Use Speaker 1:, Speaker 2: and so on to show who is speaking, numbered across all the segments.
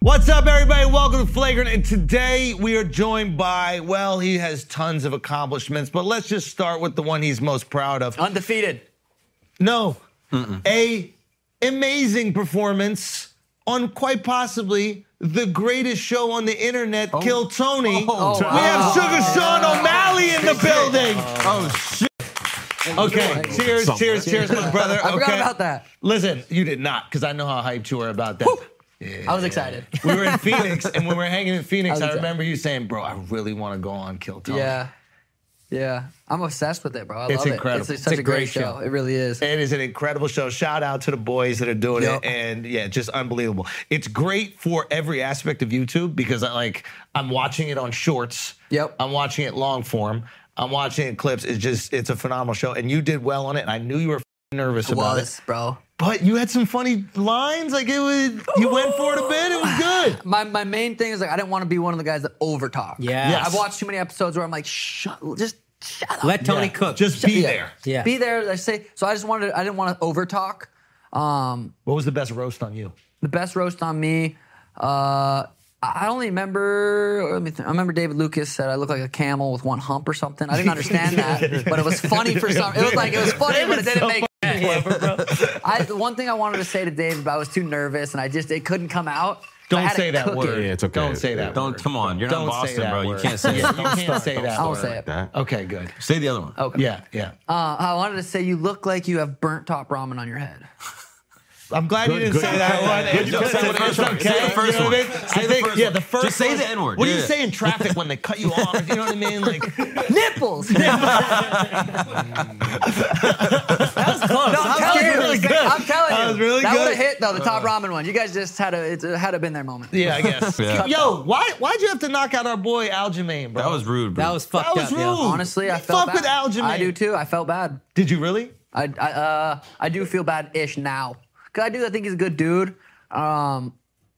Speaker 1: What's up, everybody? Welcome to Flagrant. And today we are joined by, well, he has tons of accomplishments, but let's just start with the one he's most proud of.
Speaker 2: Undefeated.
Speaker 1: No, a amazing performance on quite possibly the greatest show on the internet, Kill Tony.
Speaker 3: Oh,
Speaker 1: we have Sugar Sean O'Malley in the building.
Speaker 3: Oh shit!
Speaker 1: Okay, cheers, cheers, cheers, my brother.
Speaker 2: I forgot
Speaker 1: okay.
Speaker 2: about that.
Speaker 1: Listen, you did not, because I know how hyped you were about that.
Speaker 2: I was excited.
Speaker 1: we were in Phoenix, and when we were hanging in Phoenix,
Speaker 2: was
Speaker 1: I
Speaker 2: that?
Speaker 1: remember you saying, "Bro, I really want to go on Kill Tony."
Speaker 2: Yeah. Yeah. I'm obsessed with it, bro. I
Speaker 1: Oh. It's
Speaker 2: love
Speaker 1: incredible.
Speaker 2: it. It's
Speaker 1: It's
Speaker 2: such
Speaker 1: a
Speaker 2: a great,
Speaker 1: great
Speaker 2: show.
Speaker 1: show.
Speaker 2: It really is.
Speaker 1: It is an incredible show. Shout out to the boys that are doing
Speaker 2: Yep.
Speaker 1: it, and yeah, just unbelievable. It's great for every aspect of YouTube because I like I'm watching it on Shorts.
Speaker 2: Yep.
Speaker 1: I'm watching it long form. I'm watching it in clips. It's just it's a phenomenal show, and you did well on it. And I knew you were f***ing nervous about it,
Speaker 2: was, bro.
Speaker 1: but you had some funny lines. Like it was, you went for it a bit. It was good.
Speaker 2: My, my main thing is like I didn't want to be one of the guys that overtalk.
Speaker 3: Yeah.
Speaker 1: Yes.
Speaker 2: I've watched too many episodes where I'm like, shut just shut up.
Speaker 3: Let Tony
Speaker 1: Yeah.
Speaker 3: cook.
Speaker 1: Just be
Speaker 2: Yeah.
Speaker 1: there.
Speaker 3: Yeah.
Speaker 2: Be there. I say so I just wanted I didn't want to overtalk. Um
Speaker 1: What was the best roast on you?
Speaker 2: the best roast on me. Uh I I only remember. Let me think. I remember David Lucas said I look like a camel with one hump or something. I didn't understand that, but it was funny for some. It was like it was funny, but it didn't make. I, the one thing I wanted to say to David, but I was too nervous and I just it couldn't come out. So I
Speaker 1: Don't
Speaker 2: had to
Speaker 1: say that
Speaker 2: cook
Speaker 1: word.
Speaker 2: it.
Speaker 4: Yeah, it's okay.
Speaker 1: Don't say that.
Speaker 4: Don't-
Speaker 1: word.
Speaker 4: come on, you're not
Speaker 1: Don't say
Speaker 4: Boston,
Speaker 1: that
Speaker 4: bro, you
Speaker 1: word.
Speaker 4: can't say
Speaker 1: Yeah,
Speaker 4: that.
Speaker 1: You can't say that.
Speaker 2: I won't
Speaker 1: word.
Speaker 2: say it.
Speaker 4: that.
Speaker 1: Okay, good.
Speaker 4: Say the other one.
Speaker 2: Okay.
Speaker 1: Yeah, yeah.
Speaker 2: Uh, I wanted to say you look like you have burnt top ramen on your head.
Speaker 1: I'm glad you didn't
Speaker 4: good.
Speaker 1: say that one.
Speaker 4: Good, you
Speaker 1: It's
Speaker 4: said the
Speaker 1: okay.
Speaker 4: first one. Say the
Speaker 1: You
Speaker 4: first
Speaker 1: know what I mean?
Speaker 4: one.
Speaker 1: I
Speaker 4: Say the
Speaker 1: think-
Speaker 4: first
Speaker 1: yeah,
Speaker 4: one.
Speaker 1: the first.
Speaker 4: Just say
Speaker 1: one-
Speaker 4: the N-word.
Speaker 1: What do
Speaker 4: Yeah.
Speaker 1: you say in traffic when they cut you off? You know what I mean? Like,
Speaker 2: Nipples. that was close. No,
Speaker 1: That
Speaker 2: I'm telling
Speaker 1: was
Speaker 2: you,
Speaker 1: really
Speaker 2: it's-
Speaker 1: good.
Speaker 2: I'm telling you,
Speaker 1: That was really
Speaker 2: that
Speaker 1: good. Uh.
Speaker 2: would have hit though. The top ramen one. You guys just had a it had a been there moment.
Speaker 1: yeah, I guess.
Speaker 4: Yeah.
Speaker 1: Yo, why why'd you have to knock out our boy Aljamain, bro?
Speaker 4: That was rude, bro.
Speaker 3: That was fucked
Speaker 1: That was
Speaker 3: up. yeah.
Speaker 1: rude.
Speaker 2: Honestly, I
Speaker 1: You
Speaker 2: felt
Speaker 1: fuck
Speaker 2: bad.
Speaker 1: with Aljamain.
Speaker 2: I do too. I felt bad.
Speaker 1: Did you really?
Speaker 2: I I, uh, I do feel bad ish now. Cause I do. I think he's a good dude. Um,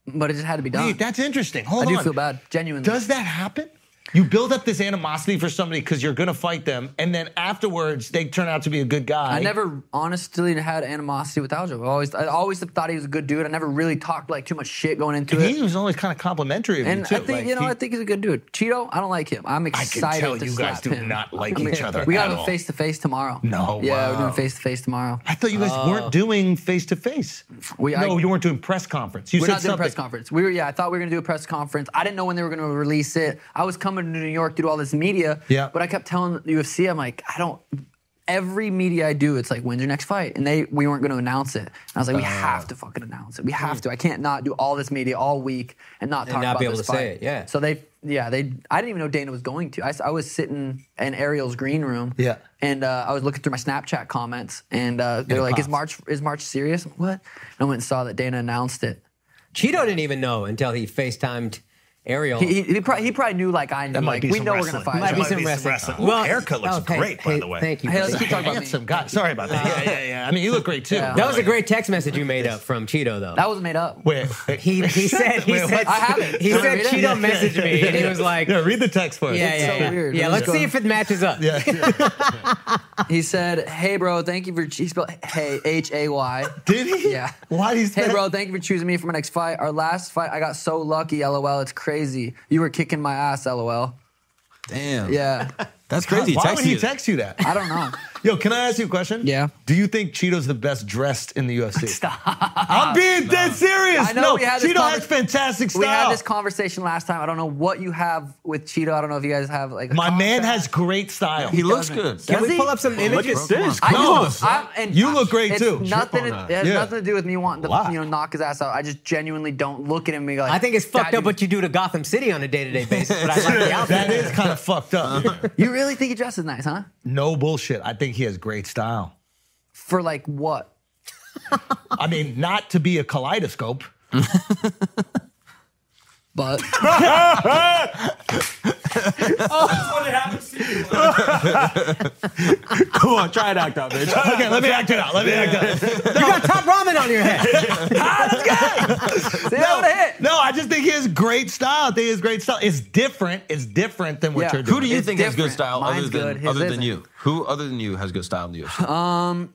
Speaker 2: but it just had to be done.
Speaker 1: Dude, that's interesting. Hold
Speaker 2: I do
Speaker 1: on.
Speaker 2: feel bad, genuinely.
Speaker 1: Does that happen? You build up this animosity for somebody because you're gonna fight them, and then afterwards they turn out to be a good guy.
Speaker 2: I never honestly had animosity with Aljo. I always, I always thought he was a good dude. I never really talked like too much shit going into it.
Speaker 1: He was always kind of complimentary of you
Speaker 2: And
Speaker 1: too.
Speaker 2: I think
Speaker 1: Like,
Speaker 2: you know,
Speaker 1: he-
Speaker 2: I think he's a good dude. Cheeto, I don't like him. I'm
Speaker 1: I
Speaker 2: excited.
Speaker 1: can tell
Speaker 2: to
Speaker 1: you guys
Speaker 2: slap
Speaker 1: do
Speaker 2: him.
Speaker 1: not like each other.
Speaker 2: We
Speaker 1: at
Speaker 2: got a
Speaker 1: all.
Speaker 2: face to face tomorrow.
Speaker 1: No,
Speaker 2: Yeah, we're
Speaker 1: wow.
Speaker 2: doing face to face tomorrow.
Speaker 1: I thought you guys weren't doing face to face.
Speaker 2: Oh. We- I-
Speaker 1: No, you weren't doing press conference. You
Speaker 2: We're
Speaker 1: said
Speaker 2: not doing a
Speaker 1: something.
Speaker 2: press conference. We were, yeah, I thought we were gonna do a press conference. I didn't know when they were gonna release it. I was coming to New York to do all this media.
Speaker 1: Yeah.
Speaker 2: But I kept telling the UFC, I'm like, I don't. Every media I do, it's like, when's your next fight? And they, we weren't gonna announce it. And I was like, we
Speaker 3: Uh.
Speaker 2: have to fucking announce it. We have to. I can't not do all this media all week and not talk
Speaker 3: Hmm. not
Speaker 2: about
Speaker 3: be able
Speaker 2: this
Speaker 3: to say
Speaker 2: fight.
Speaker 3: it, yeah.
Speaker 2: So they, yeah, they. I didn't even know Dana was going to. I, s- I was sitting in Ariel's green room.
Speaker 1: Yeah.
Speaker 2: And uh, I was looking through my Snapchat comments, and uh, they're like, "Is
Speaker 1: popped.
Speaker 2: March is March serious? What?" And I went and saw that Dana announced it.
Speaker 3: Cheeto didn't even know until he FaceTimed Ariel.
Speaker 2: He, he, probably, he probably knew like I knew.
Speaker 1: might
Speaker 2: like,
Speaker 1: be
Speaker 2: we
Speaker 1: some
Speaker 2: know
Speaker 1: wrestling.
Speaker 2: we're gonna
Speaker 1: Might
Speaker 2: fight.
Speaker 1: be
Speaker 2: Like,
Speaker 1: some
Speaker 2: this-
Speaker 1: wrestling.
Speaker 3: Well,
Speaker 5: hair cut looks
Speaker 3: oh, thank-
Speaker 5: great, by
Speaker 3: hey,
Speaker 5: the way.
Speaker 3: Thank you.
Speaker 2: Hey,
Speaker 3: for
Speaker 2: let's
Speaker 3: that.
Speaker 2: keep talking about me.
Speaker 1: Handsome guy. Sorry about that. Yeah, yeah, yeah. I mean, you look great too.
Speaker 2: Uh, Yeah.
Speaker 3: that was a great text message you made up from Cheeto, though.
Speaker 2: That was made up.
Speaker 1: Wait,
Speaker 3: he, he said, he said,
Speaker 2: I have it.
Speaker 3: he
Speaker 2: Can I
Speaker 3: said
Speaker 2: read it?
Speaker 3: Cheeto messaged me, and he was like,
Speaker 1: yeah,
Speaker 3: yeah,
Speaker 1: read the text for us.
Speaker 3: yeah,
Speaker 2: It's so
Speaker 3: yeah.
Speaker 2: weird.
Speaker 3: Yeah,
Speaker 2: Let's
Speaker 3: let's
Speaker 2: go.
Speaker 3: see if it matches up.
Speaker 1: Yeah.
Speaker 2: He said, "Hey, bro, thank you for." He spelled hey H A Y.
Speaker 1: Did he?
Speaker 2: Yeah.
Speaker 1: Why did he
Speaker 2: Hey, bro, thank you for choosing me for my next fight. Our last fight, I got so lucky. LOL, it's crazy. You were kicking my ass. LOL.
Speaker 4: Damn.
Speaker 2: Yeah.
Speaker 4: That's crazy.
Speaker 1: Why
Speaker 4: Text
Speaker 1: would he
Speaker 4: you.
Speaker 1: text you that?
Speaker 2: I don't know.
Speaker 1: Yo, can I ask you a question?
Speaker 2: Yeah.
Speaker 1: Do you think Cheeto's the best dressed in the UFC? Stop. I'm being dead serious.
Speaker 2: I know
Speaker 1: no,
Speaker 2: we had this
Speaker 1: Cheeto
Speaker 2: conver-
Speaker 1: has fantastic style.
Speaker 2: We had this conversation last time. I don't know what you have with Cheeto. I don't know if you guys have like. a
Speaker 1: My man
Speaker 2: contract.
Speaker 1: has great style.
Speaker 4: He looks
Speaker 2: doesn't.
Speaker 4: good.
Speaker 3: Can
Speaker 2: Does
Speaker 3: we
Speaker 2: he?
Speaker 3: pull up some
Speaker 4: Look
Speaker 3: images?
Speaker 4: at this.
Speaker 2: I
Speaker 4: Come
Speaker 2: just,
Speaker 4: on.
Speaker 2: I'm, and
Speaker 1: You look great,
Speaker 2: it's
Speaker 1: too.
Speaker 2: Nothing.
Speaker 4: Trip
Speaker 2: It
Speaker 4: on that.
Speaker 2: has
Speaker 1: Yeah.
Speaker 2: nothing to do with me wanting to
Speaker 1: Lot.
Speaker 2: you know knock his ass out. I just genuinely don't look at him and be like.
Speaker 3: I think it's
Speaker 2: "God,
Speaker 3: fucked up
Speaker 2: you-
Speaker 3: what you do to Gotham City on a day to day basis, but I like the outfit.
Speaker 1: that is kind of fucked up.
Speaker 2: You really think he dresses nice, huh?
Speaker 1: No bullshit. I think he has great style.
Speaker 2: For like what?
Speaker 1: I mean, not to be a kaleidoscope.
Speaker 2: But
Speaker 4: Come on, try it out, bitch.
Speaker 1: Okay, let me act it out. Let me act it out.
Speaker 3: You got top ramen on your head.
Speaker 2: see, that would have hit.
Speaker 1: No, I just think he has great style. I think he has great style. It's different. It's different than what
Speaker 2: Yeah.
Speaker 1: you're doing.
Speaker 4: Who do you
Speaker 2: It's
Speaker 4: think has
Speaker 2: different.
Speaker 4: good style
Speaker 2: Mine's
Speaker 4: other
Speaker 2: good,
Speaker 4: than
Speaker 2: his
Speaker 4: other
Speaker 2: isn't.
Speaker 4: than you? Who other than you has good style in the UFC?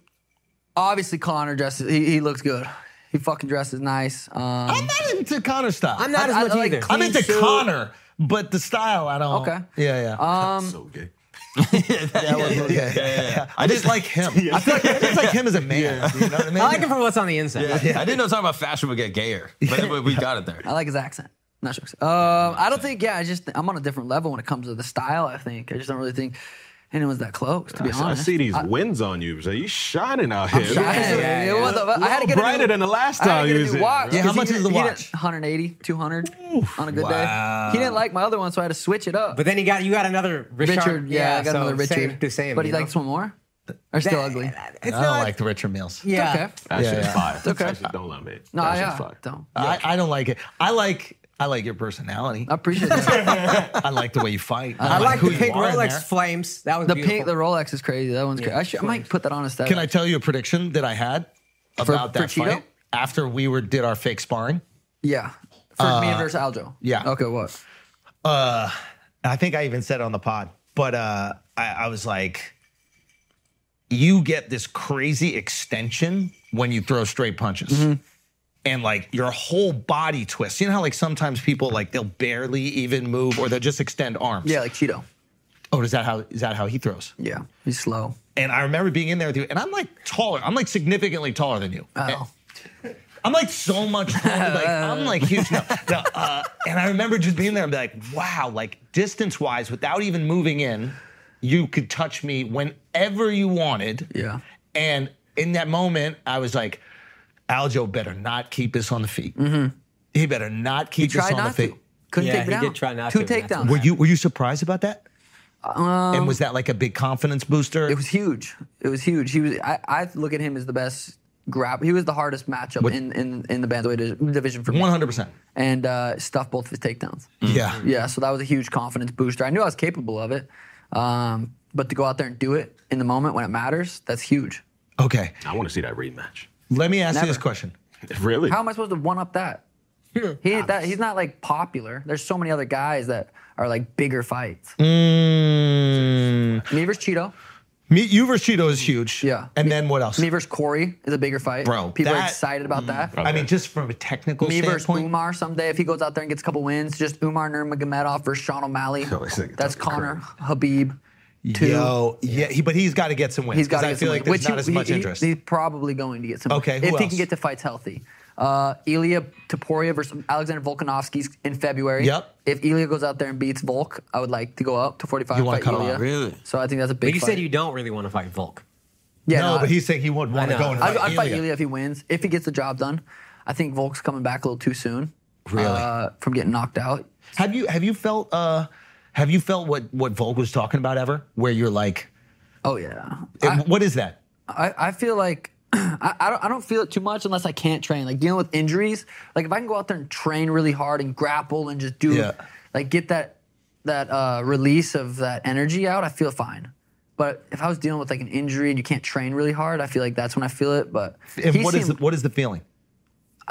Speaker 2: Obviously, Connor dresses. He, he looks good. He fucking dresses nice.
Speaker 3: Oh
Speaker 2: Um,
Speaker 6: I'm not into Connor style.
Speaker 3: I'm not
Speaker 2: I-
Speaker 3: as
Speaker 2: I
Speaker 3: much
Speaker 2: like
Speaker 3: either.
Speaker 2: clean-
Speaker 6: I'm into
Speaker 2: suit.
Speaker 6: Connor, but the style I don't.
Speaker 2: Okay.
Speaker 6: Yeah, yeah.
Speaker 3: Uh,
Speaker 2: Um,
Speaker 5: so gay.
Speaker 6: that was okay. I just like him. I feel like I just like him as a man. You know what I mean?
Speaker 3: I like him for what's on the inside.
Speaker 5: Yeah. I didn't know talking about fashion would get gayer, but, but we got it there.
Speaker 2: I like his accent. Not sure. Um, I don't think. Yeah, I just I'm on a different level when it comes to the style. I think I just don't really think anyone's that close. To be
Speaker 7: I
Speaker 2: honest,
Speaker 7: see these wins on you. So you shining out here.
Speaker 2: I had-
Speaker 3: yeah,
Speaker 2: it
Speaker 3: yeah.
Speaker 2: was a- I had to get a
Speaker 7: brighter
Speaker 2: new-
Speaker 7: than the last
Speaker 2: I had to
Speaker 7: time
Speaker 2: get
Speaker 7: you
Speaker 2: a
Speaker 7: was
Speaker 2: new
Speaker 7: in,
Speaker 2: watch.
Speaker 7: bro.
Speaker 6: Yeah, how
Speaker 2: 'cause he
Speaker 6: much is
Speaker 2: didn't-
Speaker 6: the
Speaker 2: he didn't-
Speaker 6: watch?
Speaker 2: 180, 200 on a good
Speaker 5: wow.
Speaker 2: day. He didn't like my other one, so I had to switch it up.
Speaker 3: But then he got you got another Richard.
Speaker 2: Richard, yeah, I got
Speaker 3: so
Speaker 2: another Richard.
Speaker 3: Same to same.
Speaker 2: but he
Speaker 3: you know?
Speaker 2: likes one more. Or still ugly.
Speaker 3: It's
Speaker 6: I
Speaker 3: not
Speaker 6: don't like the Richard Mills.
Speaker 3: Yeah.
Speaker 2: Okay.
Speaker 7: That
Speaker 6: Yeah,
Speaker 7: shit's
Speaker 6: yeah.
Speaker 7: fire.
Speaker 2: okay.
Speaker 7: That shit don't love it.
Speaker 2: No,
Speaker 7: that
Speaker 2: yeah,
Speaker 7: shit's fire.
Speaker 2: don't.
Speaker 6: I, I don't like it. I like I like your personality.
Speaker 2: I appreciate that.
Speaker 6: I like the way you fight.
Speaker 3: I like
Speaker 6: who
Speaker 3: the
Speaker 6: you
Speaker 3: pink
Speaker 6: are in
Speaker 3: Rolex
Speaker 6: there.
Speaker 3: flames. That was
Speaker 2: the
Speaker 3: beautiful.
Speaker 2: pink, the Rolex is crazy. That one's crazy. I, should, I might put that on instead.
Speaker 6: Can I tell you a prediction that I had
Speaker 2: For-
Speaker 6: about that
Speaker 2: for Cheeto?
Speaker 6: fight after we were did our fake sparring?
Speaker 2: Yeah. For me versus Aljo.
Speaker 6: Uh, yeah.
Speaker 2: Okay. What?
Speaker 1: Uh, I think I even said it on the pod, but uh, I, I was like, you get this crazy extension when you throw straight punches. And like your whole body twists. You know how like sometimes people like they'll barely even move or they'll just extend arms.
Speaker 2: Yeah, like Cheeto.
Speaker 1: Oh, is that how is that how he throws?
Speaker 2: Yeah. He's slow.
Speaker 1: And I remember being in there with you, and I'm like taller. I'm like significantly taller than you.
Speaker 2: Oh.
Speaker 1: I'm like so much taller. Like I'm like huge now. No, uh, and I remember just being there and be like, wow, like distance wise, without even moving in, you could touch me whenever you wanted.
Speaker 2: Yeah.
Speaker 1: And in that moment, I was like, Aljo better not keep us on the feet. He better not keep us
Speaker 2: Mm-hmm. Tried
Speaker 1: on the
Speaker 2: not
Speaker 1: feet.
Speaker 2: to. Couldn't
Speaker 3: Yeah,
Speaker 2: take it
Speaker 3: he
Speaker 2: down.
Speaker 3: did try not
Speaker 2: Two
Speaker 3: to, and that's
Speaker 2: takedowns.
Speaker 1: Were you were you surprised about that? and was that like a big confidence booster?
Speaker 2: Um, It was huge. It was huge. He was. I, I look at him as the best grab. He was the hardest matchup in, in in the bantamweight division for me.
Speaker 1: 100%.
Speaker 2: And uh, stuffed both of his takedowns.
Speaker 6: Mm.
Speaker 1: Yeah.
Speaker 2: Yeah, so that was a huge confidence booster. I knew I was capable of it, um, but to go out there and do it in the moment when it matters, that's huge.
Speaker 1: Okay.
Speaker 7: I want to see that rematch.
Speaker 1: Let me ask you
Speaker 2: Never.
Speaker 1: this question.
Speaker 7: Really?
Speaker 2: How am I supposed to one up that? He ain't that. He's not like popular. There's so many other guys that are like bigger fights.
Speaker 1: Hmm.
Speaker 2: Me versus Cheeto.
Speaker 1: Mm, Me, you versus Cheeto is huge.
Speaker 2: Yeah.
Speaker 1: And then what else?
Speaker 2: Me versus Corey is a bigger fight.
Speaker 1: Bro,
Speaker 2: people are
Speaker 1: that- Mm,
Speaker 2: excited about that.
Speaker 1: I mean, just from a technical
Speaker 2: Me versus
Speaker 1: standpoint.
Speaker 2: Umar someday if he goes out there and gets a couple wins. Just Umar Nurmagomedov versus Sean O'Malley.
Speaker 7: this nigga
Speaker 2: That's
Speaker 7: talking
Speaker 2: Connor Habib. Two.
Speaker 1: Yo, yeah, he, but he's got to get some wins.
Speaker 2: he's got to
Speaker 1: 'cause
Speaker 2: get
Speaker 1: I feel
Speaker 2: some
Speaker 1: like
Speaker 2: wins,
Speaker 1: there's not as
Speaker 2: he-
Speaker 1: much
Speaker 2: he-
Speaker 1: interest.
Speaker 2: He's probably going to get some.
Speaker 1: Okay,
Speaker 2: wins.
Speaker 1: who
Speaker 2: if he
Speaker 1: else?
Speaker 2: can get to fights healthy. Uh, Ilya Taporia versus Alexander Volkanovski's in February.
Speaker 1: Yep.
Speaker 2: If Ilya goes out there and beats Volk, I would like to go up to 45.
Speaker 1: You
Speaker 2: want
Speaker 1: wanna
Speaker 2: to
Speaker 1: cut him
Speaker 2: Ilya.
Speaker 1: out,
Speaker 5: really?
Speaker 2: So I think that's a big.
Speaker 3: But you
Speaker 2: fight.
Speaker 3: said you don't really want to fight Volk.
Speaker 2: Yeah,
Speaker 1: no,
Speaker 2: no,
Speaker 1: but he said he would want
Speaker 3: I
Speaker 1: to
Speaker 3: know.
Speaker 1: go and
Speaker 2: I'd,
Speaker 1: fight
Speaker 2: I'd fight
Speaker 1: Ilya.
Speaker 2: Ilya if he wins. If he gets the job done, I think Volk's coming back a little too soon.
Speaker 1: Really?
Speaker 2: Uh, from getting knocked out.
Speaker 1: Have you have you felt uh have you felt what what Volk was talking about ever? Where you're like,
Speaker 2: Oh yeah.
Speaker 1: and what is that?
Speaker 2: I, I feel like I, I, don't, I don't feel it too much unless I can't train. Like dealing with injuries, like if I can go out there and train really hard and grapple and just do
Speaker 1: Yeah.
Speaker 2: like get that that uh, release of that energy out, I feel fine. But if I was dealing with like an injury and you can't train really hard, I feel like that's when I feel it. But
Speaker 1: And
Speaker 2: he
Speaker 1: what is
Speaker 2: seemed-
Speaker 1: the, what is the feeling?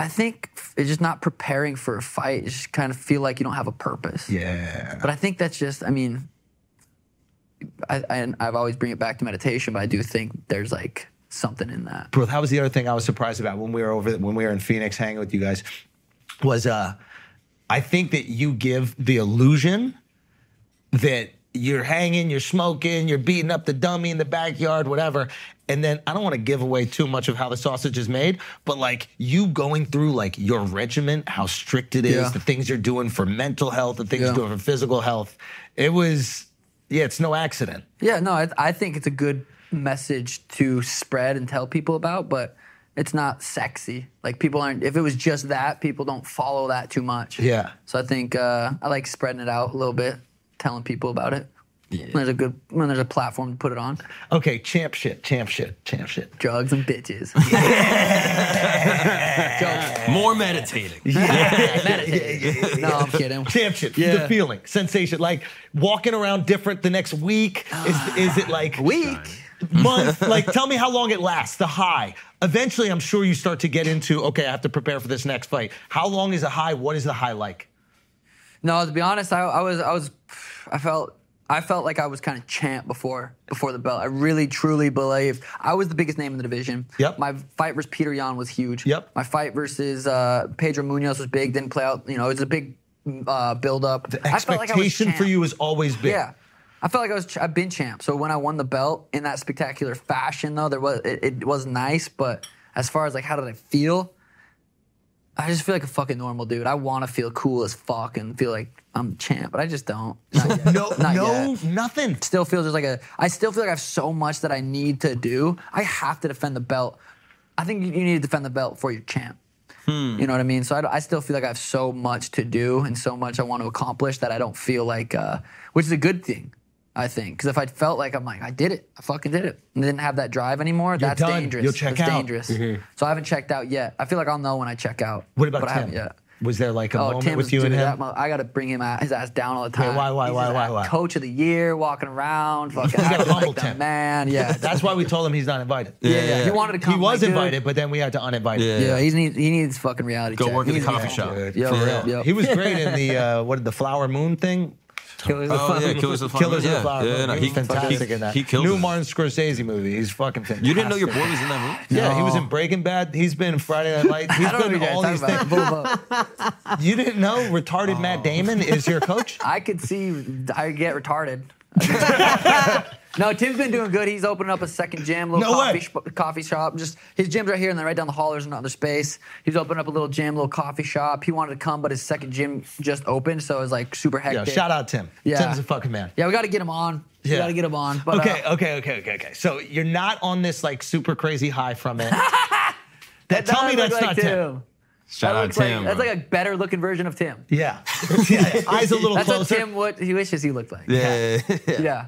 Speaker 2: I think it's just not preparing for a fight. You just kind of feel like you don't have a purpose.
Speaker 1: Yeah.
Speaker 2: But I think that's just, I mean, I, I, and I've always bring it back to meditation, but I do think there's like something in that.
Speaker 1: Bro, that was the other thing I was surprised about when we were over when we were in Phoenix hanging with you guys was uh I think that you give the illusion that you're hanging, you're smoking, you're beating up the dummy in the backyard, whatever. And then I don't want to give away too much of how the sausage is made, but like you going through like your regimen, how strict it is,
Speaker 2: Yeah.
Speaker 1: the things you're doing for mental health, the things
Speaker 2: Yeah.
Speaker 1: you're doing for physical health. It was, yeah, it's no accident.
Speaker 2: Yeah, no, I, I think it's a good message to spread and tell people about, but it's not sexy. Like people aren't. If it was just that, people don't follow that too much.
Speaker 1: Yeah.
Speaker 2: So I think uh, I like spreading it out a little bit, telling people about it. When there's a good when there's a platform to put it on.
Speaker 1: Okay, champ shit, champ shit, champ shit.
Speaker 2: Drugs and bitches. Jokes.
Speaker 5: More meditating.
Speaker 2: No, I'm kidding.
Speaker 1: Championship,
Speaker 2: Yeah.
Speaker 1: the feeling, sensation, like walking around different the next week. Is, is it like
Speaker 2: Ah, Weak.
Speaker 1: month? Like, tell me how long it lasts. The high. Eventually, I'm sure you start to get into. Okay, I have to prepare for this next fight. How long is the high? What is the high like?
Speaker 2: No, to be honest, I, I was I was I felt I felt like I was kind of champ before before the belt. I really truly believe I was the biggest name in the division.
Speaker 1: Yep.
Speaker 2: My fight versus Peter Yan was huge.
Speaker 1: Yep.
Speaker 2: My fight versus uh, Pedro Munoz was big. Didn't play out. You know, it was a big uh, build up.
Speaker 1: The expectation for you is always big.
Speaker 2: Yeah. I felt like I was I've been champ. So when I won the belt in that spectacular fashion, though, there was it, it was nice. But as far as like how did I feel, I just feel like a fucking normal dude. I want to feel cool as fuck and feel like I'm champ, but I just don't. Not yet.
Speaker 1: No,
Speaker 2: Not
Speaker 1: no,
Speaker 2: yet.
Speaker 1: nothing.
Speaker 2: Still feels just like a. I still feel like I have so much that I need to do. I have to defend the belt. I think you you need to defend the belt for your champ.
Speaker 1: Hmm.
Speaker 2: You know what I mean? So I, d- I still feel like I have so much to do and so much I want to accomplish that I don't feel like, uh, which is a good thing, I think. Because if I felt like I'm like, I did it, I fucking did it, and didn't have that drive anymore, that's
Speaker 1: done.
Speaker 2: dangerous.
Speaker 1: You'll check
Speaker 2: that's
Speaker 1: out. Mm-hmm.
Speaker 2: dangerous. So I haven't checked out yet. I feel like I'll know when I check out.
Speaker 1: What about
Speaker 2: but I
Speaker 1: Tim?
Speaker 2: haven't yet. Oh,
Speaker 1: Was there like a moment
Speaker 2: Tim's-
Speaker 1: with you and
Speaker 2: dude,
Speaker 1: him?
Speaker 2: that mo- I got to bring him out, his ass down all the time.
Speaker 1: why, why,
Speaker 2: He's
Speaker 1: why,
Speaker 2: the
Speaker 1: why, why?
Speaker 2: Coach of the year, walking around, fucking
Speaker 1: gotta
Speaker 2: acting
Speaker 1: humble
Speaker 2: like the
Speaker 1: Tim.
Speaker 2: man. Yeah,
Speaker 1: That's why we told him he's not invited.
Speaker 2: yeah, yeah. He wanted to come.
Speaker 1: He was
Speaker 2: like, dude,
Speaker 1: invited, but then we had to uninvite him.
Speaker 5: Yeah.
Speaker 2: Yeah, he needs he needs fucking reality.
Speaker 5: Go
Speaker 2: check.
Speaker 5: work at
Speaker 2: He
Speaker 5: the
Speaker 2: needs-
Speaker 5: coffee shop.
Speaker 2: Yeah, for real. Yep.
Speaker 1: He was great in the uh, what the Flower Moon thing.
Speaker 2: Killers of
Speaker 5: Oh
Speaker 2: Flower
Speaker 5: yeah,
Speaker 2: Moon.
Speaker 5: Killers of the Flower
Speaker 1: Killers
Speaker 5: Moon.
Speaker 1: of the Flower
Speaker 5: yeah,
Speaker 1: Moon.
Speaker 5: Yeah, no,
Speaker 1: he,
Speaker 5: he,
Speaker 1: was fantastic
Speaker 5: he,
Speaker 1: in that.
Speaker 5: He killed
Speaker 1: New
Speaker 5: it.
Speaker 1: Martin Scorsese movie. He's fucking fantastic.
Speaker 5: You didn't know your boy was in that movie?
Speaker 1: Yeah, he was in Breaking Bad. He's been in Friday Night Lights. He's
Speaker 2: I don't know
Speaker 1: been
Speaker 2: who
Speaker 1: in
Speaker 2: you're
Speaker 1: all
Speaker 2: talking
Speaker 1: these things.
Speaker 2: about. Bull Bull.
Speaker 1: You didn't know retarded Matt Damon is your coach?
Speaker 2: I could see I get retarded. no, Tim's been doing good. He's opening up a second gym, little
Speaker 1: No way.
Speaker 2: coffee, sh- coffee shop. Just his gym's right here, and then right down the hall there's another space. He's opening up a little gym, little coffee shop. He wanted to come, but his second gym just opened, so it was like super
Speaker 1: Yo,
Speaker 2: hectic.
Speaker 1: shout out Tim.
Speaker 2: Yeah.
Speaker 1: Tim's a fucking man.
Speaker 2: Yeah, we got to get him on. We
Speaker 1: Yeah.
Speaker 2: got to get him on. But,
Speaker 1: okay,
Speaker 2: uh,
Speaker 1: okay, okay, okay, okay. So you're not on this like super crazy high from it. that, tell
Speaker 2: that
Speaker 1: me
Speaker 2: looked
Speaker 1: that's
Speaker 2: like
Speaker 1: not Tim.
Speaker 2: Tim.
Speaker 5: Shout
Speaker 2: That
Speaker 5: out
Speaker 2: looks like-
Speaker 5: Tim.
Speaker 2: that's
Speaker 5: bro.
Speaker 2: like a better looking version of Tim.
Speaker 1: Yeah. Yeah, Eyes a little
Speaker 2: That's
Speaker 1: closer.
Speaker 2: what Tim what he wishes he looked like.
Speaker 5: yeah. yeah, yeah.
Speaker 2: Yeah.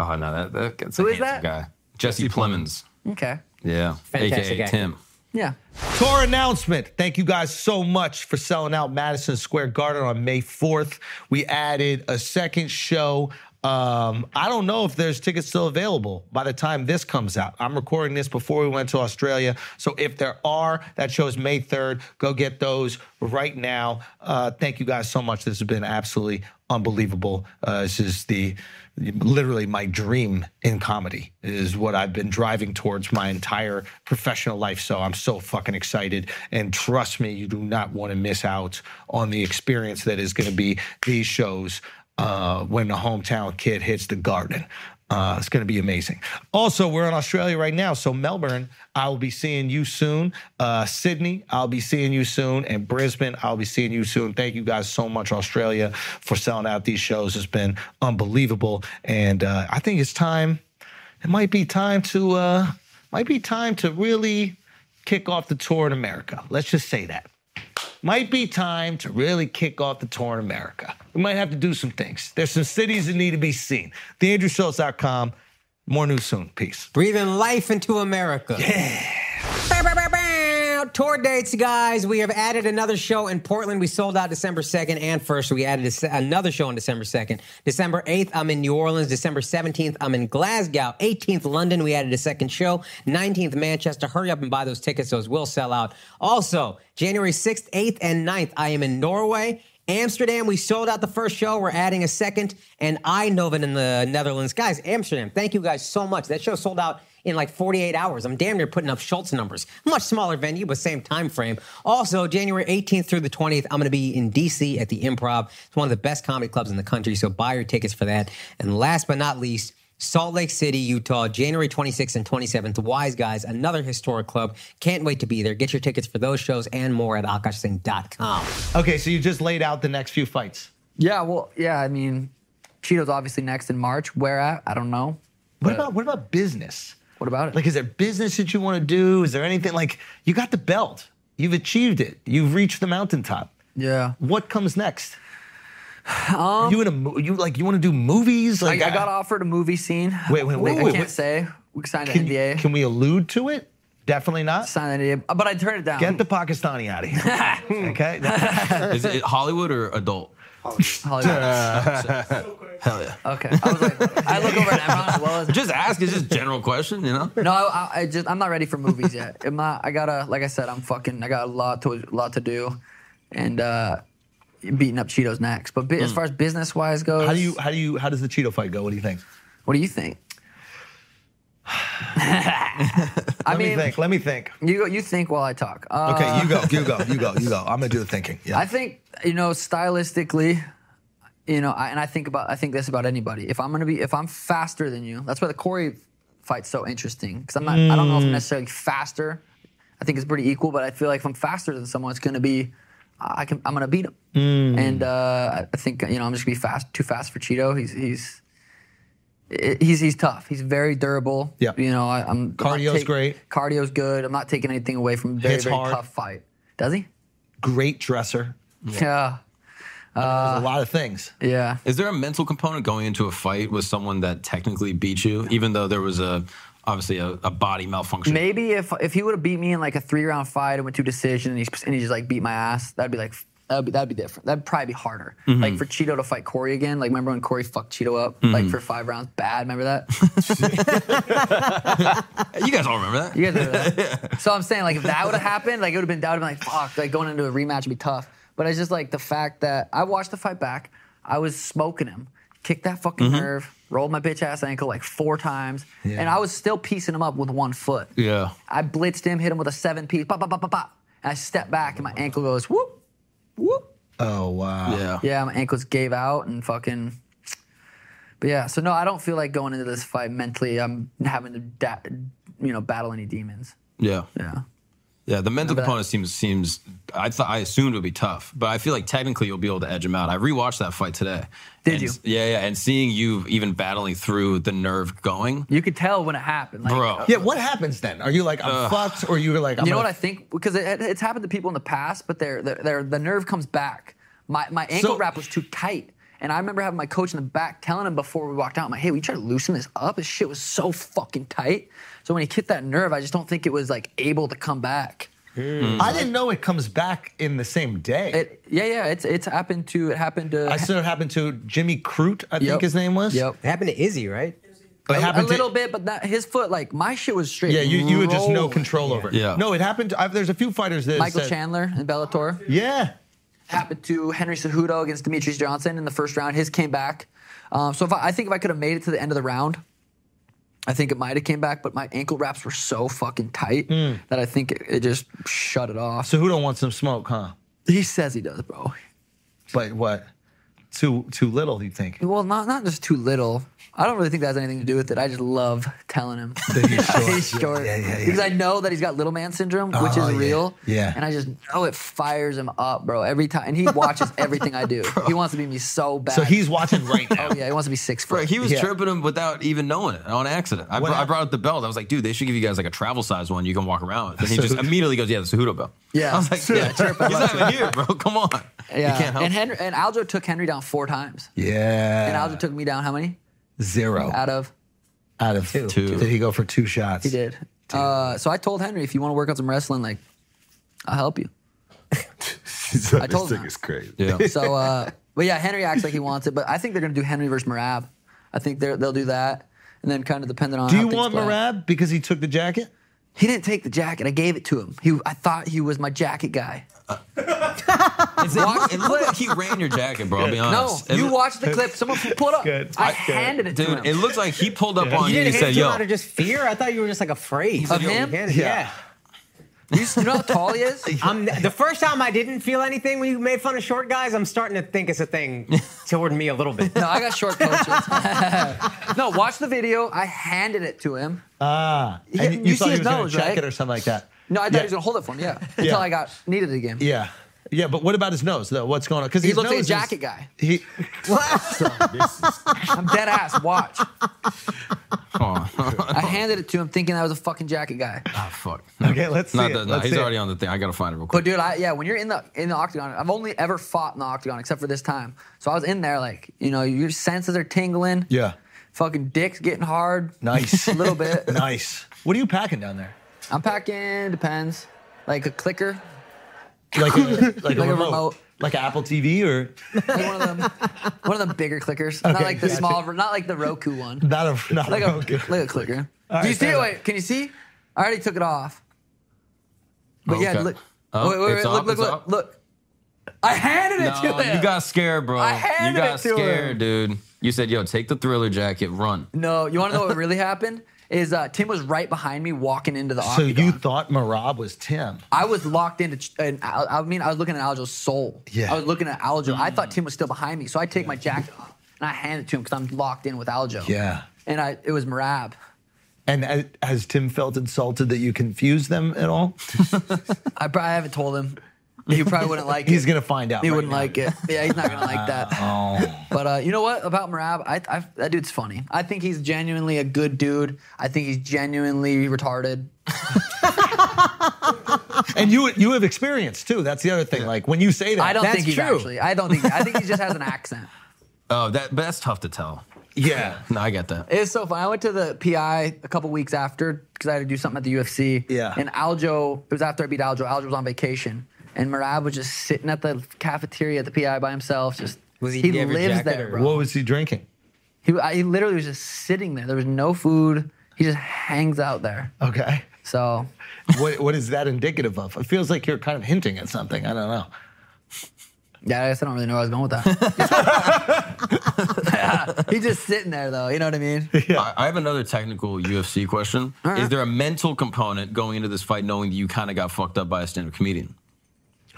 Speaker 5: Oh no, that that gets
Speaker 2: Who
Speaker 5: a
Speaker 2: is that?
Speaker 5: handsome guy. Jesse Plemons.
Speaker 2: Okay.
Speaker 5: Yeah.
Speaker 3: Fantastic
Speaker 5: AKA
Speaker 3: actor.
Speaker 5: Tim.
Speaker 2: Yeah.
Speaker 1: Tour announcement. Thank you guys so much for selling out Madison Square Garden on May 4th. We added a second show. Um, I don't know if there's tickets still available by the time this comes out. I'm recording this before we went to Australia. So if there are, that show's May 3rd. Go get those right now. Uh, thank you guys so much. This has been absolutely unbelievable. Uh, this is the literally my dream in comedy is what I've been driving towards my entire professional life. So I'm so fucking excited. And trust me, you do not want to miss out on the experience that is going to be these shows uh, when the hometown kid hits the garden. Uh, it's going to be amazing. Also, we're in Australia right now. So, Melbourne, I will be seeing you soon. Uh, Sydney, I'll be seeing you soon. And Brisbane, I'll be seeing you soon. Thank you guys so much, Australia, for selling out these shows. It's been unbelievable. And uh, I think it's time, it might be time to, uh, might be time to really kick off the tour in America. Let's just say that might be time to really kick off the tour in America. We might have to do some things. There's some cities that need to be seen. TheAndrewSchultz.com. More news soon. Peace.
Speaker 3: Breathing life into America. Bow, bow, bow, bow. Tour dates, guys. We have added another show in Portland. We sold out December 2nd and 1st. We added a se- another show on December 2nd. December 8th, I'm in New Orleans. December 17th, I'm in Glasgow. 18th, London. We added a second show. 19th, Manchester. Hurry up and buy those tickets. Those will sell out. Also, January 6th, 8th, and 9th, I am in Norway. Amsterdam, we sold out the first show. We're adding a second, and Eindhoven in the Netherlands. Guys, Amsterdam, thank you guys so much. That show sold out in like 48 hours. I'm damn near putting up Schultz numbers. Much smaller venue, but same time frame. Also, January 18th through the 20th, I'm going to be in DC at the Improv. It's one of the best comedy clubs in the country, so buy your tickets for that. And last but not least, Salt Lake City, Utah, January 26th and 27th. Wise Guys, another historic club. Can't wait to be there. Get your tickets for those shows and more at akashsing.com.
Speaker 1: Okay, so you just laid out the next few fights.
Speaker 2: Yeah, well, yeah, I mean, Cheeto's obviously next in March. Where at? I don't know.
Speaker 1: What about what about business?
Speaker 2: What about it?
Speaker 1: Like, is there business that you want to do? Is there anything like you got the belt? You've achieved it. You've reached the mountaintop.
Speaker 2: yeah.
Speaker 1: What comes next? you in a mo- you like you want to do movies?
Speaker 2: Um, I, I
Speaker 1: Like
Speaker 2: got offered a movie scene.
Speaker 1: Wait, wait, wait,
Speaker 2: I
Speaker 1: wait,
Speaker 2: can't
Speaker 1: wait.
Speaker 2: say. We signed
Speaker 1: uh, Can,
Speaker 2: an NDA.
Speaker 1: can we allude to it? Definitely not.
Speaker 2: signed an NDA, but I turned it down.
Speaker 1: Get the Pakistani out of here. okay.
Speaker 5: Is it Hollywood or adult?
Speaker 2: Hollywood.
Speaker 5: Hell yeah.
Speaker 2: Okay. I was like, I look over at Emron as well as.
Speaker 5: Just ask. It's just a general question, you know?
Speaker 2: no, I, I- I just I'm not ready for movies yet. I'm not, I gotta, like I said, I'm fucking. I got a lot to lot to do, and uh, beating up Cheeto's next. But bi- as far as business wise goes,
Speaker 8: Mm. How do you? How do you? How does the Cheeto fight go? What do you think?
Speaker 2: what do you think? I
Speaker 8: Let me
Speaker 2: mean, uh,
Speaker 8: think. Let me think.
Speaker 2: you go, you think while I talk. Uh,
Speaker 8: Okay, you go. You go. You go. You go. I'm gonna do the thinking. Yeah.
Speaker 2: I think you know stylistically, you know, I, and I think about I think this about anybody. If I'm gonna be if I'm faster than you, that's why the Corey fight's so interesting because I'm not. I don't know if
Speaker 8: Mm.
Speaker 2: I'm necessarily faster. I think it's pretty equal, but I feel like if I'm faster than someone, it's gonna be I I can I'm gonna beat him.
Speaker 8: Mm.
Speaker 2: And uh, I- I think you know I'm just gonna be fast too fast for Cheeto. He's he's. i- He's he's tough. He's very durable.
Speaker 8: Yeah.
Speaker 2: You know, I, I'm I'm not
Speaker 8: Cardio's great.
Speaker 2: Cardio's good. I'm not taking anything away from a very,
Speaker 8: Hits
Speaker 2: very
Speaker 8: hard.
Speaker 2: tough fight. Does he?
Speaker 8: Great dresser.
Speaker 2: Yeah. Uh,
Speaker 8: There's a lot of things.
Speaker 2: Yeah.
Speaker 5: Is there a mental component going into a fight with someone that technically beat you, even though there was a obviously a, a body malfunction?
Speaker 2: Maybe if if he would have beat me in like a three round fight and went to decision and he, and he just like beat my ass, that'd be like that'd be that'd be different. That'd probably be harder. Like for Cheeto to fight Corey again. Like remember when Corey fucked Cheeto up like for five rounds bad. Remember that?
Speaker 5: You guys all remember that?
Speaker 2: You guys remember that? So I'm saying like if that would have happened, like it would have been that would have been like fuck. Like going into a rematch would be tough. But it's just like the fact that I watched the fight back. I was smoking him, kicked that fucking nerve, rolled my bitch ass ankle like four times, and I was still piecing him up with one foot.
Speaker 5: Yeah.
Speaker 2: I blitzed him, hit him with a seven piece, pop, pop, pop, pop, pop. And I step back and my ankle goes whoop, whoop.
Speaker 8: Oh wow.
Speaker 5: Yeah.
Speaker 2: Yeah, my ankles gave out and fucking. But yeah, so no, I don't feel like going into this fight mentally. I'm having to, da- you know, battle any demons.
Speaker 5: Yeah.
Speaker 2: Yeah.
Speaker 5: Yeah, the mental component seems seems I thought I assumed it would be tough, but I feel like technically you'll be able to edge him out. I rewatched that fight today.
Speaker 2: Did
Speaker 5: And-
Speaker 2: you?
Speaker 5: Yeah, yeah, and seeing you even battling through the nerve going,
Speaker 2: You could tell when it happened. Like,
Speaker 5: bro.
Speaker 8: Yeah. What happens then? Are you like I'm fucked, or you're like I'm
Speaker 2: You know
Speaker 8: gonna
Speaker 2: what I think? Because it, it's happened to people in the past, but their their their- the nerve comes back. My my ankle
Speaker 8: So-
Speaker 2: wrap was too tight, and I remember having my coach in the back telling him before we walked out, "I'm like, hey, we try to loosen this up. This shit was so fucking tight. So when he hit that nerve, I just don't think it was like able to come back.
Speaker 8: I didn't know it comes back in the same day.
Speaker 2: It, yeah, yeah, it's it's happened to it happened to.
Speaker 8: I said it happened to Jimmy Crute, I
Speaker 2: Yep.
Speaker 8: think his name was.
Speaker 2: Yep.
Speaker 3: It happened to Izzy, right?
Speaker 8: It
Speaker 2: A, a
Speaker 8: happened to-
Speaker 2: little bit, but that, his foot, like my shit was straight.
Speaker 8: Yeah, you, you had just no
Speaker 2: rolling.
Speaker 8: control over it.
Speaker 5: Yeah.
Speaker 8: No, it happened. To, I've, there's a few fighters that
Speaker 2: Michael
Speaker 8: said-
Speaker 2: Chandler and Bellator.
Speaker 8: Yeah.
Speaker 2: happened to Henry Cejudo against Demetrius Johnson in the first round. His came back. Um, so if I, I think if I could have made it to the end of the round, I think it might have came back. But my ankle wraps were so fucking tight
Speaker 8: Hmm.
Speaker 2: that I think it, it just shut it off.
Speaker 8: So who don't want some smoke, huh?
Speaker 2: He says he does, bro.
Speaker 8: But what? Too too little, you think?
Speaker 2: Well, not not just too little. I don't really think that has anything to do with it. I just love telling him he's short because I know that he's got little man syndrome, which
Speaker 8: Oh,
Speaker 2: is
Speaker 8: yeah.
Speaker 2: real.
Speaker 8: Yeah.
Speaker 2: and I just know it fires him up, bro. Every time, and he watches everything I do. He wants to be me so bad.
Speaker 8: So he's watching right now.
Speaker 2: Oh yeah, he wants to be six foot.
Speaker 5: Bro, he was
Speaker 8: Yeah.
Speaker 5: tripping him without even knowing it on accident. I, br- I
Speaker 8: happened?
Speaker 5: brought up the belt. I was like, dude, they should give you guys like a travel size one you can walk around with. And he just immediately goes, yeah, the Cejudo belt.
Speaker 2: Yeah.
Speaker 5: I was like, yeah, he's not even here, bro. Come on.
Speaker 2: yeah.
Speaker 5: You can't help.
Speaker 2: and Henry, and Aljo took Henry down four times. And
Speaker 8: Yeah.
Speaker 2: Aljo took me down how many?
Speaker 8: Zero
Speaker 2: Out of
Speaker 8: out of two.
Speaker 5: Two.
Speaker 8: Did he go for two shots?
Speaker 2: he did. Uh, so I told Henry, if you want to work on some wrestling, like I'll help you.
Speaker 7: I
Speaker 2: told
Speaker 7: this
Speaker 2: him
Speaker 7: thing
Speaker 2: that.
Speaker 7: is crazy.
Speaker 5: yeah.
Speaker 2: So, uh, but yeah, Henry acts like he wants it, but I think they're gonna do Henry versus Marab. I think they're, they'll do that, and then kind of depending on.
Speaker 8: Do
Speaker 2: how
Speaker 8: you
Speaker 2: things
Speaker 8: want
Speaker 2: play out.
Speaker 8: Marab because he took the jacket?
Speaker 2: He didn't take the jacket. I gave it to him. He, I thought he was my jacket guy.
Speaker 5: Watch- it looked like he ran your jacket, bro. I'll be
Speaker 2: No,
Speaker 5: honest. It
Speaker 2: you
Speaker 5: look-
Speaker 2: watched the clip. Someone pull it up. I handed it to him.
Speaker 5: Dude, it looked like he pulled up on
Speaker 3: You
Speaker 5: you
Speaker 3: didn't
Speaker 5: and Oh, he
Speaker 3: hit
Speaker 5: said,
Speaker 3: him
Speaker 5: yo.
Speaker 3: out of just fear. I thought you were just like afraid
Speaker 2: Of him?
Speaker 3: Yeah.
Speaker 2: you, you know how tall he is?
Speaker 3: I'm, the first time I didn't feel anything when you made fun of short guys, I'm starting to think it's a thing toward me a little bit.
Speaker 2: No, I got short coaches. no, watch the video. I handed it to him.
Speaker 8: Ah.
Speaker 2: Yeah,
Speaker 8: and
Speaker 2: you see
Speaker 8: thought he
Speaker 2: his
Speaker 8: was gonna
Speaker 2: nose,
Speaker 8: check
Speaker 2: right?
Speaker 8: it or something like that.
Speaker 2: No, I thought
Speaker 8: Yeah.
Speaker 2: he was gonna hold it for me. Yeah, until
Speaker 8: Yeah.
Speaker 2: I got needed again.
Speaker 8: Yeah. Yeah, but what about his nose though? What's going on? Because
Speaker 2: He looked like a jacket guy.
Speaker 8: He,
Speaker 2: I'm dead ass. Watch.
Speaker 5: Oh,
Speaker 2: I handed it to him, thinking I was a fucking jacket guy.
Speaker 5: Ah, fuck.
Speaker 8: okay, let's see.
Speaker 5: Not
Speaker 8: it.
Speaker 5: that, no,
Speaker 8: Let's
Speaker 5: he's
Speaker 8: see it.
Speaker 5: already on the thing. I gotta find it real quick.
Speaker 2: But dude, I, yeah, when you're in the in the octagon, I've only ever fought in the octagon except for this time. So I was in there, like you know, your senses are tingling.
Speaker 8: Yeah.
Speaker 2: Fucking dick's getting hard.
Speaker 8: Nice.
Speaker 2: A little bit.
Speaker 8: Nice. What are you packing down there?
Speaker 2: I'm packing. Depends. Like a clicker,
Speaker 8: Like a, like a,
Speaker 2: a
Speaker 8: remote.
Speaker 2: remote.
Speaker 8: Like an Apple TV or
Speaker 2: like one of them, one of the bigger clickers. not
Speaker 8: Okay,
Speaker 2: like the
Speaker 8: gotcha.
Speaker 2: small, not like the Roku one.
Speaker 8: not a not
Speaker 2: like
Speaker 8: a,
Speaker 2: a
Speaker 8: okay.
Speaker 2: like a clicker.
Speaker 8: right,
Speaker 2: Do you see
Speaker 8: fair
Speaker 2: it?
Speaker 8: enough.
Speaker 2: Wait, can you see? I already took it off. But yeah,
Speaker 5: Okay.
Speaker 2: look.
Speaker 5: Oh,
Speaker 2: wait, wait,
Speaker 5: it's
Speaker 2: wait, look,
Speaker 5: up,
Speaker 2: look,
Speaker 5: it's
Speaker 2: look,
Speaker 5: up.
Speaker 2: look. I handed it
Speaker 5: No,
Speaker 2: to him.
Speaker 5: you got scared, bro.
Speaker 2: I handed
Speaker 5: you got
Speaker 2: it to him.
Speaker 5: scared, dude. You said, "Yo, take the thriller jacket, run."
Speaker 2: no, you want to know what really happened? Is uh, Tim was right behind me walking into the
Speaker 1: So
Speaker 2: octagon.
Speaker 1: you thought Marab was Tim?
Speaker 2: I was locked into. Ch- an, Al- I mean, I was looking at Aljo's soul.
Speaker 1: Yeah.
Speaker 2: I was looking at Aljo. I
Speaker 5: Mm.
Speaker 2: thought Tim was still behind me, so I take my jacket off and I hand it to him because I'm locked in with Aljo.
Speaker 1: Yeah.
Speaker 2: And I, it was Marab.
Speaker 1: And has, has Tim felt insulted that you confused them at all?
Speaker 2: I, probably haven't told him. He probably wouldn't like it.
Speaker 1: He's gonna find out.
Speaker 2: He
Speaker 1: right
Speaker 2: wouldn't
Speaker 1: now.
Speaker 2: like it. Yeah, he's not gonna like that.
Speaker 3: Uh-huh.
Speaker 1: Oh.
Speaker 2: But uh, you know what about Marab? I, I, that dude's funny. I think he's genuinely a good dude. I think he's genuinely retarded.
Speaker 1: And you you have experience too. That's the other thing. Like when you say that,
Speaker 2: I don't
Speaker 3: That's
Speaker 2: think he's
Speaker 3: true.
Speaker 2: actually. I don't think. I think he just has an accent.
Speaker 5: Oh, that but that's tough to tell.
Speaker 1: yeah.
Speaker 5: No, I get that.
Speaker 2: It's so fun. I went to the PI a couple weeks after because I had to do something at the UFC.
Speaker 1: Yeah.
Speaker 2: And Aljo, it was after I beat Aljo. Aljo was on vacation, and Marab was just sitting at the cafeteria at the PI by himself. Just
Speaker 3: Was he
Speaker 2: he
Speaker 3: gave a
Speaker 2: lives
Speaker 3: jacket
Speaker 2: there,
Speaker 3: or-
Speaker 2: bro.
Speaker 1: What was he drinking?
Speaker 2: He, I, he literally was just sitting there. There was no food. He just hangs out there.
Speaker 1: Okay.
Speaker 2: So
Speaker 1: what what is that indicative of? It feels like you're kind of hinting at something. I don't know.
Speaker 2: yeah, I guess I don't really know where I was going with that. Yeah, He's just sitting there though. You know what I mean?
Speaker 5: I, I have another technical UFC question.
Speaker 1: Uh-huh.
Speaker 5: Is there a mental component going into this fight, knowing that you kind of got fucked up by a stand-up comedian?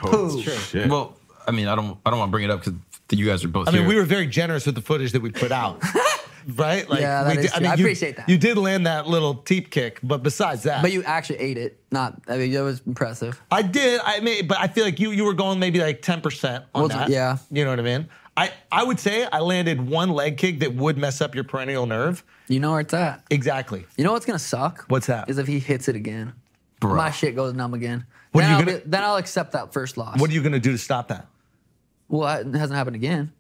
Speaker 7: Oh, shit.
Speaker 5: Well, I mean, I don't, I don't want to bring it up because you guys are both.
Speaker 1: I mean,
Speaker 5: here.
Speaker 1: we were very generous with the footage that we put out. Right? Like
Speaker 2: Yeah, that
Speaker 1: we
Speaker 2: is
Speaker 1: did-
Speaker 2: true. I
Speaker 1: you-
Speaker 2: appreciate that.
Speaker 1: You did land that little teep kick, but besides that,
Speaker 2: But you actually ate it. Not. I mean, that was impressive.
Speaker 1: I did. I mean, but I feel like you you were going maybe like ten percent on
Speaker 2: Well,
Speaker 1: that.
Speaker 2: yeah.
Speaker 1: you know what I mean. I I would say I landed one leg kick that would mess up your perennial nerve.
Speaker 2: You know where it's at.
Speaker 1: Exactly.
Speaker 2: You know what's gonna suck?
Speaker 1: What's that?
Speaker 2: Is if he hits it again.
Speaker 5: Bruh.
Speaker 2: My shit goes numb again.
Speaker 1: What
Speaker 2: then,
Speaker 1: are you
Speaker 2: I'll
Speaker 1: gonna-
Speaker 2: be- then I'll accept that first loss.
Speaker 1: What are you gonna do to stop that?
Speaker 2: well, it hasn't happened again.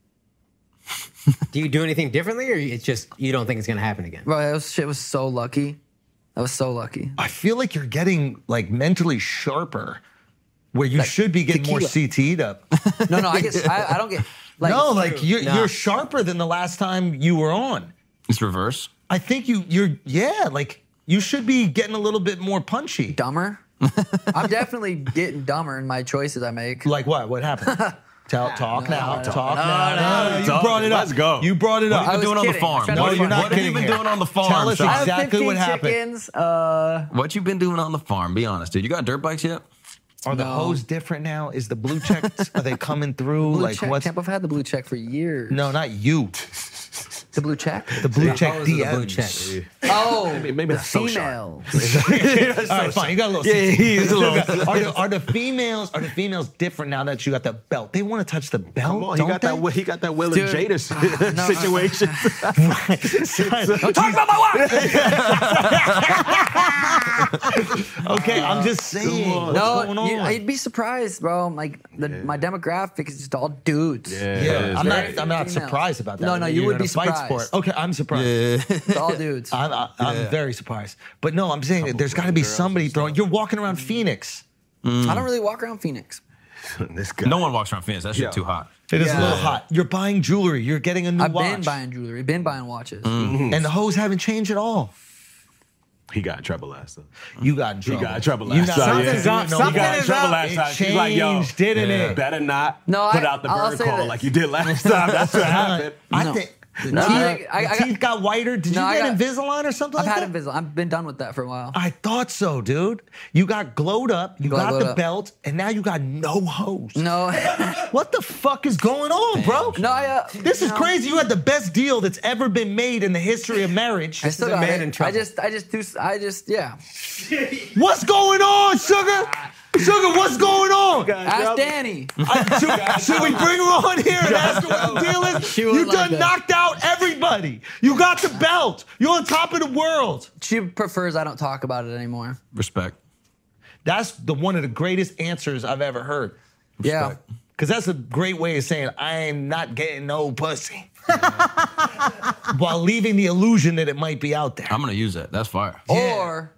Speaker 3: Do you do anything differently, or it's just you don't think it's gonna happen again?
Speaker 2: Bro, that was, shit was so lucky. That was so lucky.
Speaker 1: I feel like you're getting like mentally sharper, where you should be getting more CT'd up.
Speaker 2: No, no, I guess I, I don't get like
Speaker 1: no, like you're
Speaker 3: Nah.
Speaker 1: you're sharper than the last time you were on.
Speaker 5: it's reverse.
Speaker 1: I think you you're yeah like you should be getting a little bit more punchy.
Speaker 2: dumber. I'm definitely getting dumber in my choices I make.
Speaker 1: Like what? What happened? Tell, talk now. talk
Speaker 2: no,
Speaker 1: now.
Speaker 7: no,
Speaker 1: you
Speaker 7: no.
Speaker 1: brought it up.
Speaker 7: Let's go.
Speaker 1: You brought it up.
Speaker 2: I
Speaker 5: What
Speaker 2: was
Speaker 5: have you been doing
Speaker 2: kidding.
Speaker 5: on the
Speaker 2: I
Speaker 5: farm?
Speaker 2: said
Speaker 1: No,
Speaker 5: What-
Speaker 2: I'm
Speaker 1: you're not
Speaker 5: What have
Speaker 1: kidding
Speaker 5: you been
Speaker 1: here.
Speaker 5: doing on the farm?
Speaker 1: Tell us
Speaker 5: Sean?
Speaker 2: I have
Speaker 1: exactly
Speaker 2: 15
Speaker 1: what happened.
Speaker 2: Chickens, uh,
Speaker 5: What you been doing on the farm? Be honest, dude. You got dirt bikes yet?
Speaker 1: Are the hoes different now? Is the blue checks? are they coming through?
Speaker 2: blue
Speaker 1: like
Speaker 2: check.
Speaker 1: what's?
Speaker 2: Tampa, I've had the blue check for years.
Speaker 1: No, not you.
Speaker 2: The blue check?
Speaker 1: The blue check
Speaker 3: Those are
Speaker 1: DMs.
Speaker 3: the blue checks.
Speaker 2: oh,
Speaker 7: maybe
Speaker 2: the
Speaker 7: that's so sharp.
Speaker 2: female.
Speaker 1: All right, fine. You got a little. Yeah, he is a little. are, the, are the females? Are the females different now that you got the belt? They want to touch the belt.
Speaker 7: Come on, he
Speaker 1: don't
Speaker 7: got
Speaker 1: they?
Speaker 7: that. Will- He got that Will
Speaker 2: Dude.
Speaker 7: and Jada si-
Speaker 2: no.
Speaker 7: situation.
Speaker 2: Talk about my wife!
Speaker 1: Okay, I'm just saying.
Speaker 7: on.
Speaker 1: What's
Speaker 2: No,
Speaker 1: going on?
Speaker 2: you- I'd be surprised, bro. Like the, my demographic is just all dudes.
Speaker 7: Yeah,
Speaker 1: yeah,
Speaker 7: it's
Speaker 1: I'm
Speaker 7: very-
Speaker 1: not. I'm not
Speaker 2: Females.
Speaker 1: surprised about that.
Speaker 2: No, no, you
Speaker 1: You're
Speaker 2: would
Speaker 1: in a
Speaker 2: be
Speaker 1: fight sport.
Speaker 2: surprised.
Speaker 1: Okay, I'm surprised.
Speaker 2: It's all dudes.
Speaker 1: I'm, I- I'm very surprised. But no, I'm saying that there's got to be somebody throwing. You're walking
Speaker 2: Mm.
Speaker 1: around Phoenix.
Speaker 2: I don't really walk around Phoenix.
Speaker 7: this guy.
Speaker 5: No one walks around Phoenix. That shit
Speaker 7: Yeah.
Speaker 5: too hot.
Speaker 1: It is a
Speaker 2: Yeah.
Speaker 1: little hot. You're buying jewelry. You're getting a new
Speaker 2: I've
Speaker 1: watch. Mm.
Speaker 2: been buying jewelry, been buying watches.
Speaker 7: Mm.
Speaker 1: and the hoes haven't changed at all.
Speaker 7: He got in trouble last time.
Speaker 1: You got in
Speaker 7: He
Speaker 1: trouble.
Speaker 7: got in trouble
Speaker 1: You got-
Speaker 7: last time.
Speaker 3: Something's up,
Speaker 7: He got in
Speaker 3: something is
Speaker 7: trouble
Speaker 3: up.
Speaker 7: last
Speaker 1: It
Speaker 7: time. She's like, yo,
Speaker 1: changed, didn't it?
Speaker 7: Better not
Speaker 2: No, I-
Speaker 7: put out the
Speaker 2: I'll
Speaker 7: bird
Speaker 2: say
Speaker 7: call
Speaker 2: this.
Speaker 7: like you did last time. That's what happened.
Speaker 1: I
Speaker 2: No.
Speaker 1: think the
Speaker 2: No,
Speaker 1: teeth,
Speaker 2: I think- I-
Speaker 1: the
Speaker 2: I got-
Speaker 1: teeth got whiter. Did
Speaker 2: No,
Speaker 1: you
Speaker 2: I
Speaker 1: get
Speaker 2: got-
Speaker 1: Invisalign or something
Speaker 2: I've
Speaker 1: like
Speaker 2: had
Speaker 1: that?
Speaker 2: Invisalign. I've been done with that for a while.
Speaker 1: I thought so, dude. You got glowed up. You
Speaker 2: Got
Speaker 1: got,
Speaker 2: glowed
Speaker 1: the
Speaker 2: up.
Speaker 1: belt, and now you got no hose.
Speaker 2: no,
Speaker 1: What the fuck is going on, bro?
Speaker 2: no, I, uh,
Speaker 1: This is
Speaker 2: no.
Speaker 1: crazy. You had the best deal that's ever been made in the history of marriage.
Speaker 2: I still
Speaker 3: This is a
Speaker 2: got
Speaker 3: man
Speaker 2: it.
Speaker 3: in trouble.
Speaker 2: I just, I just do, I just, yeah.
Speaker 1: What's going on, Sugar?
Speaker 2: Ah.
Speaker 1: Sugar, what's going on?
Speaker 2: Ask Danny.
Speaker 1: I- should, should we bring her on here and ask her what the deal is?
Speaker 2: She would
Speaker 1: You
Speaker 2: love
Speaker 1: done
Speaker 2: that.
Speaker 1: knocked out everybody. You got the belt. You're on top of the world.
Speaker 2: She prefers I don't talk about it anymore.
Speaker 5: Respect.
Speaker 1: That's the one of the greatest answers I've ever heard.
Speaker 2: Yeah.
Speaker 1: Cause that's a great way of saying I am not getting no pussy. While leaving the illusion that it might be out there.
Speaker 5: I'm gonna use that. That's fire.
Speaker 2: Or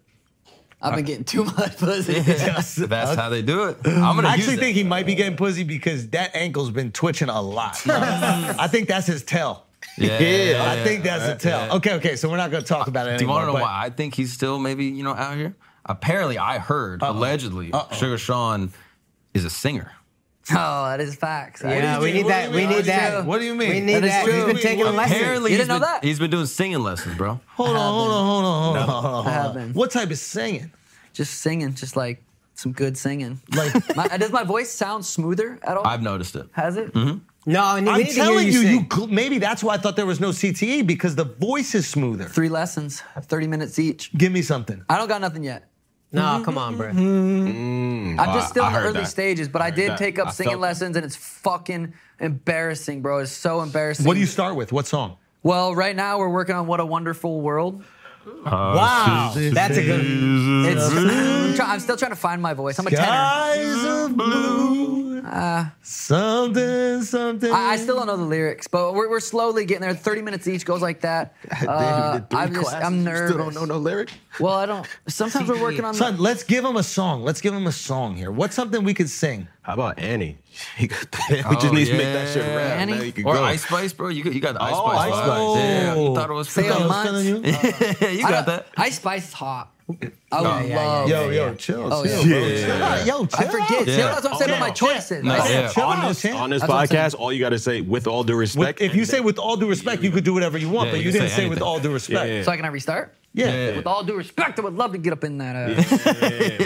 Speaker 2: I've been getting too much pussy.
Speaker 5: That's how they do it. I'm gonna
Speaker 1: I actually
Speaker 5: use
Speaker 1: think he might be getting pussy because that ankle's been twitching a lot. I think that's his tell.
Speaker 5: that. Yeah, yeah, yeah,
Speaker 1: I think that's a tell. Okay, okay, so we're not going to talk about it
Speaker 5: Do you
Speaker 1: anymore.
Speaker 5: want to know
Speaker 1: but-
Speaker 5: why I think he's still maybe you know out here? Apparently, I heard allegedly Sugar Sean is a singer.
Speaker 2: Oh, that is facts.
Speaker 3: Yeah, we need
Speaker 1: what do
Speaker 3: that.
Speaker 1: you
Speaker 3: We
Speaker 1: mean?
Speaker 3: need
Speaker 1: What do you
Speaker 3: that.
Speaker 1: mean? What do you mean?
Speaker 3: We need
Speaker 2: That is
Speaker 3: that. We've
Speaker 2: true.
Speaker 3: been
Speaker 1: Wait,
Speaker 3: taking
Speaker 1: what?
Speaker 3: lessons.
Speaker 5: Apparently,
Speaker 2: You
Speaker 5: he's
Speaker 2: didn't know
Speaker 5: been,
Speaker 2: that?
Speaker 5: he's been doing singing lessons, bro.
Speaker 1: Hold on, hold on, hold on, hold on, hold on.
Speaker 2: I have been.
Speaker 1: What type of singing?
Speaker 2: Just singing, just like some good singing. Like, my, does my voice sound smoother at all?
Speaker 5: I've Mm-hmm. noticed it.
Speaker 2: Has it?
Speaker 3: No, I need- we
Speaker 1: I'm
Speaker 3: need to hear
Speaker 1: telling you,
Speaker 3: you.
Speaker 1: you,
Speaker 3: sing.
Speaker 1: cl- maybe that's why I thought there was no CTE because the voice is smoother.
Speaker 2: Three lessons, 30 minutes each.
Speaker 1: Give me something.
Speaker 2: I don't got nothing yet.
Speaker 3: No, come on, bro.
Speaker 2: I'm just still
Speaker 5: Mm, I
Speaker 2: in the
Speaker 5: heard
Speaker 2: early
Speaker 5: that.
Speaker 2: stages, but I, did
Speaker 5: that.
Speaker 2: take up
Speaker 5: I
Speaker 2: singing
Speaker 5: felt that.
Speaker 2: lessons, and it's fucking embarrassing, bro. It's so embarrassing.
Speaker 1: What do you start with? What song?
Speaker 2: Well, right now we're working on "What a Wonderful World."
Speaker 3: Uh, Wow, that's a good.
Speaker 2: It's,
Speaker 5: Mm-hmm.
Speaker 2: I'm, try- I'm still trying to find my voice. I'm a tenor.
Speaker 1: Skies of blue. something, something.
Speaker 2: I, I still don't know the lyrics, but we're, we're slowly getting there. Thirty minutes each goes like that.
Speaker 7: Damn, you
Speaker 2: Uh,
Speaker 7: did three
Speaker 2: I'm, just,
Speaker 7: classes,
Speaker 2: I'm
Speaker 7: you
Speaker 2: nervous.
Speaker 7: Still don't know no lyric.
Speaker 2: Well, I don't. Sometimes we're working on. The,
Speaker 1: Son, let's give him a song. Let's give him a song here. What's something we could sing?
Speaker 7: How about Annie? we just
Speaker 5: Oh,
Speaker 7: need to make that shit
Speaker 5: yeah.
Speaker 7: rap.
Speaker 2: Annie?
Speaker 7: Now you can
Speaker 5: Or
Speaker 7: go.
Speaker 5: Ice Spice, bro. You got, you got the Ice
Speaker 7: Oh,
Speaker 5: Spice
Speaker 7: Ice
Speaker 5: vibes.
Speaker 7: Spice.
Speaker 5: Yeah, I thought it was
Speaker 2: Say
Speaker 5: pretty-
Speaker 2: a
Speaker 1: Yo,
Speaker 2: months.
Speaker 1: son, you-
Speaker 5: you got that.
Speaker 2: Ice Spice is hot. I would
Speaker 3: yeah,
Speaker 2: love.
Speaker 7: Yo, yo, chill,
Speaker 2: Oh, yeah.
Speaker 7: chill, bro.
Speaker 1: Yo,
Speaker 2: I
Speaker 1: chill
Speaker 2: forget.
Speaker 1: out.
Speaker 2: See, that's what I'm saying about my choices.
Speaker 5: No,
Speaker 2: Like,
Speaker 5: yeah.
Speaker 1: Chill
Speaker 7: on
Speaker 1: out,
Speaker 7: this,
Speaker 1: Chan.
Speaker 7: on this
Speaker 2: That's what I'm saying.
Speaker 7: podcast, all you got to say, with all due
Speaker 1: With-
Speaker 7: respect,
Speaker 1: if you say with all due respect, you could do whatever you want,
Speaker 5: Yeah,
Speaker 1: but
Speaker 5: you
Speaker 1: you
Speaker 5: can
Speaker 1: didn't
Speaker 5: say
Speaker 1: say with
Speaker 5: anything.
Speaker 1: all due respect.
Speaker 7: Yeah.
Speaker 2: So I can have restart.
Speaker 1: Yeah.
Speaker 2: With all due respect, I would love to get up in that. Uh,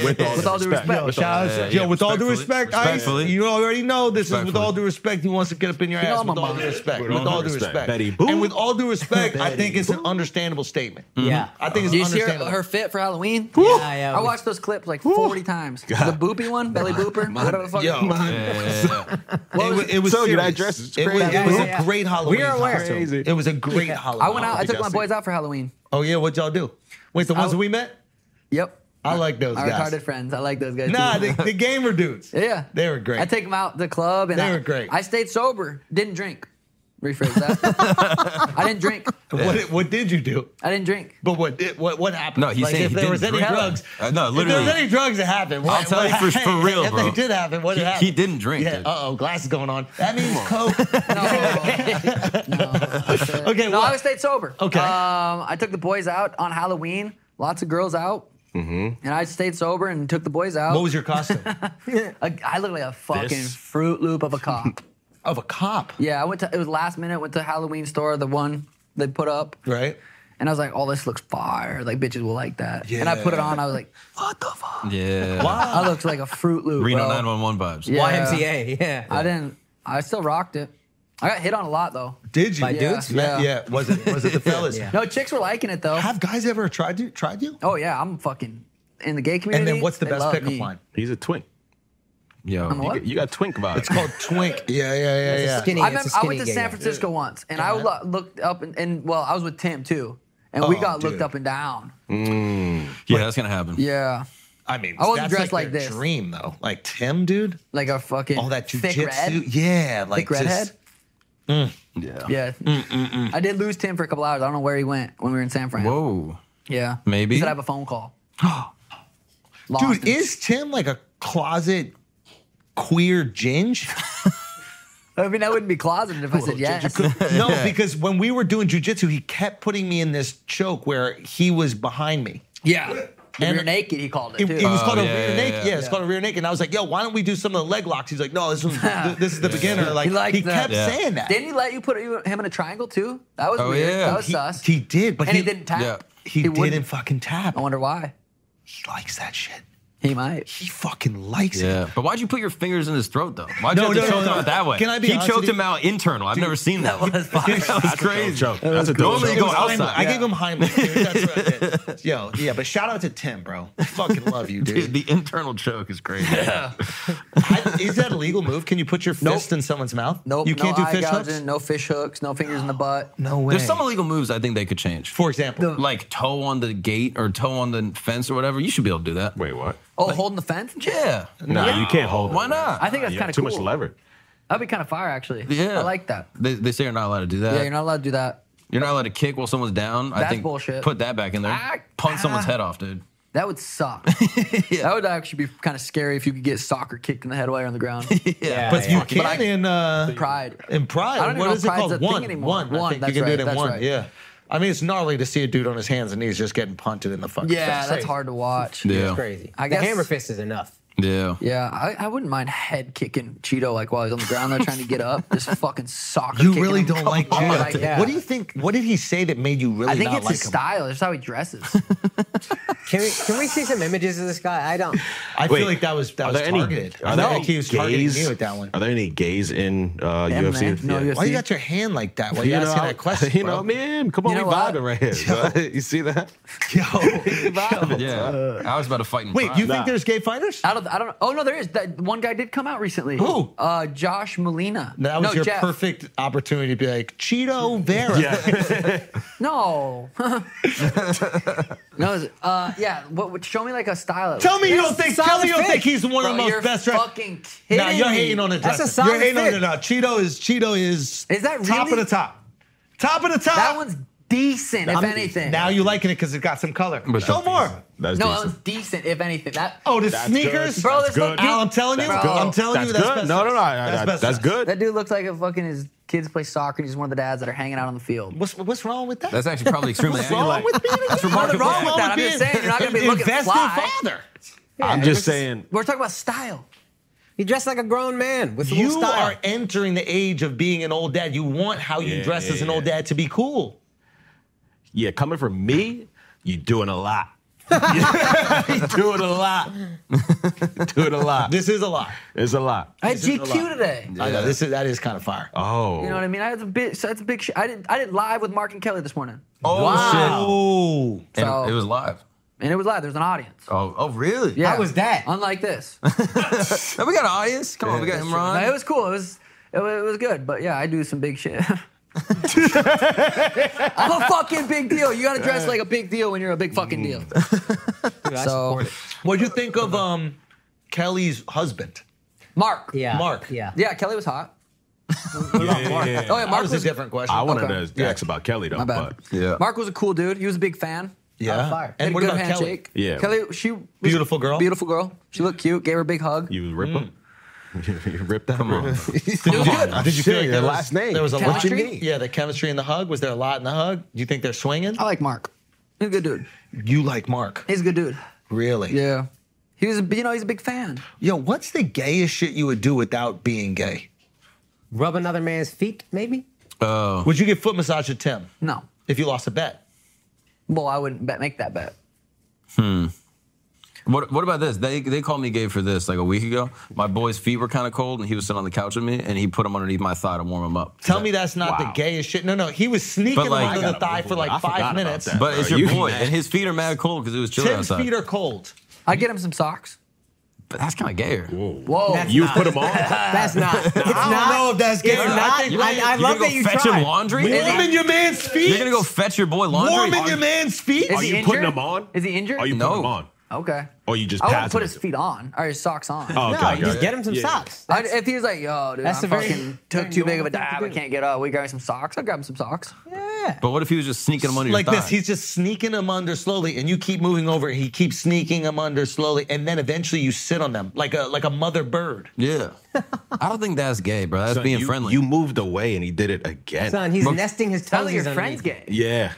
Speaker 7: with all,
Speaker 2: With all due respect.
Speaker 1: Yo, shout out- yo,
Speaker 5: yeah,
Speaker 1: with all due
Speaker 5: respectfully.
Speaker 1: respect, Ice,
Speaker 5: Respectfully.
Speaker 1: you already know this is with
Speaker 5: Respectfully.
Speaker 1: all due respect. He wants to get up in your
Speaker 2: know
Speaker 1: ass
Speaker 2: I'm
Speaker 1: with
Speaker 2: a
Speaker 1: all
Speaker 2: mom.
Speaker 1: due respect. With all due respect.
Speaker 7: Betty Boop.
Speaker 1: And with all due respect, I think it's an understandable statement.
Speaker 3: Yeah.
Speaker 1: I think it's
Speaker 2: Do you see her,
Speaker 1: understandable.
Speaker 2: her fit for Halloween?
Speaker 3: Yeah, yeah.
Speaker 2: I watched those clips like 40 times. The boopy one, belly booper, whatever the fuck.
Speaker 1: Yo.
Speaker 2: What
Speaker 1: It was,
Speaker 2: was
Speaker 1: it was
Speaker 7: So you,
Speaker 1: serious.
Speaker 7: that dress is
Speaker 1: It was,
Speaker 7: crazy.
Speaker 1: it was
Speaker 3: Yeah, yeah.
Speaker 1: a great Halloween.
Speaker 3: We are aware.
Speaker 1: costume.
Speaker 7: Crazy.
Speaker 1: It was a great Halloween.
Speaker 2: I went out. I took my
Speaker 7: Jesse.
Speaker 2: boys out for Halloween.
Speaker 1: Oh yeah, what y'all do? Wait, the ones
Speaker 2: I-
Speaker 1: that we met?
Speaker 2: Yep.
Speaker 1: I like those
Speaker 2: Our
Speaker 1: guys.
Speaker 2: retarded friends. I like those guys.
Speaker 1: Nah,
Speaker 2: too.
Speaker 1: the, the gamer dudes.
Speaker 2: yeah,
Speaker 1: they were great.
Speaker 2: I take them out to the club, and
Speaker 1: They
Speaker 2: I,
Speaker 1: were great.
Speaker 2: I stayed sober, didn't drink. Rephrase that. I didn't drink.
Speaker 1: What, what did you do?
Speaker 2: I didn't drink.
Speaker 1: But what did, what what happened?
Speaker 5: No, he's
Speaker 1: like
Speaker 5: saying
Speaker 1: if
Speaker 5: he
Speaker 1: there
Speaker 5: didn't
Speaker 1: was any
Speaker 5: drink.
Speaker 1: drugs.
Speaker 5: Uh, no,
Speaker 1: If there was
Speaker 5: literally.
Speaker 1: any drugs that happened, what,
Speaker 5: I'll tell
Speaker 1: what-
Speaker 5: you for- for real,
Speaker 1: If
Speaker 5: bro.
Speaker 1: they did happen, what
Speaker 5: He-
Speaker 1: happened?
Speaker 5: he didn't drink,
Speaker 1: Yeah.
Speaker 5: dude.
Speaker 1: Uh oh, glasses going on. That means coke.
Speaker 2: No. no.
Speaker 1: Okay,
Speaker 2: No,
Speaker 1: what?
Speaker 2: I was stayed sober.
Speaker 1: Okay.
Speaker 2: Um, I took the boys out on Halloween. Lots of girls out. Mm-hmm. And I stayed sober and took the boys out.
Speaker 1: What was your costume?
Speaker 2: A, I look like a fucking
Speaker 7: This?
Speaker 2: Fruit Loop of a cop.
Speaker 1: of a cop,
Speaker 2: yeah, I went to. It was last minute. Went to Halloween store, the one they put up,
Speaker 1: right?
Speaker 2: and I was like, "Oh, this looks fire! Like bitches will like that." And I put it on. I was like,
Speaker 5: Yeah.
Speaker 2: "I looked like a Fruit Loop."
Speaker 5: Reno
Speaker 2: bro.
Speaker 5: 911 vibes.
Speaker 2: Yeah.
Speaker 3: YMCA. Yeah.
Speaker 2: I didn't. I still rocked it. I got hit on a lot though.
Speaker 1: Did you?
Speaker 3: By dudes?
Speaker 1: Yeah.
Speaker 2: Yeah.
Speaker 1: yeah. Was it was it the fellas?
Speaker 3: Yeah.
Speaker 2: No chicks were liking it though.
Speaker 1: Have guys ever tried you? Tried you?
Speaker 2: Oh yeah, I'm fucking in the gay community.
Speaker 1: And then what's the
Speaker 2: they
Speaker 1: best
Speaker 2: love
Speaker 1: pickup
Speaker 2: me.
Speaker 1: line?
Speaker 7: He's a twink.
Speaker 5: Yo.
Speaker 2: I'm a what?
Speaker 7: You got twink vibes.
Speaker 1: It's called twink. Yeah, yeah, yeah,
Speaker 3: It's a
Speaker 1: yeah.
Speaker 3: skinny.
Speaker 2: I,
Speaker 3: it's a
Speaker 2: remember, I
Speaker 3: skinny
Speaker 2: went to
Speaker 3: gay
Speaker 2: San
Speaker 3: guy.
Speaker 2: Francisco once, and I lo- looked up and, and well, I was with Tim too, and we
Speaker 1: Oh,
Speaker 2: got
Speaker 1: dude.
Speaker 2: looked up and down.
Speaker 5: Yeah, that's going to happen.
Speaker 2: Yeah,
Speaker 1: I mean,
Speaker 2: I wasn't
Speaker 1: that's
Speaker 2: dressed
Speaker 1: like,
Speaker 2: like
Speaker 1: their
Speaker 2: this.
Speaker 1: Dream though, like Tim, dude.
Speaker 2: like a fucking
Speaker 1: All that
Speaker 2: thick red,
Speaker 1: jujitsu. Yeah, like
Speaker 2: thick redhead.
Speaker 1: just-
Speaker 5: Yeah.
Speaker 2: Yeah, I did lose Tim for a couple hours. I don't know where he went when we were in San Fran.
Speaker 5: Whoa.
Speaker 2: Yeah,
Speaker 5: Maybe.
Speaker 2: he said I have a phone call. Lost
Speaker 1: Dude,
Speaker 2: him.
Speaker 1: is Tim like a closet queer ginge?
Speaker 2: I mean, I wouldn't be closeted if I said yes.
Speaker 1: no, because when we were doing jujitsu, he kept putting me in this choke where he was behind me.
Speaker 2: yeah, and
Speaker 1: And-
Speaker 2: you're naked. He called it.
Speaker 1: It,
Speaker 2: Too.
Speaker 1: it was called a
Speaker 5: Oh, yeah,
Speaker 1: rear
Speaker 5: yeah,
Speaker 1: naked. Yeah,
Speaker 5: yeah.
Speaker 1: it's called a rear naked. And I was like, yo, why don't we do some of the leg locks? He's like, no, this, was, th- this is the beginner. Like,
Speaker 2: He
Speaker 1: he,
Speaker 2: liked that.
Speaker 1: kept
Speaker 5: Yeah.
Speaker 1: saying that.
Speaker 2: Didn't he let you put him in a triangle too? That was
Speaker 5: Oh,
Speaker 2: weird.
Speaker 5: yeah.
Speaker 2: That was
Speaker 1: he,
Speaker 2: sus.
Speaker 1: he did, but
Speaker 2: and he,
Speaker 1: he
Speaker 2: didn't tap.
Speaker 5: Yeah.
Speaker 1: He, didn't
Speaker 2: wouldn't.
Speaker 1: fucking tap.
Speaker 2: I wonder why.
Speaker 1: He likes that shit.
Speaker 2: He might.
Speaker 1: He fucking likes it.
Speaker 5: Yeah. But why'd you put your fingers in his throat, though? Why'd
Speaker 1: No,
Speaker 5: you have
Speaker 1: no, no,
Speaker 5: to choke him
Speaker 1: no.
Speaker 5: out that way?
Speaker 1: Can I be
Speaker 5: he
Speaker 1: honest
Speaker 5: choked
Speaker 1: with you?
Speaker 5: him out internal. I've never seen that.
Speaker 2: That was fire.
Speaker 5: That was crazy.
Speaker 7: Joke. That's a dope
Speaker 5: Normally you
Speaker 7: joke.
Speaker 5: go
Speaker 1: Heimlich. I
Speaker 5: outside.
Speaker 1: gave him Heimlich. Dude. That's what I did. Yo, yeah, but shout out to Tim, bro. Fucking love you,
Speaker 5: Dude,
Speaker 1: dude.
Speaker 5: the internal choke is crazy.
Speaker 1: I- is that a legal move? Can you put your fist in someone's mouth?
Speaker 2: Nope.
Speaker 1: You can't
Speaker 2: no
Speaker 1: do
Speaker 2: eye
Speaker 1: fish
Speaker 2: gouging,
Speaker 1: hooks?
Speaker 2: No fish hooks. No fingers in the butt.
Speaker 1: No way.
Speaker 5: There's some illegal moves I think they could change.
Speaker 1: For example,
Speaker 5: like toe on the gate or toe on the fence or whatever. You should be able to do that.
Speaker 7: Wait, what?
Speaker 2: Oh, holding the fence.
Speaker 5: Yeah.
Speaker 7: No, you can't hold it.
Speaker 5: Why not?
Speaker 2: I think that's
Speaker 7: You
Speaker 2: kind
Speaker 7: got
Speaker 2: of
Speaker 7: too
Speaker 2: cool.
Speaker 7: much lever.
Speaker 2: That'd be kind of fire, actually.
Speaker 5: yeah.
Speaker 2: I like that.
Speaker 5: They, they say you're not allowed to do that.
Speaker 2: Yeah, you're not allowed to do that.
Speaker 5: You're not allowed to kick while someone's down. I
Speaker 2: That's
Speaker 5: think
Speaker 2: bullshit.
Speaker 5: put that back in there.
Speaker 2: Ah,
Speaker 5: Punch someone's head off, dude.
Speaker 2: That would suck. That would actually be kind of scary if you could get soccer kicked in the head while you're on the ground.
Speaker 3: Yeah,
Speaker 1: but you
Speaker 3: yeah.
Speaker 1: can
Speaker 2: I-
Speaker 1: in uh,
Speaker 2: Pride.
Speaker 1: in pride.
Speaker 2: I don't even
Speaker 1: What
Speaker 2: know
Speaker 1: is it
Speaker 2: pride's a
Speaker 1: called?
Speaker 2: thing
Speaker 1: One,
Speaker 2: anymore.
Speaker 1: one.
Speaker 2: One,
Speaker 1: I think
Speaker 2: that's
Speaker 1: you can do it
Speaker 2: right,
Speaker 1: in
Speaker 2: that's
Speaker 1: one.
Speaker 2: right.
Speaker 1: Yeah. I mean, it's gnarly to see a dude on his hands and knees just getting punted in the fucking
Speaker 2: Yeah,
Speaker 1: face.
Speaker 2: that's hard to watch.
Speaker 5: Yeah.
Speaker 3: Crazy.
Speaker 2: I
Speaker 3: the
Speaker 2: guess-
Speaker 3: hammer fist is enough.
Speaker 5: Yeah.
Speaker 2: Yeah, I, I wouldn't mind head kicking Cheeto like while he's on the ground there trying to get up. Just fucking soccer.
Speaker 1: You
Speaker 2: kicking
Speaker 1: really
Speaker 2: him.
Speaker 1: don't like
Speaker 2: Come on,
Speaker 1: Cheeto.
Speaker 2: like, yeah.
Speaker 1: What do you think? What did he say that made you really
Speaker 2: I think
Speaker 1: not
Speaker 2: it's
Speaker 1: like
Speaker 2: his
Speaker 1: him?
Speaker 2: style. It's how he dresses.
Speaker 3: Can we can we see some images of this guy? I don't.
Speaker 1: I
Speaker 7: Wait,
Speaker 1: feel like that was that
Speaker 7: Are
Speaker 1: was
Speaker 7: there any?
Speaker 1: targeted.
Speaker 7: Are
Speaker 1: I
Speaker 7: there
Speaker 1: think
Speaker 7: any
Speaker 1: he was targeting
Speaker 7: gays?
Speaker 1: you with that one.
Speaker 7: Are there any gays in uh,
Speaker 2: Yeah,
Speaker 7: UFC?
Speaker 2: man. No,
Speaker 7: Yeah.
Speaker 2: UFC.
Speaker 1: Why you got your hand like that? Why you,
Speaker 7: You know,
Speaker 1: asking that question?
Speaker 7: you
Speaker 1: bro?
Speaker 7: know, man, come on,
Speaker 2: You know
Speaker 7: we
Speaker 2: what?
Speaker 7: vibing right here. bro. you see that?
Speaker 5: Yeah. I was about to fight in
Speaker 1: Wait,
Speaker 5: prime.
Speaker 1: you
Speaker 7: Nah.
Speaker 1: think there's gay fighters?
Speaker 2: I don't. I don't know. Oh no, there is. That one guy did come out recently.
Speaker 1: Who?
Speaker 2: Uh, Josh Molina.
Speaker 1: That was
Speaker 2: no,
Speaker 1: your
Speaker 2: Jeff.
Speaker 1: perfect opportunity to be like Cheeto Vera.
Speaker 2: No. no. it's- Uh, yeah. What, what- show me like a style.
Speaker 1: Tell me you don't think. Tell me you don't
Speaker 3: fit.
Speaker 1: think he's one
Speaker 2: Bro,
Speaker 1: of the most
Speaker 2: you're
Speaker 1: best.
Speaker 2: fucking kidding
Speaker 1: Now you're
Speaker 2: me.
Speaker 1: hating on the
Speaker 3: That's a
Speaker 1: dresser.
Speaker 3: solid
Speaker 1: You're hating on
Speaker 3: fit.
Speaker 1: it now. Cheeto is Cheeto is.
Speaker 2: Is that
Speaker 1: top of
Speaker 2: really-
Speaker 1: the top? Top of the top.
Speaker 2: That one's decent, if
Speaker 1: I'm-
Speaker 2: anything.
Speaker 1: Now you're liking it because it got some color. Show
Speaker 5: that's
Speaker 1: more.
Speaker 7: That's
Speaker 2: no, that
Speaker 7: decent.
Speaker 2: one's decent, if anything. That
Speaker 1: Oh, the
Speaker 7: That's
Speaker 1: sneakers,
Speaker 7: good.
Speaker 2: Bro,
Speaker 7: that's
Speaker 2: there's no
Speaker 7: good.
Speaker 2: deep-
Speaker 1: Al, I'm telling you,
Speaker 2: That's good.
Speaker 1: I'm telling
Speaker 7: That's
Speaker 1: you, that's
Speaker 7: good.
Speaker 1: best
Speaker 7: no, no, no,
Speaker 1: dress.
Speaker 7: I- I-
Speaker 1: That's
Speaker 7: that's,
Speaker 1: best dress.
Speaker 7: good.
Speaker 2: that dude looks like a fucking his kids play soccer and he's one of the dads that are hanging out on the field.
Speaker 1: What's what's wrong with that?
Speaker 5: That's actually probably extremely
Speaker 1: what's wrong
Speaker 5: like,
Speaker 1: with being a
Speaker 5: That's
Speaker 1: guy?
Speaker 5: remarkable.
Speaker 2: wrong
Speaker 1: What's
Speaker 2: with that? I'm
Speaker 1: being
Speaker 2: just saying, you're not gonna be looking
Speaker 1: invested
Speaker 2: fly.
Speaker 1: father.
Speaker 7: I'm
Speaker 3: Yeah,
Speaker 7: just
Speaker 3: this is-
Speaker 7: saying.
Speaker 2: We're talking about style.
Speaker 3: He dressed like a grown man with a
Speaker 1: You
Speaker 3: little style.
Speaker 1: are entering the age of being an old dad. You want how you
Speaker 7: Yeah,
Speaker 1: dress
Speaker 7: yeah,
Speaker 1: as an old
Speaker 7: yeah.
Speaker 1: dad to be cool.
Speaker 7: Yeah, coming from me, you doing a lot. you doing a lot. doing a lot.
Speaker 1: This is a lot.
Speaker 7: It's a lot.
Speaker 2: I had
Speaker 7: It's a lot.
Speaker 2: GQ today.
Speaker 1: I know this is that is kind of fire.
Speaker 7: Oh.
Speaker 2: You know what I mean? I had a bit. So that's a big. Sh- I did. I did live with Mark and Kelly this morning,
Speaker 5: Oh,
Speaker 1: Oh,
Speaker 5: shit.
Speaker 2: So-
Speaker 5: And it was live.
Speaker 2: and it was live. There's an audience.
Speaker 5: Oh, oh really?
Speaker 2: Yeah.
Speaker 3: How was that?
Speaker 2: Unlike this.
Speaker 5: And we got an audience. Come on, we got
Speaker 2: No, it
Speaker 5: Imran.
Speaker 2: was cool. It was it was, it was good. But yeah, I do some big shit. I'm a fucking big deal. You gotta dress like a big deal when you're a big fucking deal.
Speaker 3: Dude, I
Speaker 2: So-
Speaker 3: support it.
Speaker 1: what do you think of um, Kelly's husband?
Speaker 2: Mark.
Speaker 3: Yeah.
Speaker 1: Mark.
Speaker 3: Yeah.
Speaker 2: Yeah, Kelly was hot.
Speaker 7: Yeah, yeah, yeah.
Speaker 2: Oh yeah,
Speaker 1: That
Speaker 2: Mark
Speaker 1: was
Speaker 2: was,
Speaker 1: a different question.
Speaker 7: I wanted
Speaker 2: Okay.
Speaker 7: to ask about Kelly though,
Speaker 2: My bad.
Speaker 7: but
Speaker 5: Yeah.
Speaker 2: Mark was a cool dude. He was a big fan.
Speaker 3: Oh,
Speaker 1: yeah.
Speaker 3: fire.
Speaker 2: Had
Speaker 1: And
Speaker 2: a
Speaker 1: what
Speaker 2: good
Speaker 1: about Kelly?
Speaker 2: handshake.
Speaker 7: Yeah.
Speaker 2: Kelly, she was a
Speaker 1: Beautiful girl?
Speaker 2: Beautiful girl. She looked cute. Gave her a big hug.
Speaker 7: you
Speaker 1: Hmm.
Speaker 7: rip him. you ripped that
Speaker 5: Come on.
Speaker 1: Did you feel like
Speaker 7: Shit,
Speaker 1: there
Speaker 7: your
Speaker 1: was-
Speaker 7: last name.
Speaker 1: There was a lot.
Speaker 2: Chemistry?
Speaker 1: Yeah, the chemistry in the hug. Was there a lot in the hug? Do you think they're swinging?
Speaker 2: I like Mark. He's a good dude.
Speaker 1: You like Mark?
Speaker 2: He's a good dude.
Speaker 1: Really?
Speaker 2: Yeah. He was, a, you know, he's a big fan.
Speaker 1: Yo, what's the gayest shit you would do without being gay?
Speaker 3: Rub another man's feet, maybe?
Speaker 5: Oh.
Speaker 1: Would you give foot massage to Tim
Speaker 2: No.
Speaker 1: if you lost a bet?
Speaker 2: Well, I wouldn't bet, make that bet.
Speaker 5: What What about this? They They called me gay for this like a week ago. My boy's feet were kind of cold, and he was sitting on the couch with me, and he put them underneath my thigh to warm them up.
Speaker 1: Tell me that's not the
Speaker 7: Wow.
Speaker 1: gayest shit. No, no, he was sneaking
Speaker 5: But, like,
Speaker 1: him
Speaker 5: I
Speaker 1: under the
Speaker 7: gotta
Speaker 1: thigh
Speaker 7: move
Speaker 1: for
Speaker 7: on. I
Speaker 1: like
Speaker 7: forgot
Speaker 1: five
Speaker 7: about
Speaker 1: minutes.
Speaker 7: that.
Speaker 5: But it's
Speaker 7: Bro,
Speaker 5: your
Speaker 7: you-
Speaker 5: boy, and his feet are mad cold because it was chilly
Speaker 1: Tim's
Speaker 5: outside.
Speaker 1: feet are cold.
Speaker 2: I get him some socks.
Speaker 5: but that's kind of gayer.
Speaker 2: Whoa.
Speaker 3: That's
Speaker 7: You
Speaker 3: not-
Speaker 7: put him on.
Speaker 3: That's not. It's not.
Speaker 1: if that's gay.
Speaker 3: It's not. I, I
Speaker 5: You're
Speaker 3: love
Speaker 5: gonna
Speaker 3: that
Speaker 5: go
Speaker 3: you
Speaker 5: fetch
Speaker 3: tried.
Speaker 5: him laundry.
Speaker 1: Warming your man's feet.
Speaker 5: You're gonna go fetch your boy laundry.
Speaker 1: warming your man's feet.
Speaker 2: Is
Speaker 7: Are
Speaker 2: he
Speaker 7: you
Speaker 2: injured?
Speaker 7: putting him on?
Speaker 2: Is he injured?
Speaker 7: Are you
Speaker 5: No.
Speaker 7: putting him on?
Speaker 2: Okay.
Speaker 7: Or you just
Speaker 2: I
Speaker 7: pass
Speaker 2: wouldn't put
Speaker 7: him
Speaker 2: his
Speaker 7: to-
Speaker 2: feet on or his socks on.
Speaker 7: Oh,
Speaker 3: No,
Speaker 7: God,
Speaker 3: you just
Speaker 7: God.
Speaker 3: get him some
Speaker 7: Yeah.
Speaker 3: socks.
Speaker 2: I, if he was like, yo, dude, I
Speaker 3: That's a very-
Speaker 2: fucking took
Speaker 3: very
Speaker 2: too big of
Speaker 3: normal
Speaker 2: a
Speaker 3: thing to
Speaker 2: dive, I
Speaker 3: do.
Speaker 2: can't get up. We grab me some socks. I'll grab him some socks.
Speaker 3: Yeah.
Speaker 5: But what if he was just sneaking them under
Speaker 1: like
Speaker 5: your thigh?
Speaker 1: this. He's just sneaking them under slowly, and you keep moving over. And he keeps sneaking them under slowly, and then eventually you sit on them like a like a mother bird.
Speaker 5: yeah. I don't think that's gay, bro. That's
Speaker 7: Son,
Speaker 5: being
Speaker 7: you-
Speaker 5: friendly.
Speaker 7: You moved away and he did it again.
Speaker 3: Son, he's nesting his
Speaker 2: Sounds like
Speaker 3: toes
Speaker 2: your friend's gay.
Speaker 7: yeah.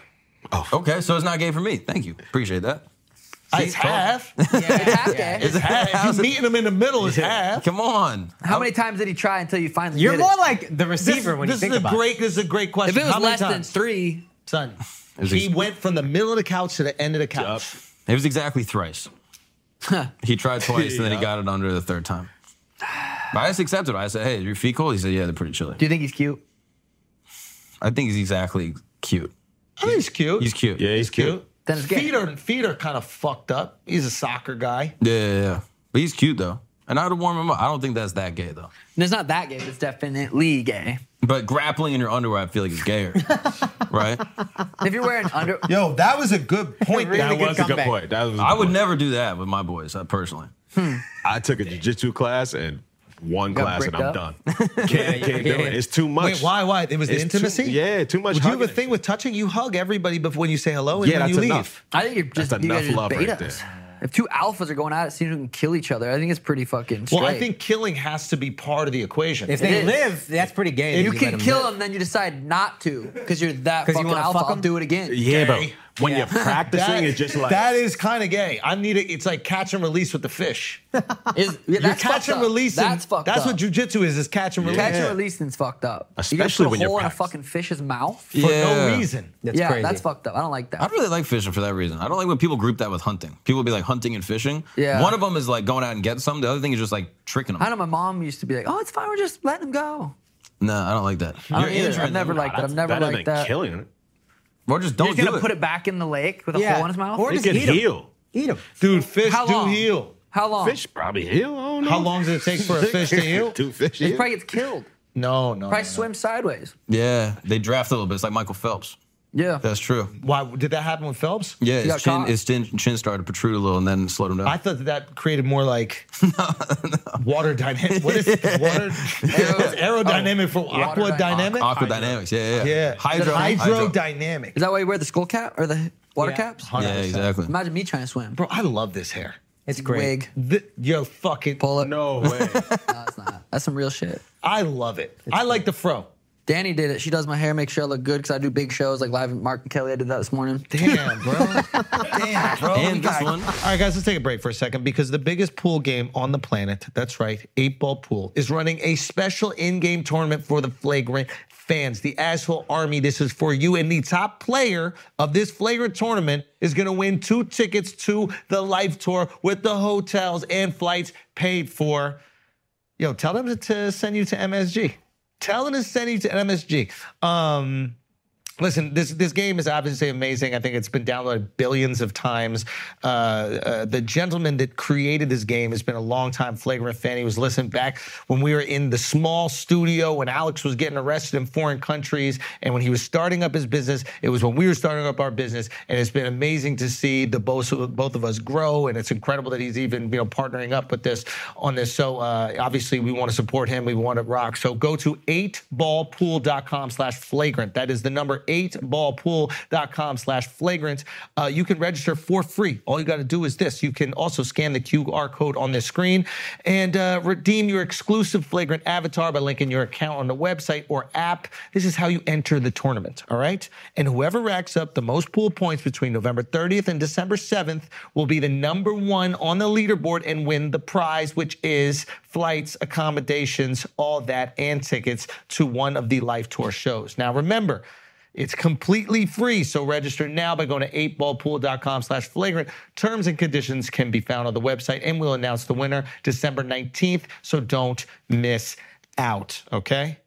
Speaker 5: okay, so it's not gay for me. Thank you. Appreciate that.
Speaker 1: It's half.
Speaker 2: It's half gay.
Speaker 1: It's half. You meeting them in the middle is half.
Speaker 5: Come on.
Speaker 2: How many times did he try until you finally
Speaker 3: You're
Speaker 2: did
Speaker 3: more
Speaker 2: it?
Speaker 3: like the
Speaker 1: This,
Speaker 3: receiver when
Speaker 1: this
Speaker 3: you think
Speaker 1: is a
Speaker 3: about
Speaker 1: great. This is a great question.
Speaker 2: If it was
Speaker 1: How many
Speaker 2: less than
Speaker 1: times,
Speaker 2: three,
Speaker 1: son?
Speaker 5: was
Speaker 1: He
Speaker 5: ex-
Speaker 1: went from the middle of the couch to the end of the
Speaker 7: Up.
Speaker 1: couch.
Speaker 5: It was exactly thrice. he tried twice and then he
Speaker 7: Yeah.
Speaker 5: got it under the third time. But I just accepted it. I said, hey, your feet cold? He said, yeah, they're pretty chilly.
Speaker 2: do you think he's cute?
Speaker 5: I think he's exactly cute.
Speaker 1: Oh, he's cute.
Speaker 5: He's cute.
Speaker 7: Yeah, he's cute.
Speaker 2: Then it's gay.
Speaker 1: Feet are feet are kind of fucked up. He's a soccer guy.
Speaker 5: Yeah, yeah, yeah. But he's cute, though. And I'd warm him up. I don't think that's that gay, though.
Speaker 2: And it's not that gay, but it's definitely gay.
Speaker 5: But grappling in your underwear, I feel like is gayer. right?
Speaker 2: If you're wearing under,
Speaker 1: Yo, that was a good point.
Speaker 3: Really
Speaker 7: That
Speaker 3: good
Speaker 7: was a good
Speaker 3: comeback.
Speaker 7: point. That was a good
Speaker 5: I would
Speaker 7: point.
Speaker 5: never do that with my boys, uh, personally.
Speaker 7: I took a jiu-jitsu class and one
Speaker 2: Got
Speaker 7: class and
Speaker 2: bricked
Speaker 7: I'm done.
Speaker 2: up?
Speaker 7: Can't, can't do it. It's too much.
Speaker 1: Wait, why? Why? It was the
Speaker 7: It's too-
Speaker 1: intimacy.
Speaker 7: yeah, too much
Speaker 1: Do you have a
Speaker 7: hugging.
Speaker 1: thing with touching? You hug everybody before when you say hello and
Speaker 7: Yeah,
Speaker 1: when
Speaker 7: that's
Speaker 1: you leave.
Speaker 7: enough.
Speaker 2: I think you're just
Speaker 7: That's
Speaker 2: you guys
Speaker 7: enough
Speaker 2: are just
Speaker 7: love right
Speaker 2: betas.
Speaker 7: there.
Speaker 2: If two alphas are going at it, see who can kill each other. I think it's pretty fucking. Straight.
Speaker 1: Well, I think killing has to be part of the equation.
Speaker 3: If
Speaker 2: It
Speaker 3: they
Speaker 2: is.
Speaker 3: live, that's pretty gay.
Speaker 2: you can kill them, then you decide not to because you're that
Speaker 3: 'Cause you
Speaker 2: fucking
Speaker 3: wanna
Speaker 2: alpha.
Speaker 3: fuck
Speaker 2: I'll
Speaker 3: 'em?
Speaker 2: do it again.
Speaker 7: Yeah, but When you're practicing,
Speaker 1: That-
Speaker 7: it's just like
Speaker 1: that is kind of gay. I need it. It's like catch and release with the fish.
Speaker 2: Is, yeah,
Speaker 1: You're
Speaker 2: that's
Speaker 1: catch
Speaker 2: fucked
Speaker 1: and
Speaker 2: up.
Speaker 1: release.
Speaker 2: That's fucked
Speaker 1: That's
Speaker 2: up.
Speaker 1: what jujitsu is. Is catch and release
Speaker 2: Catch and releasing's fucked up.
Speaker 7: Especially
Speaker 2: you
Speaker 7: when
Speaker 2: put a
Speaker 7: you're
Speaker 2: hole in a
Speaker 7: practicing.
Speaker 2: fucking fish's mouth.
Speaker 1: for
Speaker 5: Yeah.
Speaker 1: no reason.
Speaker 3: That's
Speaker 2: yeah,
Speaker 3: crazy.
Speaker 2: that's fucked up. I don't like that.
Speaker 5: I really like fishing for that reason. I don't like when people group that with hunting. People be like hunting and fishing.
Speaker 2: Yeah.
Speaker 5: One of them is like going out and getting something. The other thing is just like tricking them.
Speaker 2: I know my mom used to be like, "Oh, it's fine. We're just letting him go."
Speaker 5: no, I don't like that.
Speaker 2: I
Speaker 5: You're
Speaker 2: don't either.
Speaker 5: injuring
Speaker 2: I've never
Speaker 5: them.
Speaker 2: liked that.
Speaker 7: that's
Speaker 2: I've never
Speaker 7: better
Speaker 2: liked
Speaker 7: than
Speaker 2: that.
Speaker 7: killing it.
Speaker 5: Or just don't
Speaker 2: He's
Speaker 5: do
Speaker 2: gonna
Speaker 5: it.
Speaker 2: put it back in the lake with a
Speaker 3: Yeah.
Speaker 2: hole in his mouth.
Speaker 3: Or
Speaker 7: It
Speaker 3: just
Speaker 7: could
Speaker 3: eat 'em.
Speaker 7: heal.
Speaker 3: Eat them.
Speaker 1: Dude, fish
Speaker 2: How
Speaker 1: do
Speaker 2: long?
Speaker 1: heal.
Speaker 2: How long?
Speaker 7: Fish probably heal. I don't know.
Speaker 1: How long does it take for a fish to heal?
Speaker 7: Two fish.
Speaker 2: He
Speaker 7: heal.
Speaker 2: probably gets killed.
Speaker 1: No, no. no,
Speaker 2: Probably
Speaker 1: no.
Speaker 2: swims sideways.
Speaker 5: yeah, they draft a little bit. It's like Michael Phelps.
Speaker 2: Yeah.
Speaker 5: That's true.
Speaker 1: Why did that happen with Phelps?
Speaker 5: Yeah,
Speaker 2: He
Speaker 5: his
Speaker 2: got
Speaker 5: chin,
Speaker 2: caught.
Speaker 5: his chin, chin started to protrude a little, and then slowed him down.
Speaker 1: I thought that, that created more like water dynamic. What is water? It's aerodynamic for aqua
Speaker 2: Water dy-
Speaker 1: dynamic.
Speaker 5: Aqua dynamics. Yeah, yeah,
Speaker 1: Yeah,
Speaker 5: Hydro. hydro-
Speaker 1: hydrodynamic.
Speaker 2: Is that why you wear the skull cap or the water caps?
Speaker 5: Yeah, exactly.
Speaker 2: Imagine me trying to swim.
Speaker 1: Bro, I love this hair.
Speaker 3: It's great.
Speaker 2: Wig,
Speaker 1: Th- yo, fucking,
Speaker 2: pull it.
Speaker 7: No way.
Speaker 2: No, it's not. That's some real shit.
Speaker 1: I love it. I like the fro.
Speaker 2: Danny did it. She does my hair, make sure I look good because I do big shows like live. at Mark and Kelly, I did that this morning.
Speaker 1: Damn, bro. Damn, bro.
Speaker 5: and this one.
Speaker 1: All right, guys, let's take a break for a second because the biggest pool game on the planet, that's right, 8 Ball Pool, is running a special in game tournament for the flagrant fans, the asshole army. This is for you. And the top player of this flagrant tournament is going to win two tickets to the life tour with the hotels and flights paid for. Yo, tell them to- to send you to MSG. Tell them to send you to MSG. Um, Listen, this this game is obviously amazing. I think it's been downloaded billions of times. Uh, uh, the gentleman that created this game has been a longtime flagrant fan. He was listening back when we were in the small studio when Alex was getting arrested in foreign countries, and when he was starting up his business. It was when we were starting up our business, and it's been amazing to see the both both of us grow. And it's incredible that he's even you know partnering up with this on this. So uh, obviously, we want to support him. We want to rock. So go to 8ballpool.com slash flagrant. That is the number 8ballpool.com slash flagrant. Uh, you can register for free. All you got to do is this. You can also scan the QR code on this screen and uh, redeem your exclusive flagrant avatar by linking your account on the website or app. This is how you enter the tournament, all right? And whoever racks up the most pool points between November 30th and December 7th will be the number one on the leaderboard and win the prize, which is flights, accommodations, all that, and tickets to one of the Life Tour shows. Now, remember, it's completely free, so register now by going to 8ballpool.com slash flagrant. Terms and conditions can be found on the website, and we'll announce the winner December 19th, so don't miss out, okay?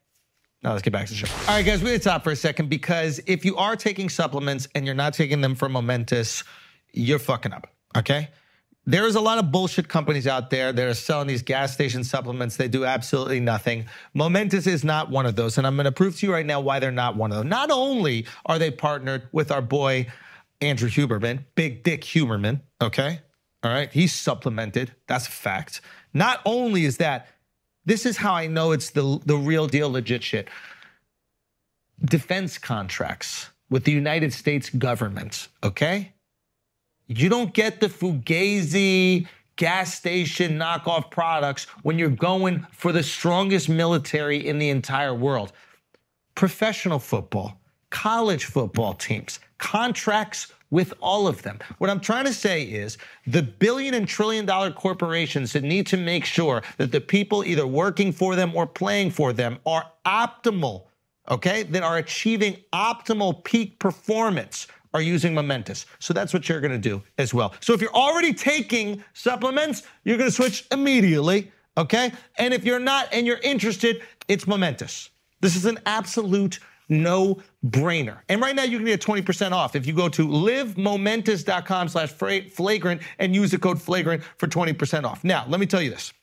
Speaker 1: Now let's get back to the show. All right, guys, we're going to stop for a second because if you are taking supplements and you're not taking them for momentous, you're fucking up, okay? There is a lot of bullshit companies out there that are selling these gas station supplements. They do absolutely nothing. Momentous is not one of those. And I'm going to prove to you right now why they're not one of them. Not only are they partnered with our boy, Andrew Huberman, Big Dick Huberman, okay? All right, he's supplemented. That's a fact. Not only is that, this is how I know it's the, the real deal, legit shit defense contracts with the United States government, okay? You don't get the Fugazi gas station knockoff products when you're going for the strongest military in the entire world. Professional football, college football teams, contracts with all of them. What I'm trying to say is the billion and trillion dollar corporations that need to make sure that the people either working for them or playing for them are optimal okay, that are achieving optimal peak performance are using Momentous. So that's what you're gonna do as well. So if you're already taking supplements, you're gonna switch immediately, okay? And if you're not and you're interested, it's Momentous. This is an absolute no brainer. And right now you can get 20% off if you go to livemomentous.com slash flagrant and use the code flagrant for 20% off. Now, let me tell you this.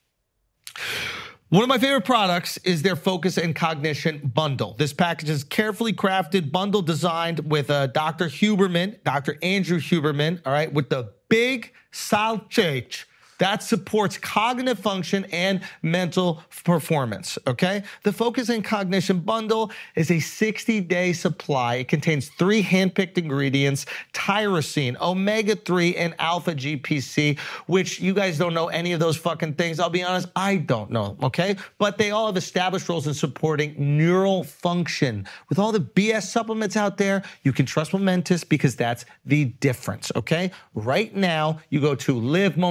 Speaker 1: One of my favorite products is their Focus and Cognition bundle. This package is carefully crafted, bundle designed with uh, Dr. Huberman, Dr. Andrew Huberman, all right, with the big sausage that supports cognitive function and mental performance. Okay. The Focus and Cognition Bundle is a 60 day supply. It contains three handpicked ingredients tyrosine, omega 3, and alpha GPC, which you guys don't know any of those fucking things. I'll be honest, I don't know. Okay. But they all have established roles in supporting neural function. With all the BS supplements out there, you can trust Momentous because that's the difference. Okay. Right now, you go to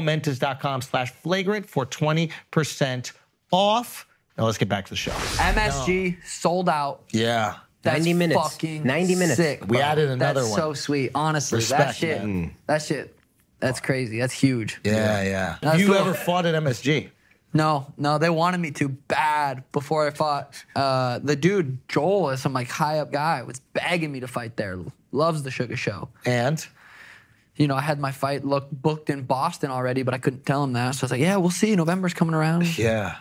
Speaker 1: livemomentous.com slash flagrant for 20% off. Now let's get back to the show.
Speaker 2: MSG sold out.
Speaker 1: Yeah.
Speaker 2: That's
Speaker 3: 90 minutes.
Speaker 2: Fucking
Speaker 3: 90 minutes.
Speaker 2: Sick,
Speaker 1: We
Speaker 2: bro.
Speaker 1: added another
Speaker 2: That's
Speaker 1: one.
Speaker 2: So sweet. Honestly, that
Speaker 1: Respect,
Speaker 2: shit.
Speaker 1: man.
Speaker 2: That shit. That's crazy. That's huge.
Speaker 1: Yeah, yeah.
Speaker 2: That's
Speaker 1: you
Speaker 2: cool.
Speaker 1: ever fought at MSG?
Speaker 2: No, no, they wanted me to bad before I fought. Uh, the dude Joel, is some like high up guy, was begging me to fight there. Loves the Sugar Show.
Speaker 1: And
Speaker 2: you know, I had my fight look booked in Boston already, but I couldn't tell him that. So I was like, yeah, we'll see. November's coming around.
Speaker 1: yeah.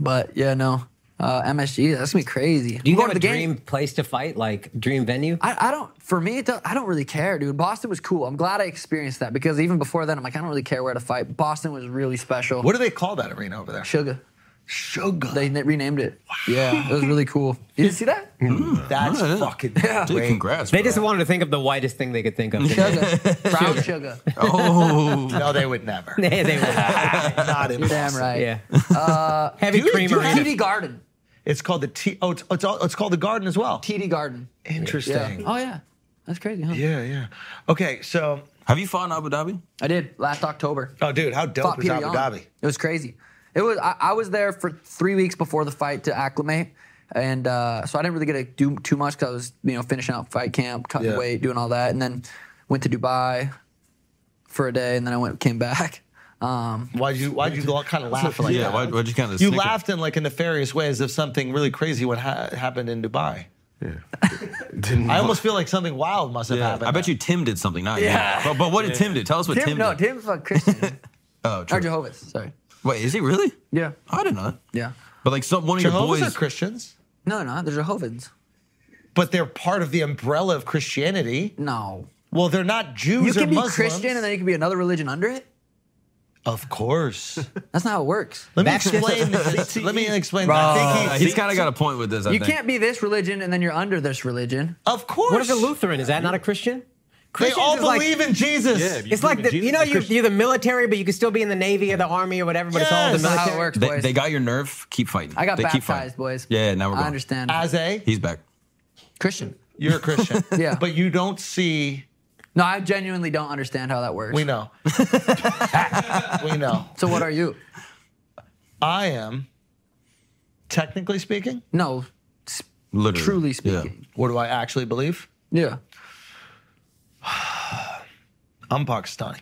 Speaker 2: But yeah, no. Uh, MSG, that's gonna be crazy.
Speaker 3: Do you
Speaker 2: I'm
Speaker 3: have a
Speaker 2: going to the
Speaker 3: dream place to fight, like dream venue?
Speaker 2: I, I don't. For me, it don't, I don't really care, dude. Boston was cool. I'm glad I experienced that because even before then, I'm like, I don't really care where to fight. Boston was really special.
Speaker 1: What do they call that arena over there?
Speaker 2: Sugar?
Speaker 1: Sugar.
Speaker 2: They na- renamed it. Yeah, it was really cool. You didn't see that?
Speaker 1: That's fucking yeah.
Speaker 5: Dude, congrats.
Speaker 3: They
Speaker 5: bro.
Speaker 3: just wanted to think of the whitest thing they could think of. today.
Speaker 2: Sugar, brown sugar.
Speaker 5: Oh,
Speaker 1: No, they would never.
Speaker 3: Yeah, they were.
Speaker 1: Not in
Speaker 2: You're damn
Speaker 1: Boston.
Speaker 2: right.
Speaker 3: Yeah. Heavy
Speaker 1: do
Speaker 3: cream
Speaker 1: you
Speaker 3: arena.
Speaker 1: have-
Speaker 2: TD Garden.
Speaker 1: It's called the T. Oh, it's, it's, all, it's called the Garden as well.
Speaker 2: TD Garden. Yeah.
Speaker 1: Interesting.
Speaker 2: Oh yeah, that's crazy. Huh?
Speaker 1: Yeah, yeah. Okay, so
Speaker 5: have you fought in Abu Dhabi?
Speaker 2: I did last October.
Speaker 1: oh, dude, how dope
Speaker 2: fought
Speaker 1: is
Speaker 2: Peter
Speaker 1: Abu
Speaker 2: Yan.
Speaker 1: Dhabi?
Speaker 2: It was crazy. It was. I, I was there for three weeks before the fight to acclimate, and uh, so I didn't really get to do too much because I was, you know, finishing out fight camp, cutting
Speaker 1: Yeah.
Speaker 2: weight, doing all that, and then went to Dubai for a day, and then I went came back. Um,
Speaker 1: Why'd you Why'd you all kind of laugh like
Speaker 5: yeah,
Speaker 1: that?
Speaker 5: why, why'd you kind of
Speaker 1: you laughed in like a nefarious way as if something really crazy would ha- happened in Dubai.
Speaker 7: Didn't
Speaker 1: I almost feel like something wild must have
Speaker 5: Uh-huh. Yeah,
Speaker 1: happened.
Speaker 5: I bet you Tim did something, not
Speaker 2: Yeah.
Speaker 5: yeah. But, but what did Tim do? Tell us what
Speaker 2: Tim,
Speaker 5: Tim,
Speaker 2: no,
Speaker 5: did.
Speaker 2: Tim's a Christian
Speaker 5: Oh,
Speaker 2: or
Speaker 5: true.
Speaker 2: Jehovah's. Sorry.
Speaker 5: Wait, is he really?
Speaker 2: Yeah.
Speaker 5: I didn't know. that.
Speaker 2: Yeah.
Speaker 5: But like some one of
Speaker 1: Jehovah's
Speaker 5: your
Speaker 1: are
Speaker 5: boys.
Speaker 1: Christians,
Speaker 2: No, they're not. They're Jehovah's.
Speaker 1: but they're part of the umbrella of Christianity.
Speaker 2: No.
Speaker 1: Well, they're not Jews
Speaker 2: You
Speaker 1: or
Speaker 2: can be
Speaker 1: Muslims.
Speaker 2: Christian and then you can be another religion under it.
Speaker 1: of course.
Speaker 2: That's not how it works.
Speaker 1: Let me
Speaker 3: That's-
Speaker 1: explain this. Let me explain.
Speaker 5: Uh,
Speaker 1: that. I think he-
Speaker 5: he's kind of got a point with this. I
Speaker 2: You
Speaker 5: think.
Speaker 2: can't be this religion and then you're under this religion.
Speaker 1: of course.
Speaker 3: What is a Lutheran? Is that not a Christian?
Speaker 1: They all
Speaker 3: is like-
Speaker 1: believe in Jesus.
Speaker 7: Yeah, you
Speaker 3: It's like
Speaker 7: believe
Speaker 3: the,
Speaker 7: in
Speaker 3: you
Speaker 7: Jesus?
Speaker 3: know you, you're the military, but you can still be in the navy or the army or whatever. But it's all the
Speaker 1: Yes.
Speaker 2: That's not
Speaker 3: military.
Speaker 2: how it works,
Speaker 5: They,
Speaker 2: boys.
Speaker 5: they got your nerve. Keep fighting.
Speaker 2: I got
Speaker 5: they keep fighting.
Speaker 2: baptized, boys.
Speaker 5: Yeah, now we're going.
Speaker 2: I understand.
Speaker 1: As a
Speaker 5: He's back.
Speaker 2: Christian.
Speaker 1: You're a Christian.
Speaker 2: Yeah.
Speaker 1: But you don't see.
Speaker 2: No, I genuinely don't understand how that works.
Speaker 1: We know. we know.
Speaker 2: So what are you?
Speaker 1: I am, technically speaking,
Speaker 2: No, s-
Speaker 5: Literally.
Speaker 2: truly
Speaker 5: Yeah.
Speaker 2: speaking.
Speaker 1: what do I actually believe?
Speaker 2: Yeah.
Speaker 1: I'm Pakistani.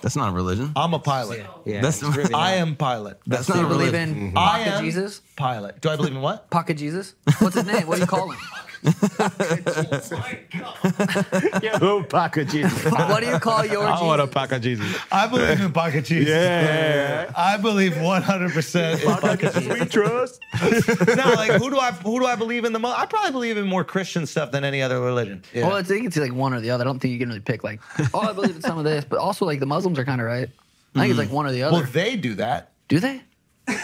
Speaker 5: That's not a religion.
Speaker 1: I'm a pilot.
Speaker 3: Yeah,
Speaker 5: That's-
Speaker 3: it's really
Speaker 1: I
Speaker 3: not.
Speaker 1: am pilot.
Speaker 5: That's
Speaker 2: Do
Speaker 5: not
Speaker 2: you
Speaker 5: a
Speaker 2: believe
Speaker 5: religion.
Speaker 2: in
Speaker 1: I
Speaker 2: Pocket
Speaker 1: am
Speaker 2: Jesus?
Speaker 1: pilot. Do I believe in what?
Speaker 2: Pocket Jesus? What's his name? What do you call him?
Speaker 7: Who pack of Jesus?
Speaker 2: What do you call your Jesus?
Speaker 7: pack of Jesus.
Speaker 1: I believe in pocket Jesus.
Speaker 7: Yeah.
Speaker 1: I believe 100 percent in pocket Jesus.
Speaker 7: We trust.
Speaker 1: Now, like, who do I who do I believe in the most? I probably believe in more Christian stuff than any other religion. Yeah.
Speaker 2: Well, I think it's like one or the other. I don't think you can really pick like, oh, I believe in some of this, but also like the Muslims are kind of right. I think it's like one or the other.
Speaker 1: well, they do that.
Speaker 2: do they?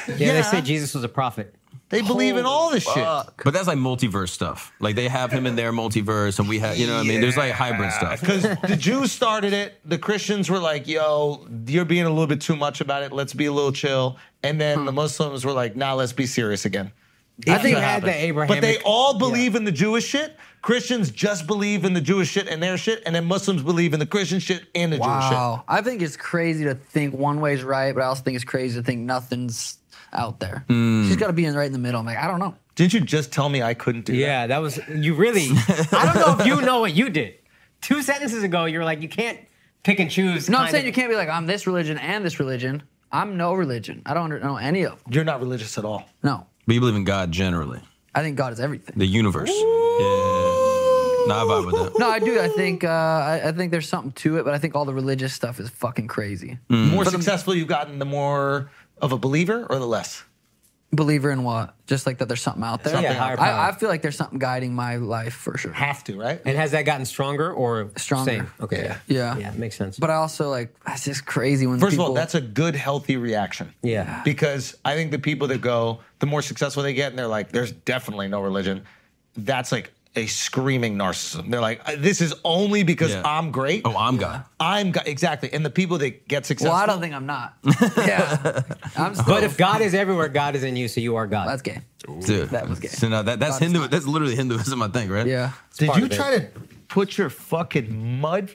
Speaker 3: yeah, they say Jesus was a prophet.
Speaker 1: They believe in all this shit.
Speaker 5: But that's like multiverse stuff. Like they have him in their multiverse, and we have, you know, what I mean, there's like hybrid stuff.
Speaker 1: Because the Jews started it. The Christians were like, yo, you're being a little bit too much about it. Let's be a little chill. And then the Muslims were like, nah, let's be serious again.
Speaker 3: Hmm. I
Speaker 1: That's what
Speaker 3: think had
Speaker 1: happened.
Speaker 3: the Abrahamic.
Speaker 1: But they all believe in the Jewish shit. Christians just believe in the Jewish shit and their shit. And then Muslims believe in the Christian shit and the Jewish shit.
Speaker 2: I think it's crazy to think one way's right, but I also think it's crazy to think nothing's out there.
Speaker 1: Hmm.
Speaker 2: She's got to be in right in the middle. I'm like, I don't know.
Speaker 1: Didn't you just tell me I couldn't do that?
Speaker 3: Yeah, that was you. Really, I don't know if you know what you did. Two sentences ago, you were like, you can't pick and choose.
Speaker 2: No, I'm
Speaker 3: kind
Speaker 2: saying
Speaker 3: of-
Speaker 2: you can't be like, I'm this religion and this religion. I'm no religion. I don't under- know any of them.
Speaker 1: You're not religious at all.
Speaker 2: No.
Speaker 5: But you believe in God generally,
Speaker 2: I think God is everything.
Speaker 5: the universe. Yeah. Nah, I vibe with that.
Speaker 2: No, I do. I think uh, I, I think there's something to it, but I think all the religious stuff is
Speaker 3: Hmm.
Speaker 2: fucking crazy.
Speaker 1: Hmm. The more successful you've gotten, the more of a believer or the less?
Speaker 2: believer in what? Just like that there's something out there.
Speaker 3: Something Yeah, higher power.
Speaker 2: I, I feel like there's something guiding my life for sure.
Speaker 1: Have to, right?
Speaker 3: And has that gotten stronger or
Speaker 2: Stronger.
Speaker 3: Same? Okay. Yeah.
Speaker 2: Yeah.
Speaker 3: Yeah. Makes sense.
Speaker 2: But I also like that's just crazy when
Speaker 1: First
Speaker 2: people,
Speaker 1: of all, that's a good, healthy reaction.
Speaker 3: Yeah.
Speaker 1: Because I think the people that go, the more successful they get, and they're like, there's definitely no religion. That's like a screaming narcissism. They're like, "Uh, this is only because
Speaker 5: Yeah.
Speaker 1: I'm great.
Speaker 5: Oh, I'm God.
Speaker 1: I'm go- exactly. And the people that get successful.
Speaker 2: well, I don't think I'm not. yeah, I'm still.
Speaker 3: but if God is everywhere, God is in you, so you are God.
Speaker 2: that's gay.
Speaker 5: Dude,
Speaker 2: That was gay.
Speaker 5: So now that, that's
Speaker 2: God is
Speaker 5: Hindu. That's literally Hinduism, I think, right?
Speaker 2: Yeah,
Speaker 1: Did
Speaker 3: part
Speaker 1: you
Speaker 3: of it.
Speaker 1: try to put your fucking mud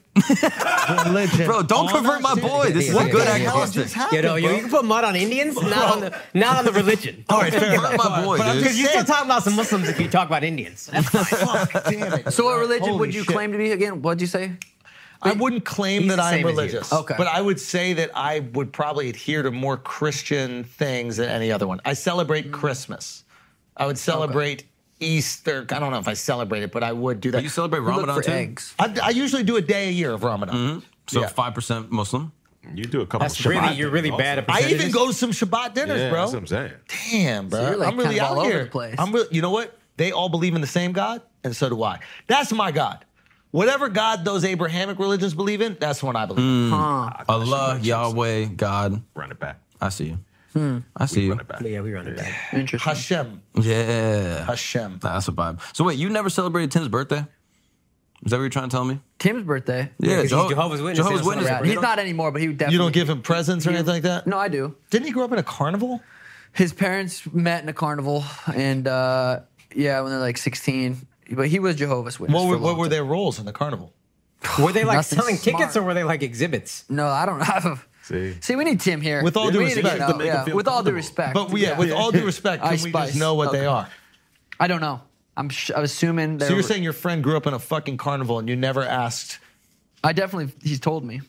Speaker 1: religion?
Speaker 5: Bro, don't
Speaker 1: on
Speaker 5: convert
Speaker 1: us,
Speaker 5: my
Speaker 1: dude?
Speaker 5: boy. This is
Speaker 1: What
Speaker 5: a good
Speaker 1: the hell
Speaker 5: agnostic.
Speaker 1: just happened,
Speaker 3: you know, you,
Speaker 1: bro?
Speaker 3: you can put mud on Indians, not on the not on the religion.
Speaker 1: All right, fair
Speaker 5: Convert
Speaker 1: enough.
Speaker 5: my boy,
Speaker 1: But I'm
Speaker 5: dude.
Speaker 1: just
Speaker 3: Because you're still
Speaker 1: saying-
Speaker 3: talking about some Muslims if you talk about Indians.
Speaker 1: Fuck, damn it.
Speaker 2: So, what religion
Speaker 1: Holy
Speaker 2: would you
Speaker 1: shit.
Speaker 2: claim to be again? What'd you say?
Speaker 1: I wouldn't claim
Speaker 3: He's
Speaker 1: that
Speaker 3: the
Speaker 1: I'm
Speaker 3: same as you.
Speaker 1: religious.
Speaker 2: Okay.
Speaker 1: But I would say that I would probably adhere to more Christian things than any other one. I celebrate
Speaker 2: Mm.
Speaker 1: Christmas. I would celebrate Easter. I don't know if I celebrate it, but I would do that.
Speaker 5: You celebrate
Speaker 2: Look
Speaker 5: Ramadan
Speaker 2: for
Speaker 5: too?
Speaker 2: eggs.
Speaker 1: I, I usually do a day a year of Ramadan.
Speaker 5: So
Speaker 7: Mm-hmm.
Speaker 1: Yeah.
Speaker 5: 5% Muslim.
Speaker 7: You do a couple.
Speaker 3: That's really you're really bad at.
Speaker 1: I
Speaker 3: percentages.
Speaker 1: even go to some Shabbat dinners,
Speaker 7: yeah,
Speaker 1: bro.
Speaker 7: That's what I'm saying.
Speaker 1: Damn, bro.
Speaker 2: you're, like,
Speaker 1: I'm really
Speaker 2: kind of
Speaker 1: out
Speaker 2: all over
Speaker 1: here.
Speaker 2: the place.
Speaker 1: I'm really, you know what? They all believe in the same God, and so do I. That's my God. Whatever God those Abrahamic religions believe in, that's the one I believe.
Speaker 7: Mm.
Speaker 1: in.
Speaker 2: Huh.
Speaker 5: Allah, Yahweh, God.
Speaker 7: Run it back.
Speaker 5: I see you.
Speaker 2: Hmm.
Speaker 5: I see you.
Speaker 7: Run it back.
Speaker 3: Yeah, we run it back.
Speaker 2: Interesting.
Speaker 1: Hashem,
Speaker 5: Yeah.
Speaker 1: Hashem.
Speaker 5: Nah, That's a vibe. So wait, you never celebrated Tim's birthday? Is that what you're trying to tell me?
Speaker 2: Tim's birthday.
Speaker 5: Yeah,
Speaker 3: he's Jehovah's Witness,
Speaker 5: Jehovah's
Speaker 3: they don't
Speaker 5: Witness.
Speaker 2: Yeah,
Speaker 3: celebrate
Speaker 5: They
Speaker 2: he's
Speaker 5: don't-
Speaker 2: not anymore, but he definitely.
Speaker 1: You don't give him presents or anything like that.
Speaker 2: No, I do.
Speaker 1: Didn't he grow up in a carnival?
Speaker 2: His parents met in a carnival, and uh, yeah, when they're like 16. But he was Jehovah's Witness.
Speaker 1: What
Speaker 2: for
Speaker 1: were,
Speaker 2: a long
Speaker 1: what were
Speaker 2: time.
Speaker 1: their roles in the carnival?
Speaker 3: Were they like
Speaker 2: Nothing
Speaker 3: selling tickets
Speaker 2: smart.
Speaker 3: or were they like exhibits?
Speaker 2: No, I don't have.
Speaker 7: See.
Speaker 2: See, we need Tim here.
Speaker 1: With all
Speaker 2: We
Speaker 1: due
Speaker 2: need to get
Speaker 1: respect.
Speaker 2: it out,
Speaker 7: To make him
Speaker 2: yeah,
Speaker 7: feel
Speaker 2: with all due
Speaker 7: comfortable.
Speaker 2: respect.
Speaker 1: But yeah, with all due respect, can
Speaker 2: Ice
Speaker 1: we
Speaker 2: Spice.
Speaker 1: just know what they
Speaker 2: Okay.
Speaker 1: are?
Speaker 2: I don't know. I'm sh- I'm assuming.
Speaker 1: So
Speaker 2: they
Speaker 1: you're
Speaker 2: were-
Speaker 1: saying your friend grew up in a fucking carnival and you never asked?
Speaker 2: I definitely. He's told me.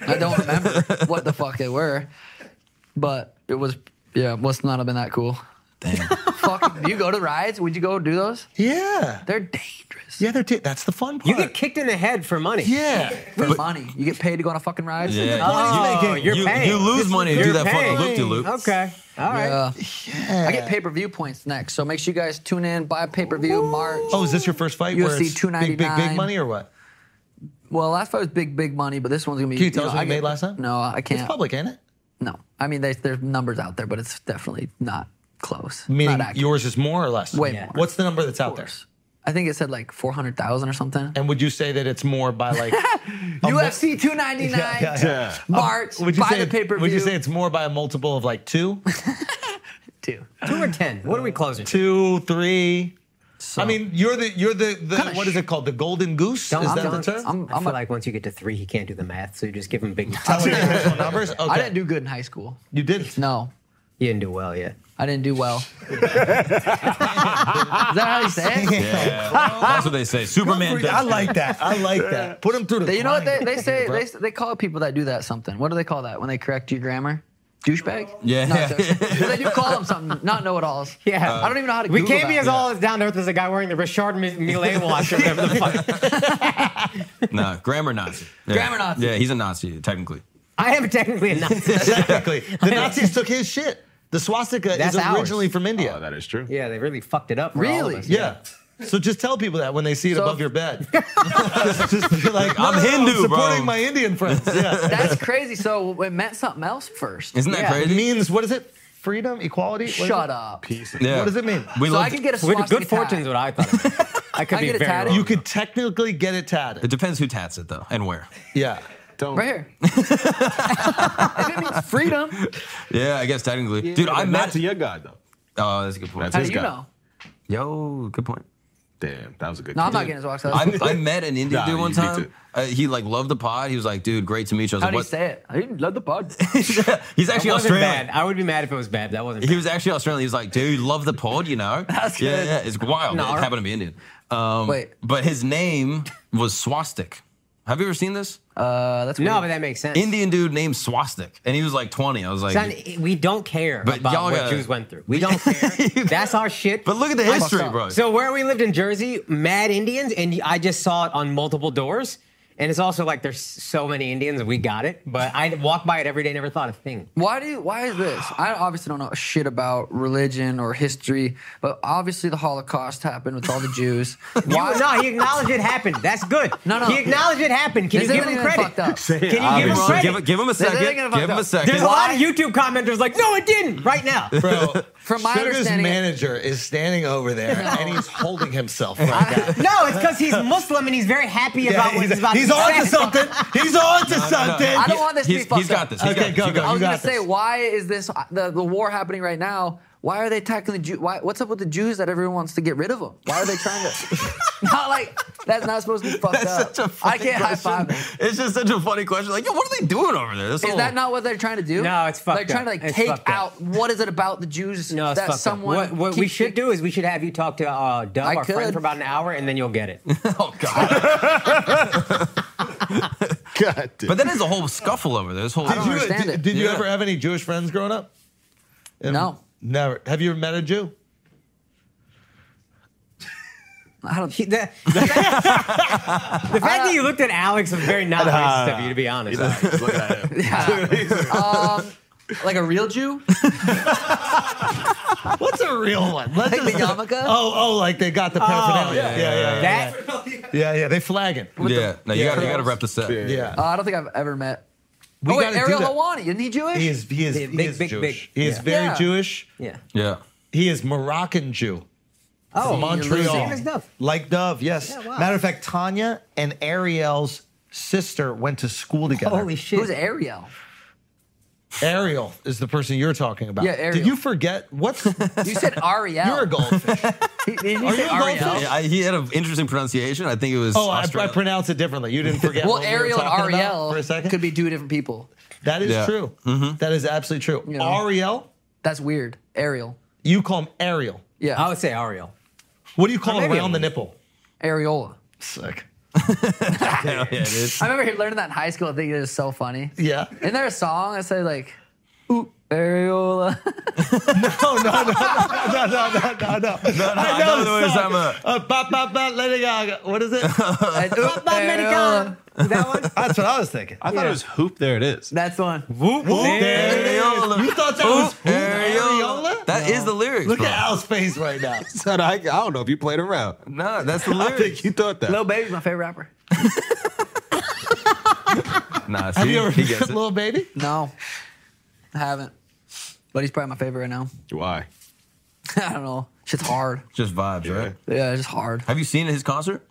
Speaker 2: I don't remember what the fuck they were, but it was yeah. Must not have been that cool.
Speaker 5: Damn.
Speaker 2: Fuck. do you go to rides? Would you go do those?
Speaker 1: Yeah,
Speaker 2: They're dangerous.
Speaker 1: yeah, they're t- that's the fun part.
Speaker 3: You get kicked in the head for money.
Speaker 1: yeah,
Speaker 2: For money, you get paid to go on a fucking ride.
Speaker 5: Yeah.
Speaker 3: Oh,
Speaker 1: What he's making.
Speaker 3: you're
Speaker 5: you,
Speaker 3: paying.
Speaker 5: you lose money to
Speaker 3: You're
Speaker 5: do that
Speaker 3: paying.
Speaker 5: fucking loop de loop.
Speaker 3: Okay. All right.
Speaker 2: Yeah. I get pay per view points next, so make sure you guys tune in. Buy pay per view March.
Speaker 1: oh, is this your first fight? where
Speaker 2: UFC
Speaker 1: it's big, big, big
Speaker 2: 299.
Speaker 1: money or what?
Speaker 2: Well, last fight was big, big money, but this one's gonna be.
Speaker 1: Can you tell us
Speaker 2: know,
Speaker 1: what
Speaker 2: I
Speaker 1: you
Speaker 2: get-
Speaker 1: made last night?
Speaker 2: No, I can't.
Speaker 1: It's public, ain't it?
Speaker 2: No, I mean there's there's numbers out there, but it's definitely not close.
Speaker 1: Meaning
Speaker 2: not accurate,
Speaker 1: yours is more or less?
Speaker 2: Way Yeah. more.
Speaker 1: What's the number that's
Speaker 2: of
Speaker 1: out there?
Speaker 2: course. I think it said like four hundred thousand or something.
Speaker 1: And would you say that it's more by like
Speaker 2: UFC two ninety nine
Speaker 1: Um, Yeah, yeah,
Speaker 2: March.
Speaker 1: would you
Speaker 2: buy
Speaker 1: say
Speaker 2: the pay per view.
Speaker 1: Would you say it's more by a multiple of like two,
Speaker 2: two?
Speaker 3: Two or ten. What are we closing? to?
Speaker 1: two, three?
Speaker 2: So,
Speaker 1: I mean, you're the you're the, the
Speaker 2: Kinda
Speaker 1: what is it called? The golden goose?
Speaker 3: Don't-
Speaker 1: is
Speaker 3: I'm
Speaker 1: that
Speaker 3: done.
Speaker 1: the term?
Speaker 2: I'm,
Speaker 3: I
Speaker 2: I'm
Speaker 3: feel
Speaker 2: a,
Speaker 3: like once you get to three, he can't do the math, so you just give him big.
Speaker 1: Telling you original numbers. Okay.
Speaker 2: I didn't do good in high school.
Speaker 1: You did.
Speaker 2: No,
Speaker 3: He didn't do well yet.
Speaker 2: I didn't do well. Is that how you say it?
Speaker 5: Yeah. That's what they say. Superman does.
Speaker 1: I like that. I like that. Put them through the.
Speaker 2: They- you know what they,
Speaker 1: grind.
Speaker 2: they say? They, they call people that do that something. What do they call that when they correct your grammar? Douchebag?
Speaker 5: Yeah.
Speaker 2: No, I'm joking. But they do call them something. Not know it alls.
Speaker 3: Yeah.
Speaker 2: I don't even know how to.
Speaker 3: We
Speaker 2: Google
Speaker 3: can't be
Speaker 2: that.
Speaker 3: as all as down to earth as a guy wearing the Richard M- Millet watch or whatever the fuck.
Speaker 5: No, grammar Nazi. Yeah.
Speaker 2: Grammar Nazi.
Speaker 5: Yeah, he's a Nazi, technically.
Speaker 3: I am technically a Nazi.
Speaker 1: Technically, the Nazis took his shit. The swastika
Speaker 3: That's
Speaker 1: is
Speaker 3: ours.
Speaker 1: originally from India.
Speaker 7: Oh, that is true.
Speaker 3: Yeah, they really fucked it up. For all
Speaker 2: Really?
Speaker 3: of us.
Speaker 1: yeah. So just tell people that when they see it
Speaker 2: So-
Speaker 1: above your bed. just, just be like, no,
Speaker 5: I'm
Speaker 1: no, no,
Speaker 5: Hindu,
Speaker 1: I'm supporting
Speaker 5: bro.
Speaker 1: my Indian friends. Yeah.
Speaker 2: That's crazy. So it meant something else first.
Speaker 5: Isn't that
Speaker 3: Yeah.
Speaker 1: It
Speaker 5: crazy?
Speaker 1: means what is it? Freedom, equality. What is it?
Speaker 2: Shut up.
Speaker 5: Yeah.
Speaker 1: What does it mean?
Speaker 5: We
Speaker 2: So I
Speaker 5: looked-
Speaker 2: could get a
Speaker 3: With
Speaker 2: swastika
Speaker 3: good fortune is
Speaker 2: tat.
Speaker 3: what I thought. Of. it. I could
Speaker 2: I
Speaker 3: be
Speaker 2: get it
Speaker 3: very
Speaker 2: tatted?
Speaker 3: wrong.
Speaker 1: You could technically get it tatted.
Speaker 5: It depends who tats it, though, and where.
Speaker 1: Yeah.
Speaker 7: Don't.
Speaker 2: right here. if it means freedom,
Speaker 5: Yeah, I guess technically. Dude, I
Speaker 7: I'm not
Speaker 5: met.
Speaker 7: to your God though.
Speaker 5: Oh, that's a good point.
Speaker 7: That's
Speaker 2: how
Speaker 7: his
Speaker 2: do you
Speaker 7: God.
Speaker 2: know?
Speaker 5: Yo, good point.
Speaker 7: Damn, that was a good.
Speaker 2: No, I'm
Speaker 7: call.
Speaker 2: not getting his walks out.
Speaker 5: I, I met an Indian
Speaker 7: Nah,
Speaker 5: dude one
Speaker 7: you beat
Speaker 5: time.
Speaker 7: it.
Speaker 5: Uh, he like loved the pod. He was like, "Dude, great to meet you." I was
Speaker 2: How
Speaker 5: like,
Speaker 2: do you
Speaker 5: "What?"
Speaker 2: say it? I didn't love the pod.
Speaker 5: He's
Speaker 3: That
Speaker 5: actually
Speaker 3: wasn't
Speaker 5: Australian.
Speaker 3: bad. I would be mad if it was bad. That wasn't.
Speaker 5: He
Speaker 3: Bad.
Speaker 5: was actually Australian. He was like, dude, love the pod, you know?
Speaker 2: That's
Speaker 5: yeah,
Speaker 2: good.
Speaker 5: yeah, it's wild.
Speaker 2: No.
Speaker 5: it happened to be Indian. Um,
Speaker 2: Wait.
Speaker 5: But his name was Swastik. Have you ever seen this?
Speaker 2: Uh, that's
Speaker 3: No,
Speaker 2: weird.
Speaker 3: but that makes sense.
Speaker 5: Indian dude named Swastik. And he was like 20. I was like,
Speaker 3: Son, e, we don't care
Speaker 5: But
Speaker 3: about
Speaker 5: y'all
Speaker 3: what
Speaker 5: gotta-
Speaker 3: Jews went through. We don't care. That's our shit.
Speaker 5: but look at the
Speaker 2: I fucked
Speaker 5: history,
Speaker 2: up.
Speaker 5: bro.
Speaker 3: So where we lived in Jersey, mad Indians, and I just saw it on multiple doors. And it's also like there's so many Indians, and we got it. But I walk by it every day, never thought a thing.
Speaker 2: Why do you, why is this? I obviously don't know shit about religion or history, but obviously the Holocaust happened with all the Jews.
Speaker 3: Why? no, he acknowledged it happened. That's good.
Speaker 2: No, no.
Speaker 3: He acknowledged it happened. Can
Speaker 2: This
Speaker 3: you
Speaker 2: isn't
Speaker 3: give him
Speaker 2: even
Speaker 3: credit?
Speaker 2: fucked up.
Speaker 3: Can you give him
Speaker 5: Obviously.
Speaker 3: credit?
Speaker 5: give, give him a
Speaker 2: They're
Speaker 5: second.
Speaker 2: gonna fucked
Speaker 5: Give him
Speaker 2: up.
Speaker 5: a
Speaker 3: There's a
Speaker 5: second.
Speaker 3: lot of YouTube commenters like, no, it didn't. Right now.
Speaker 1: Bro,
Speaker 2: From my
Speaker 1: Sugar's
Speaker 2: understanding-
Speaker 1: manager is standing over there and he's holding himself like that.
Speaker 3: No, it's because he's Muslim and he's very happy about what he's about
Speaker 1: he's
Speaker 3: to
Speaker 1: on
Speaker 3: say.
Speaker 1: to something. He's on to something.
Speaker 2: I don't want this to
Speaker 5: He's,
Speaker 2: be fucked
Speaker 5: he's got
Speaker 2: up.
Speaker 5: this. He's
Speaker 1: Okay,
Speaker 5: got this.
Speaker 1: go,
Speaker 5: You
Speaker 1: go.
Speaker 5: got
Speaker 2: I
Speaker 1: You
Speaker 2: was gonna
Speaker 1: got
Speaker 2: say,
Speaker 1: this.
Speaker 2: why is this uh, the, the war happening right now? Why are they tackling the Jew? Why, what's up with the Jews that everyone wants to get rid of them? Why are they trying to? not like that's not supposed to be fucked up.
Speaker 5: That's such a
Speaker 2: I
Speaker 5: funny
Speaker 2: can't high
Speaker 5: question.
Speaker 2: five. it.
Speaker 5: It's just such a funny question. Like, yo, what are they doing over there? That's
Speaker 2: Is that not what they're trying to do?
Speaker 3: No, it's fucked
Speaker 2: They're trying to
Speaker 3: up.
Speaker 2: like
Speaker 3: It's
Speaker 2: take
Speaker 3: fucked up.
Speaker 2: out what is it about the Jews
Speaker 3: No, it's
Speaker 2: that
Speaker 3: fucked up.
Speaker 2: someone
Speaker 3: What, what we
Speaker 2: keeps-
Speaker 3: should do is we should have you talk to uh, Dove,
Speaker 2: I
Speaker 3: our friend,
Speaker 2: could.
Speaker 3: for about an hour, and then you'll get it.
Speaker 5: Oh god!
Speaker 7: God, dude.
Speaker 5: but then there's a whole scuffle over there. This whole.
Speaker 2: I don't understand
Speaker 1: did,
Speaker 2: it.
Speaker 1: did you
Speaker 5: Yeah.
Speaker 1: ever have any Jewish friends growing up? And-
Speaker 2: No.
Speaker 1: Never. Have you ever met a Jew?
Speaker 2: I don't.
Speaker 3: He- the, the fact, the fact that you looked at Alex was very not racist of you, to be honest.
Speaker 5: Uh,
Speaker 7: Just looking at him.
Speaker 2: um, like a real Jew?
Speaker 1: What's a real one? Let's
Speaker 2: Like the yarmulke?
Speaker 1: Oh, oh, like they got the paraphernalia.
Speaker 5: yeah, Oh,
Speaker 1: yeah, yeah, yeah, yeah,
Speaker 3: That
Speaker 1: yeah, They flagging.
Speaker 5: yeah. No, you
Speaker 1: Yeah.
Speaker 5: got to you got to rep the set.
Speaker 7: Yeah.
Speaker 1: Yeah.
Speaker 2: Uh, I don't think I've ever met.
Speaker 1: We
Speaker 2: oh wait,
Speaker 1: gotta do
Speaker 2: Ariel
Speaker 1: that.
Speaker 2: Hawani isn't he Jewish?
Speaker 1: He is. He is.
Speaker 3: Big,
Speaker 1: he
Speaker 3: big,
Speaker 1: is
Speaker 3: big,
Speaker 1: Jewish.
Speaker 3: big.
Speaker 1: He is
Speaker 3: Yeah.
Speaker 1: very
Speaker 2: Yeah.
Speaker 1: Jewish.
Speaker 3: yeah.
Speaker 5: Yeah.
Speaker 1: He is Moroccan Jew.
Speaker 3: Oh,
Speaker 1: Montreal.
Speaker 3: Same as Dove.
Speaker 1: Like Dove, yes.
Speaker 3: Yeah, wow.
Speaker 1: Matter of fact, Tanya and Ariel's sister went to school together.
Speaker 3: Holy shit.
Speaker 2: Who's Ariel?
Speaker 1: Ariel is the person you're talking about.
Speaker 2: Yeah, Ariel.
Speaker 1: Did you forget? What's.
Speaker 2: You said Ariel.
Speaker 1: you're a goldfish.
Speaker 2: He- did he
Speaker 1: Are
Speaker 2: say
Speaker 1: you a
Speaker 2: Ariel?
Speaker 1: goldfish?
Speaker 5: Yeah, I, he had an interesting pronunciation. I think it was.
Speaker 1: Oh, I, I
Speaker 5: Australian.
Speaker 1: pronounce it differently. You didn't forget.
Speaker 2: Well,
Speaker 1: what we were
Speaker 2: Ariel and
Speaker 1: talking about
Speaker 2: Ariel
Speaker 1: for a second.
Speaker 2: could be two different people.
Speaker 1: that is
Speaker 5: Yeah.
Speaker 1: true. That is absolutely true.
Speaker 2: You know.
Speaker 1: Ariel,
Speaker 2: That's weird. Ariel.
Speaker 1: you call him Ariel.
Speaker 2: Yeah.
Speaker 3: I would say Ariel.
Speaker 1: What do you call him
Speaker 3: maybe
Speaker 1: around the nipple?
Speaker 2: Areola.
Speaker 1: Sick.
Speaker 5: Yeah, yeah, dude.
Speaker 2: I remember learning that in high school. I think it was so funny.
Speaker 1: Yeah.
Speaker 2: Isn't there a song that says like, "Ooh, areola"?
Speaker 1: Oh, No, no, no, no, no, no, no, no, no. I know the
Speaker 5: know the
Speaker 1: song.
Speaker 5: words, I'm
Speaker 1: Uh, bop, bop, bop, Lady Gaga. What is it?
Speaker 2: Like, "Ooh, areola."
Speaker 3: Americana. That one?
Speaker 1: That's what I was thinking.
Speaker 7: I thought it was hoop. There it is.
Speaker 2: That's one.
Speaker 1: Whoop, whoop, there it is. You thought that was whoop, Ariola?
Speaker 5: That is the lyrics.
Speaker 1: Look
Speaker 5: bro.
Speaker 1: at Al's face right now.
Speaker 7: Son, I, I don't know if you played around.
Speaker 5: No, that's the
Speaker 7: I
Speaker 5: lyrics.
Speaker 7: think you thought that.
Speaker 2: Lil Oh, Baby's my favorite rapper.
Speaker 5: Nah, see,
Speaker 1: Have you ever
Speaker 5: he
Speaker 1: met
Speaker 5: gets it.
Speaker 1: Little Baby?
Speaker 2: No, I haven't. But he's probably my favorite right now.
Speaker 7: Why?
Speaker 2: I don't know. Shit's hard.
Speaker 5: Just vibes, right?
Speaker 2: Yeah, it's just hard.
Speaker 5: Have you seen his concert?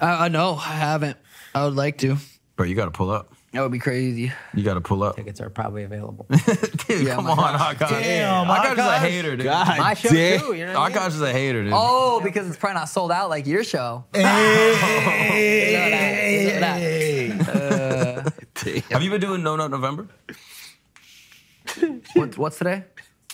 Speaker 2: I, I know. I haven't. I would like to.
Speaker 5: Bro, you got to pull up.
Speaker 2: That would be crazy.
Speaker 5: You got to pull up.
Speaker 3: Tickets are probably available.
Speaker 5: Dude,
Speaker 2: Yeah,
Speaker 5: come
Speaker 2: my
Speaker 5: on,
Speaker 2: gosh.
Speaker 5: Akash.
Speaker 1: Damn,
Speaker 5: Akash is a
Speaker 1: Akash.
Speaker 5: hater, dude.
Speaker 7: God
Speaker 3: My show,
Speaker 7: damn.
Speaker 3: too. You know what I mean?
Speaker 5: Akash is a hater, dude.
Speaker 2: Oh, because it's probably not sold out like your show.
Speaker 5: Have you been doing No Nut November? Uh,
Speaker 2: What, what's today?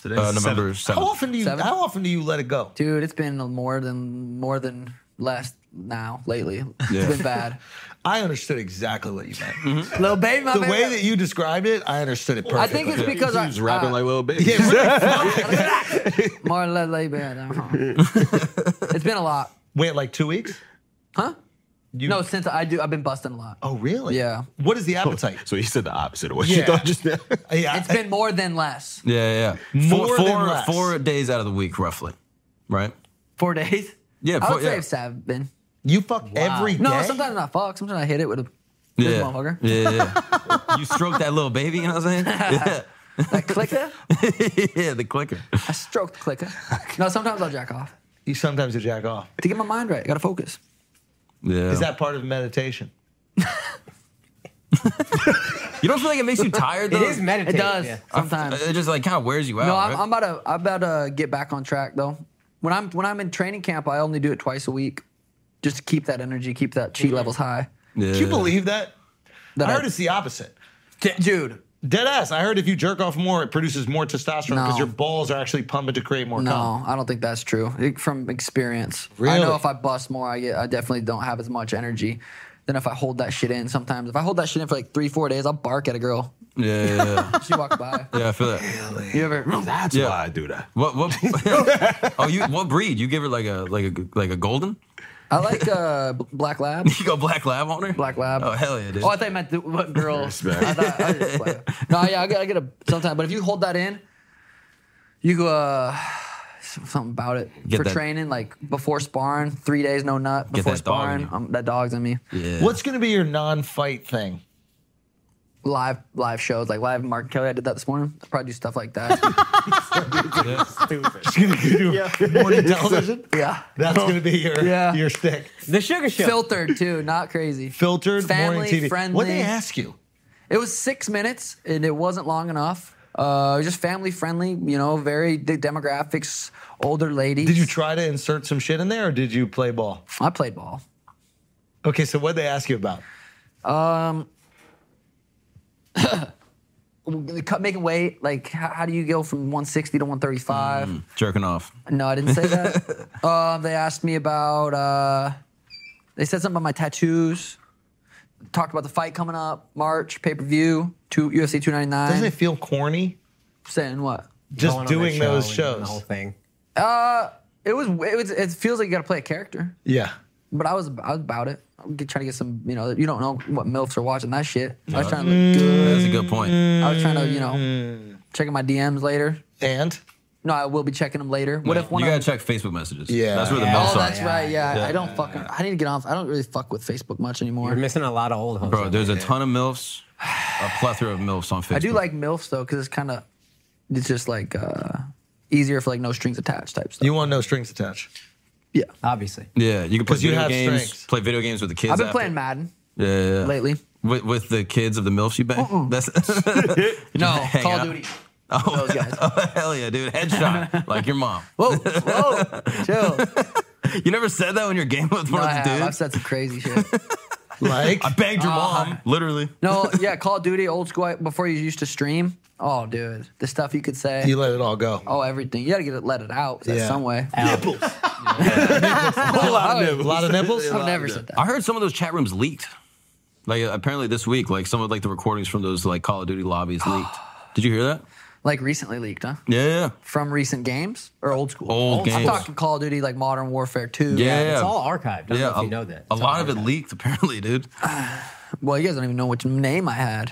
Speaker 7: Today's
Speaker 5: Uh,
Speaker 7: the
Speaker 5: November
Speaker 7: seventh.
Speaker 5: 7th.
Speaker 1: How often do you
Speaker 2: Seven?
Speaker 1: how often do you let it go?
Speaker 2: Dude, it's been more than more than less now lately.
Speaker 5: Yeah.
Speaker 2: It's been bad.
Speaker 1: I understood exactly what you meant.
Speaker 2: Little baby, my
Speaker 1: The
Speaker 2: baby.
Speaker 1: way that you described it, I understood it perfectly.
Speaker 2: I think it's because I
Speaker 7: He was rapping
Speaker 2: uh,
Speaker 7: like little baby.
Speaker 2: more little baby. I don't know. it's been a lot,
Speaker 1: wait like two weeks.
Speaker 2: huh?
Speaker 1: You,
Speaker 2: No, since I do, I've been busting a lot.
Speaker 1: Oh, really?
Speaker 2: Yeah.
Speaker 1: What is the appetite?
Speaker 7: So he said the opposite of what
Speaker 1: Yeah.
Speaker 7: you thought just now.
Speaker 1: Yeah.
Speaker 2: It's been more than less.
Speaker 5: Yeah, yeah, yeah.
Speaker 1: More
Speaker 5: four,
Speaker 1: than
Speaker 5: four,
Speaker 1: less.
Speaker 5: four days out of the week, roughly. Right?
Speaker 2: Four days.
Speaker 5: Yeah,
Speaker 2: I would
Speaker 5: four-
Speaker 2: say
Speaker 5: yeah.
Speaker 2: seven.
Speaker 1: you fuck every day.
Speaker 2: No, sometimes I fuck. Sometimes I hit it with a this
Speaker 5: Yeah.
Speaker 2: motherfucker.
Speaker 5: Yeah, yeah, yeah. you stroke that little baby, you know what I'm saying? Yeah.
Speaker 2: That clicker.
Speaker 5: yeah, the clicker.
Speaker 2: I stroke the clicker. No, sometimes I'll jack off
Speaker 1: you sometimes you jack off.
Speaker 2: to get my mind right. I gotta focus.
Speaker 5: Yeah.
Speaker 1: Is that part of meditation?
Speaker 5: you don't feel like it makes you tired, though?
Speaker 3: It is meditative.
Speaker 2: It does
Speaker 3: yeah.
Speaker 2: sometimes.
Speaker 5: It just like kind of wears you out.
Speaker 2: No, I'm,
Speaker 5: right?
Speaker 2: I'm about to. I'm about to get back on track though. When I'm when I'm in training camp, I only do it twice a week, just to keep that energy, keep that chi levels high.
Speaker 5: yeah.
Speaker 1: Do you believe that?
Speaker 2: That
Speaker 1: I
Speaker 2: I-
Speaker 1: heard it's the opposite.
Speaker 2: Dude,
Speaker 1: Dead ass. I heard if you jerk off more, it produces more testosterone because
Speaker 2: No.
Speaker 1: your balls are actually pumping to create more cum.
Speaker 2: no, I don't think that's true. It- From experience, I
Speaker 1: Really?
Speaker 2: know if I bust more, I get. I definitely don't have as much energy than if I hold that shit in. Sometimes if I hold that shit in for like three, four days, I'll bark at a girl.
Speaker 5: Yeah, yeah, yeah.
Speaker 2: She walks by.
Speaker 5: yeah, I feel that.
Speaker 2: You ever?
Speaker 7: That's
Speaker 5: Yeah.
Speaker 7: why I do that.
Speaker 5: What? What? oh, you what breed? You give her like a like a like a golden?
Speaker 2: I like uh, B- Black Lab.
Speaker 5: You go Black Lab on her?
Speaker 2: Black Lab.
Speaker 5: Oh, hell yeah, dude.
Speaker 2: Oh, I thought you meant the, what girl. I
Speaker 5: Respect.
Speaker 2: thought, I just like- no, yeah, I get, I get a sometime, but if you hold that in, you go uh, something about it
Speaker 5: Get
Speaker 2: for
Speaker 5: that-
Speaker 2: training, like before sparring, three days no nut
Speaker 5: Get
Speaker 2: before
Speaker 5: that dog in
Speaker 2: sparring.
Speaker 5: you.
Speaker 2: um, that dog's in me.
Speaker 5: yeah.
Speaker 1: What's going to be your non-fight thing?
Speaker 2: Live live shows like live Mark Kelly. I did that this morning. I probably do stuff like that.
Speaker 1: Morning television.
Speaker 2: yeah,
Speaker 1: That's going to be your
Speaker 2: Yeah.
Speaker 1: your stick.
Speaker 3: The Sugar Show.
Speaker 2: filtered too, not crazy.
Speaker 1: Filtered
Speaker 2: Family
Speaker 1: morning TV.
Speaker 2: friendly.
Speaker 1: What they ask you?
Speaker 2: It was six minutes, and it wasn't long enough. Uh, it was just family friendly, you know, very the demographics, older ladies.
Speaker 1: Did you try to insert some shit in there, or did you play ball?
Speaker 2: I played ball.
Speaker 1: Okay, so what they ask you about?
Speaker 2: Cut- Making weight, like how, how do you go from 160 to 135?
Speaker 1: Hmm.
Speaker 5: Jerking off.
Speaker 2: No, I didn't say that. um, they asked me about. Uh, they said something about my tattoos. Talked about the fight coming up, March pay per view, two UFC 299.
Speaker 1: Doesn't it feel corny?
Speaker 2: saying what?
Speaker 1: Just
Speaker 3: Going on
Speaker 1: doing
Speaker 3: that show
Speaker 1: those
Speaker 3: and doing
Speaker 1: shows.
Speaker 3: The whole thing.
Speaker 2: It was. It was. It feels like you got to play a character.
Speaker 1: Yeah.
Speaker 2: But I was, I was about it. I'm get- trying to get some, you know, you don't know what MILFs are watching that shit. I was trying to look good.
Speaker 5: That's a good point.
Speaker 2: I was trying to, you know, checking my DMs later.
Speaker 1: And
Speaker 2: No, I will be checking them later. What if one
Speaker 5: you
Speaker 2: of
Speaker 5: gotta
Speaker 2: them-
Speaker 5: check Facebook messages.
Speaker 1: Yeah.
Speaker 5: That's where the
Speaker 3: Yeah.
Speaker 5: bell
Speaker 2: Oh,
Speaker 5: melts are.
Speaker 2: that's right. Yeah.
Speaker 5: Yeah.
Speaker 2: I don't fucking, I need to get off. I don't really fuck with Facebook much
Speaker 3: We're
Speaker 2: anymore.
Speaker 3: missing a lot of old hoes.
Speaker 5: Bro,
Speaker 3: out
Speaker 5: there's a
Speaker 3: there.
Speaker 5: ton of MILFs, a plethora of MILFs on Facebook.
Speaker 2: I do like MILFs though, because it's kind of, it's just like uh easier for like no strings attached type stuff.
Speaker 1: you want no strings attached.
Speaker 2: yeah.
Speaker 3: Obviously.
Speaker 5: Yeah, you can play
Speaker 1: 'Cause you
Speaker 5: video
Speaker 1: have
Speaker 5: games.
Speaker 1: strengths.
Speaker 5: Play video games with the kids.
Speaker 2: I've been
Speaker 5: after.
Speaker 2: playing Madden
Speaker 5: Yeah, yeah, yeah.
Speaker 2: lately.
Speaker 5: With, with the kids of the MILFs you bang? That's
Speaker 2: No,
Speaker 5: hang
Speaker 2: Call of
Speaker 5: out.
Speaker 2: Duty.
Speaker 5: oh,
Speaker 2: Those guys.
Speaker 5: oh, hell yeah, dude. Headshot. like your mom.
Speaker 2: Whoa, whoa, chill.
Speaker 5: You never said that when you're gaming with
Speaker 2: No,
Speaker 5: one
Speaker 2: I,
Speaker 5: of the
Speaker 2: have. I've
Speaker 5: dudes?
Speaker 2: said Ah. some crazy shit.
Speaker 1: Like
Speaker 5: I banged your mom, literally.
Speaker 2: No, yeah, Call of Duty, old school. Before you used to stream, oh, dude, the stuff you could say,
Speaker 1: you let it all go.
Speaker 2: oh, everything. You gotta get it, let it out
Speaker 1: Yeah.
Speaker 2: some way.
Speaker 1: a lot of nipples. A lot of nipples.
Speaker 2: I've never said that.
Speaker 5: I heard some of those chat rooms leaked. Like uh, apparently this week, like some of like the recordings from those like Call of Duty lobbies leaked. Did you hear that?
Speaker 2: Like recently leaked, huh?
Speaker 5: Yeah, yeah.
Speaker 2: From recent games or old school?
Speaker 5: Old
Speaker 2: I'm
Speaker 5: games.
Speaker 2: talking Call of Duty, like Modern Warfare 2.
Speaker 5: Yeah.
Speaker 3: It's all archived. I don't
Speaker 5: yeah,
Speaker 3: know if
Speaker 5: a,
Speaker 3: you know that.
Speaker 5: a
Speaker 3: It's
Speaker 5: lot
Speaker 3: all
Speaker 5: of it
Speaker 3: archived.
Speaker 5: leaked, apparently, dude.
Speaker 2: Well, you guys don't even know which name I had.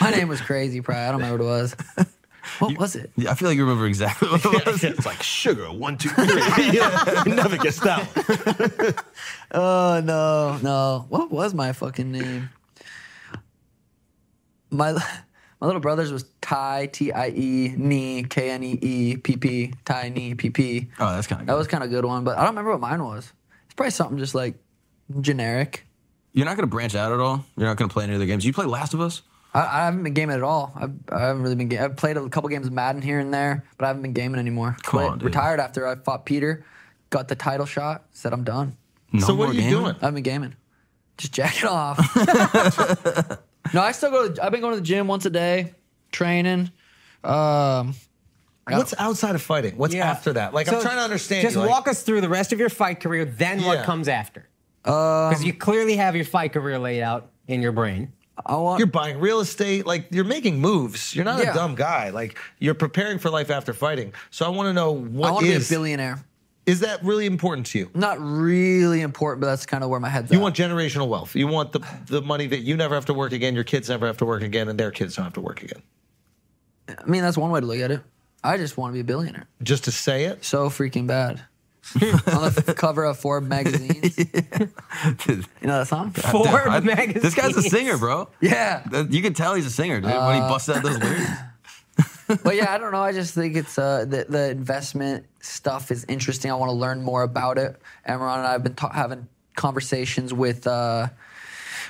Speaker 2: My name was crazy, probably. I don't remember what it was. What was it?
Speaker 5: Yeah, I feel like you remember exactly what it was.
Speaker 7: It's like sugar, one, two, three. yeah. It never gets that one.
Speaker 2: Oh
Speaker 5: Uh,
Speaker 2: no, no. What was my fucking name? My my little brother's was Ty T I E knee K N E E P P Ty knee P P.
Speaker 5: Oh, that's kind of
Speaker 2: That
Speaker 5: good.
Speaker 2: was kind of a good one, but I don't remember what mine was. It's probably something just like generic.
Speaker 5: You're not going to branch out at all. You're not going to play any other games. You play Last of Us?
Speaker 2: I, I haven't been gaming at all. I've, I haven't really been. Ga- I've played a couple games of Madden here and there, but I haven't been gaming anymore.
Speaker 5: Come
Speaker 2: Quit.
Speaker 5: on, dude.
Speaker 2: retired after I fought Peter, got the title shot, said I'm done.
Speaker 5: No
Speaker 1: So what
Speaker 5: more
Speaker 1: are you
Speaker 5: gaming?
Speaker 1: doing?
Speaker 2: I've been gaming. Just jacking off. no, I still go. To, I've been going to the gym once a day, training. Um,
Speaker 1: What's
Speaker 2: Oh.
Speaker 1: outside of fighting? What's
Speaker 3: Yeah.
Speaker 1: after that? Like
Speaker 3: So
Speaker 1: I'm trying to understand.
Speaker 3: Just
Speaker 1: you, like-
Speaker 3: walk us through the rest of your fight career, then what
Speaker 1: Yeah. Um,
Speaker 3: comes after. Because you clearly have your fight career laid out in your brain.
Speaker 2: I want.
Speaker 1: you're buying real estate like you're making moves you're not
Speaker 2: Yeah.
Speaker 1: a dumb guy like you're preparing for life after fighting so i want to know
Speaker 2: I
Speaker 1: what
Speaker 2: want to be a
Speaker 1: is
Speaker 2: billionaire.
Speaker 1: is that really important to you
Speaker 2: Not really important, but that's kind of where my head's
Speaker 1: you
Speaker 2: at.
Speaker 1: want generational wealth you want the, the money that you never have to work again your kids never have to work again and their kids don't have to work again
Speaker 2: I mean, that's one way to look at it. I just want to be a billionaire.
Speaker 1: just to say it
Speaker 2: So freaking bad. On the f- cover of Forbes magazine. you know that song?
Speaker 3: Forbes
Speaker 5: I-
Speaker 3: magazine.
Speaker 5: This guy's a singer, bro.
Speaker 2: Yeah.
Speaker 5: That- You can tell he's a singer, dude. when he busts out those lyrics,
Speaker 2: but yeah, I don't know. I just think it's uh, the the investment stuff is interesting. I want to learn more about it. Emron and I have been ta- having conversations with. Uh,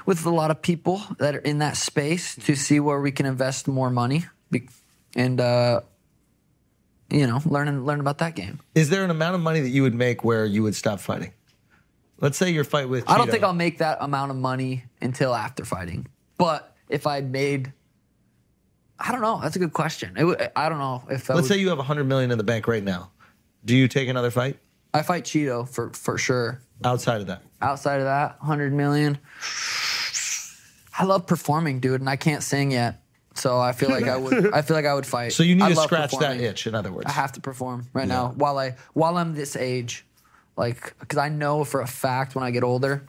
Speaker 2: with a lot of people that are in that space to see where we can invest more money Be- and uh, you know learn learn about that game.
Speaker 1: is there an amount of money that you would make where you would stop fighting let's say your fight with
Speaker 2: I don't
Speaker 1: Cheeto.
Speaker 2: think I'll make that amount of money until after fighting. But if I made, I don't know. That's a good question. It w- I don't know if I
Speaker 1: let's
Speaker 2: would-
Speaker 1: say you have 100 million in the bank right now do you take another fight
Speaker 2: I fight Cheeto for for sure.
Speaker 1: outside of that
Speaker 2: outside of that 100 million i love performing dude and i can't sing yet so i feel like i would i feel like i would fight
Speaker 1: so you need
Speaker 2: I
Speaker 1: to
Speaker 2: love
Speaker 1: scratch that
Speaker 2: performing.
Speaker 1: itch in other words
Speaker 2: i have to perform right now while i while i'm this age like because I know for a fact when I get older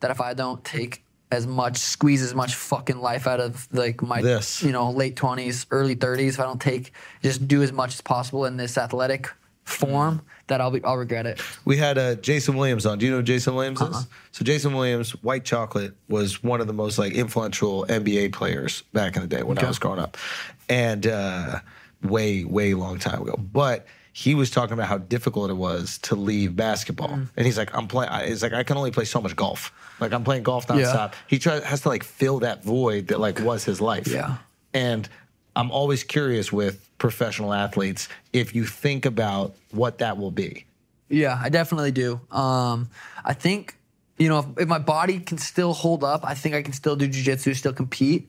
Speaker 2: that if I don't take as much squeeze as much fucking life out of like my
Speaker 1: This.
Speaker 2: you know late twenties, early thirties, if I don't take just do as much as possible in this athletic form, that I'll be I'll regret it.
Speaker 1: we had uh, Jason Williams on. Do you know who Jason Williams is? So Jason Williams, White Chocolate, was one of the most like influential NBA players back in the day when I was growing up, and uh, way way long time ago. But he was talking about how difficult it was to leave basketball, and he's like, "I'm playing." It's like I can only play so much golf. Like I'm playing golf nonstop. He tries has to like fill that void that like was his life.
Speaker 2: Yeah.
Speaker 1: And I'm always curious with professional athletes if you think about what that will be.
Speaker 2: Yeah, I definitely do. Um, I think you know if, if my body can still hold up, I think I can still do jujitsu, still compete.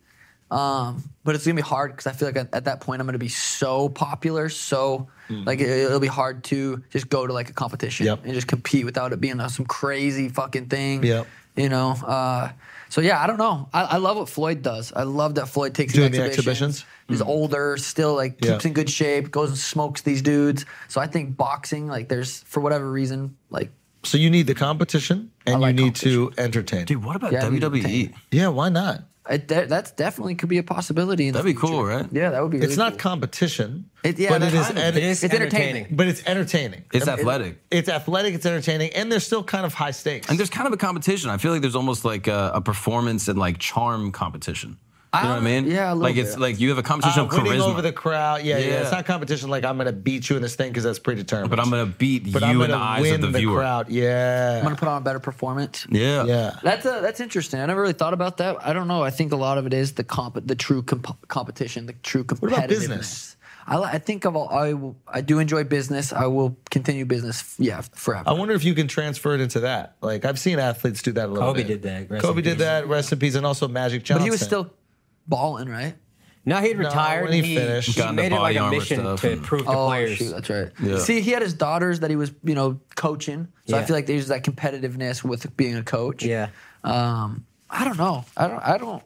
Speaker 2: Um, but it's gonna be hard because I feel like at, at that point I'm gonna be so popular, so like it, will be hard to just go to like a competition
Speaker 1: Mm-hmm. Yep.
Speaker 2: and just compete without it being uh, some crazy fucking thing.
Speaker 1: Yep.
Speaker 2: You know. Uh, so yeah, I don't know. I, I love what Floyd does. I love that Floyd takes
Speaker 1: Doing
Speaker 2: these
Speaker 1: the
Speaker 2: exhibitions.
Speaker 1: exhibitions?
Speaker 2: He's
Speaker 5: Mm-hmm.
Speaker 2: older, still like
Speaker 1: Yeah.
Speaker 2: keeps in good shape, goes and smokes these dudes. So I think boxing, like there's for whatever reason, like
Speaker 1: So you need the competition and
Speaker 2: like
Speaker 1: you need to entertain.
Speaker 5: Dude, what about E?
Speaker 2: Yeah, I mean,
Speaker 5: WWE?
Speaker 1: yeah, why not?
Speaker 2: it, that that's definitely could be a possibility. In the
Speaker 5: That'd be cool,
Speaker 2: future.
Speaker 5: right?
Speaker 2: Yeah, that would be.
Speaker 1: It's
Speaker 2: really
Speaker 1: not
Speaker 2: cool.
Speaker 1: competition,
Speaker 2: It- yeah,
Speaker 1: but
Speaker 2: that's
Speaker 1: it is,
Speaker 2: fine.
Speaker 1: en-
Speaker 3: It is
Speaker 2: It's entertaining.
Speaker 3: entertaining.
Speaker 1: but it's entertaining.
Speaker 5: It's
Speaker 1: I mean,
Speaker 5: athletic.
Speaker 1: It's athletic. It's entertaining, and there's still kind of high stakes.
Speaker 5: And there's kind of a competition. I feel like there's almost like a, a performance and like charm competition. You know what I
Speaker 2: Um,
Speaker 5: mean?
Speaker 2: yeah, a little
Speaker 5: like it's
Speaker 2: bit.
Speaker 5: like you have a competition
Speaker 1: uh,
Speaker 5: of
Speaker 1: winning
Speaker 5: charisma,
Speaker 1: over the crowd. Yeah, yeah,
Speaker 5: Yeah.
Speaker 1: It's not competition like I'm going to beat you in this thing because that's predetermined.
Speaker 5: but I'm gonna beat
Speaker 1: But I'm
Speaker 5: you in
Speaker 1: gonna
Speaker 5: the eyes
Speaker 1: win
Speaker 5: of the, viewer.
Speaker 1: crowd.
Speaker 2: I'm gonna
Speaker 1: Yeah,
Speaker 2: put on a better performance.
Speaker 5: Yeah,
Speaker 1: yeah.
Speaker 2: That's uh that's interesting. I never really thought about that. I don't know. I think a lot of it is the comp, the true comp- competition, the true competitiveness.
Speaker 1: about business?
Speaker 2: I, li- I think of all, I will- I do enjoy business. I will continue business. f- Yeah, forever.
Speaker 1: I wonder if you can transfer it into that. Like I've seen athletes do that a little
Speaker 3: Kobe
Speaker 1: bit.
Speaker 3: did that. Rest
Speaker 1: Kobe
Speaker 3: in
Speaker 1: did
Speaker 3: peace.
Speaker 1: that. Rest in peace, and also Magic Johnson.
Speaker 2: but he was still balling, right?
Speaker 3: No, he retired.
Speaker 1: when he
Speaker 3: he
Speaker 1: finished.
Speaker 3: he
Speaker 5: Got into
Speaker 3: made it like
Speaker 5: body
Speaker 3: a
Speaker 5: armor
Speaker 3: mission
Speaker 5: stuff
Speaker 3: to
Speaker 5: and-
Speaker 3: prove to
Speaker 2: Oh,
Speaker 3: players.
Speaker 2: shoot, that's right.
Speaker 5: Yeah.
Speaker 2: See, he had his daughters that he was, you know, coaching. So I
Speaker 3: Yeah.
Speaker 2: feel like there's that competitiveness with being a coach.
Speaker 3: Yeah.
Speaker 2: Um, I don't know. I don't. I don't.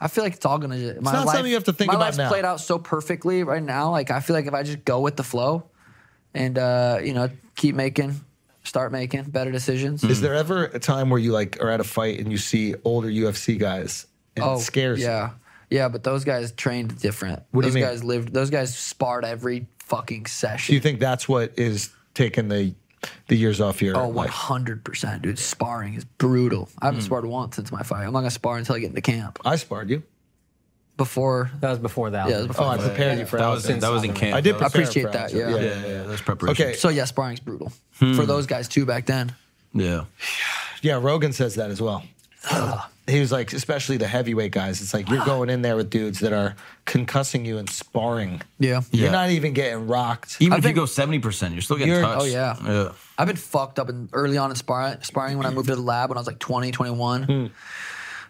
Speaker 2: I feel like it's all gonna. It's
Speaker 1: not something you have to think
Speaker 2: my
Speaker 1: about
Speaker 2: life's
Speaker 1: now.
Speaker 2: played out so perfectly right now. Like I feel like if I just go with the flow, and uh, you know, keep making, start making better decisions.
Speaker 1: Is there ever a time where you like are at a fight and you see older UFC guys and it scares you?
Speaker 2: Oh, yeah, yeah. But those guys trained different.
Speaker 1: What do you
Speaker 2: those
Speaker 1: mean?
Speaker 2: guys lived. Those guys sparred every fucking session.
Speaker 1: Do you think that's what is taking the the years off your
Speaker 2: Oh, one
Speaker 1: life?
Speaker 2: hundred percent, dude. Sparring is brutal. I
Speaker 3: Hmm.
Speaker 2: haven't sparred once since my fight. I'm not gonna spar until I get into camp.
Speaker 1: I sparred you.
Speaker 2: Before,
Speaker 3: That was before that.
Speaker 2: yeah, it was before.
Speaker 1: Oh, I prepared you for
Speaker 5: that was that was in camp.
Speaker 1: I did.
Speaker 5: That was-
Speaker 1: prepare
Speaker 2: appreciate
Speaker 1: for
Speaker 2: that,
Speaker 1: Aljo.
Speaker 2: yeah.
Speaker 5: yeah, yeah, yeah, that's preparation.
Speaker 1: Okay.
Speaker 2: so yeah, sparring's brutal
Speaker 3: Hmm.
Speaker 2: for those guys too back then.
Speaker 5: Yeah.
Speaker 1: Yeah, Rogan says that as well. he was like, especially the heavyweight guys. It's like you're going in there with dudes that are concussing you and sparring.
Speaker 2: Yeah.
Speaker 5: Yeah.
Speaker 1: You're not even getting rocked.
Speaker 5: Even
Speaker 2: I
Speaker 5: if
Speaker 2: think-
Speaker 5: you go seventy percent, you're still getting
Speaker 1: You're-
Speaker 5: touched.
Speaker 2: oh, yeah.
Speaker 5: Yeah.
Speaker 2: I've been fucked up in early on in spar- sparring when I moved to the lab when I was like 20, 21.
Speaker 3: Hmm.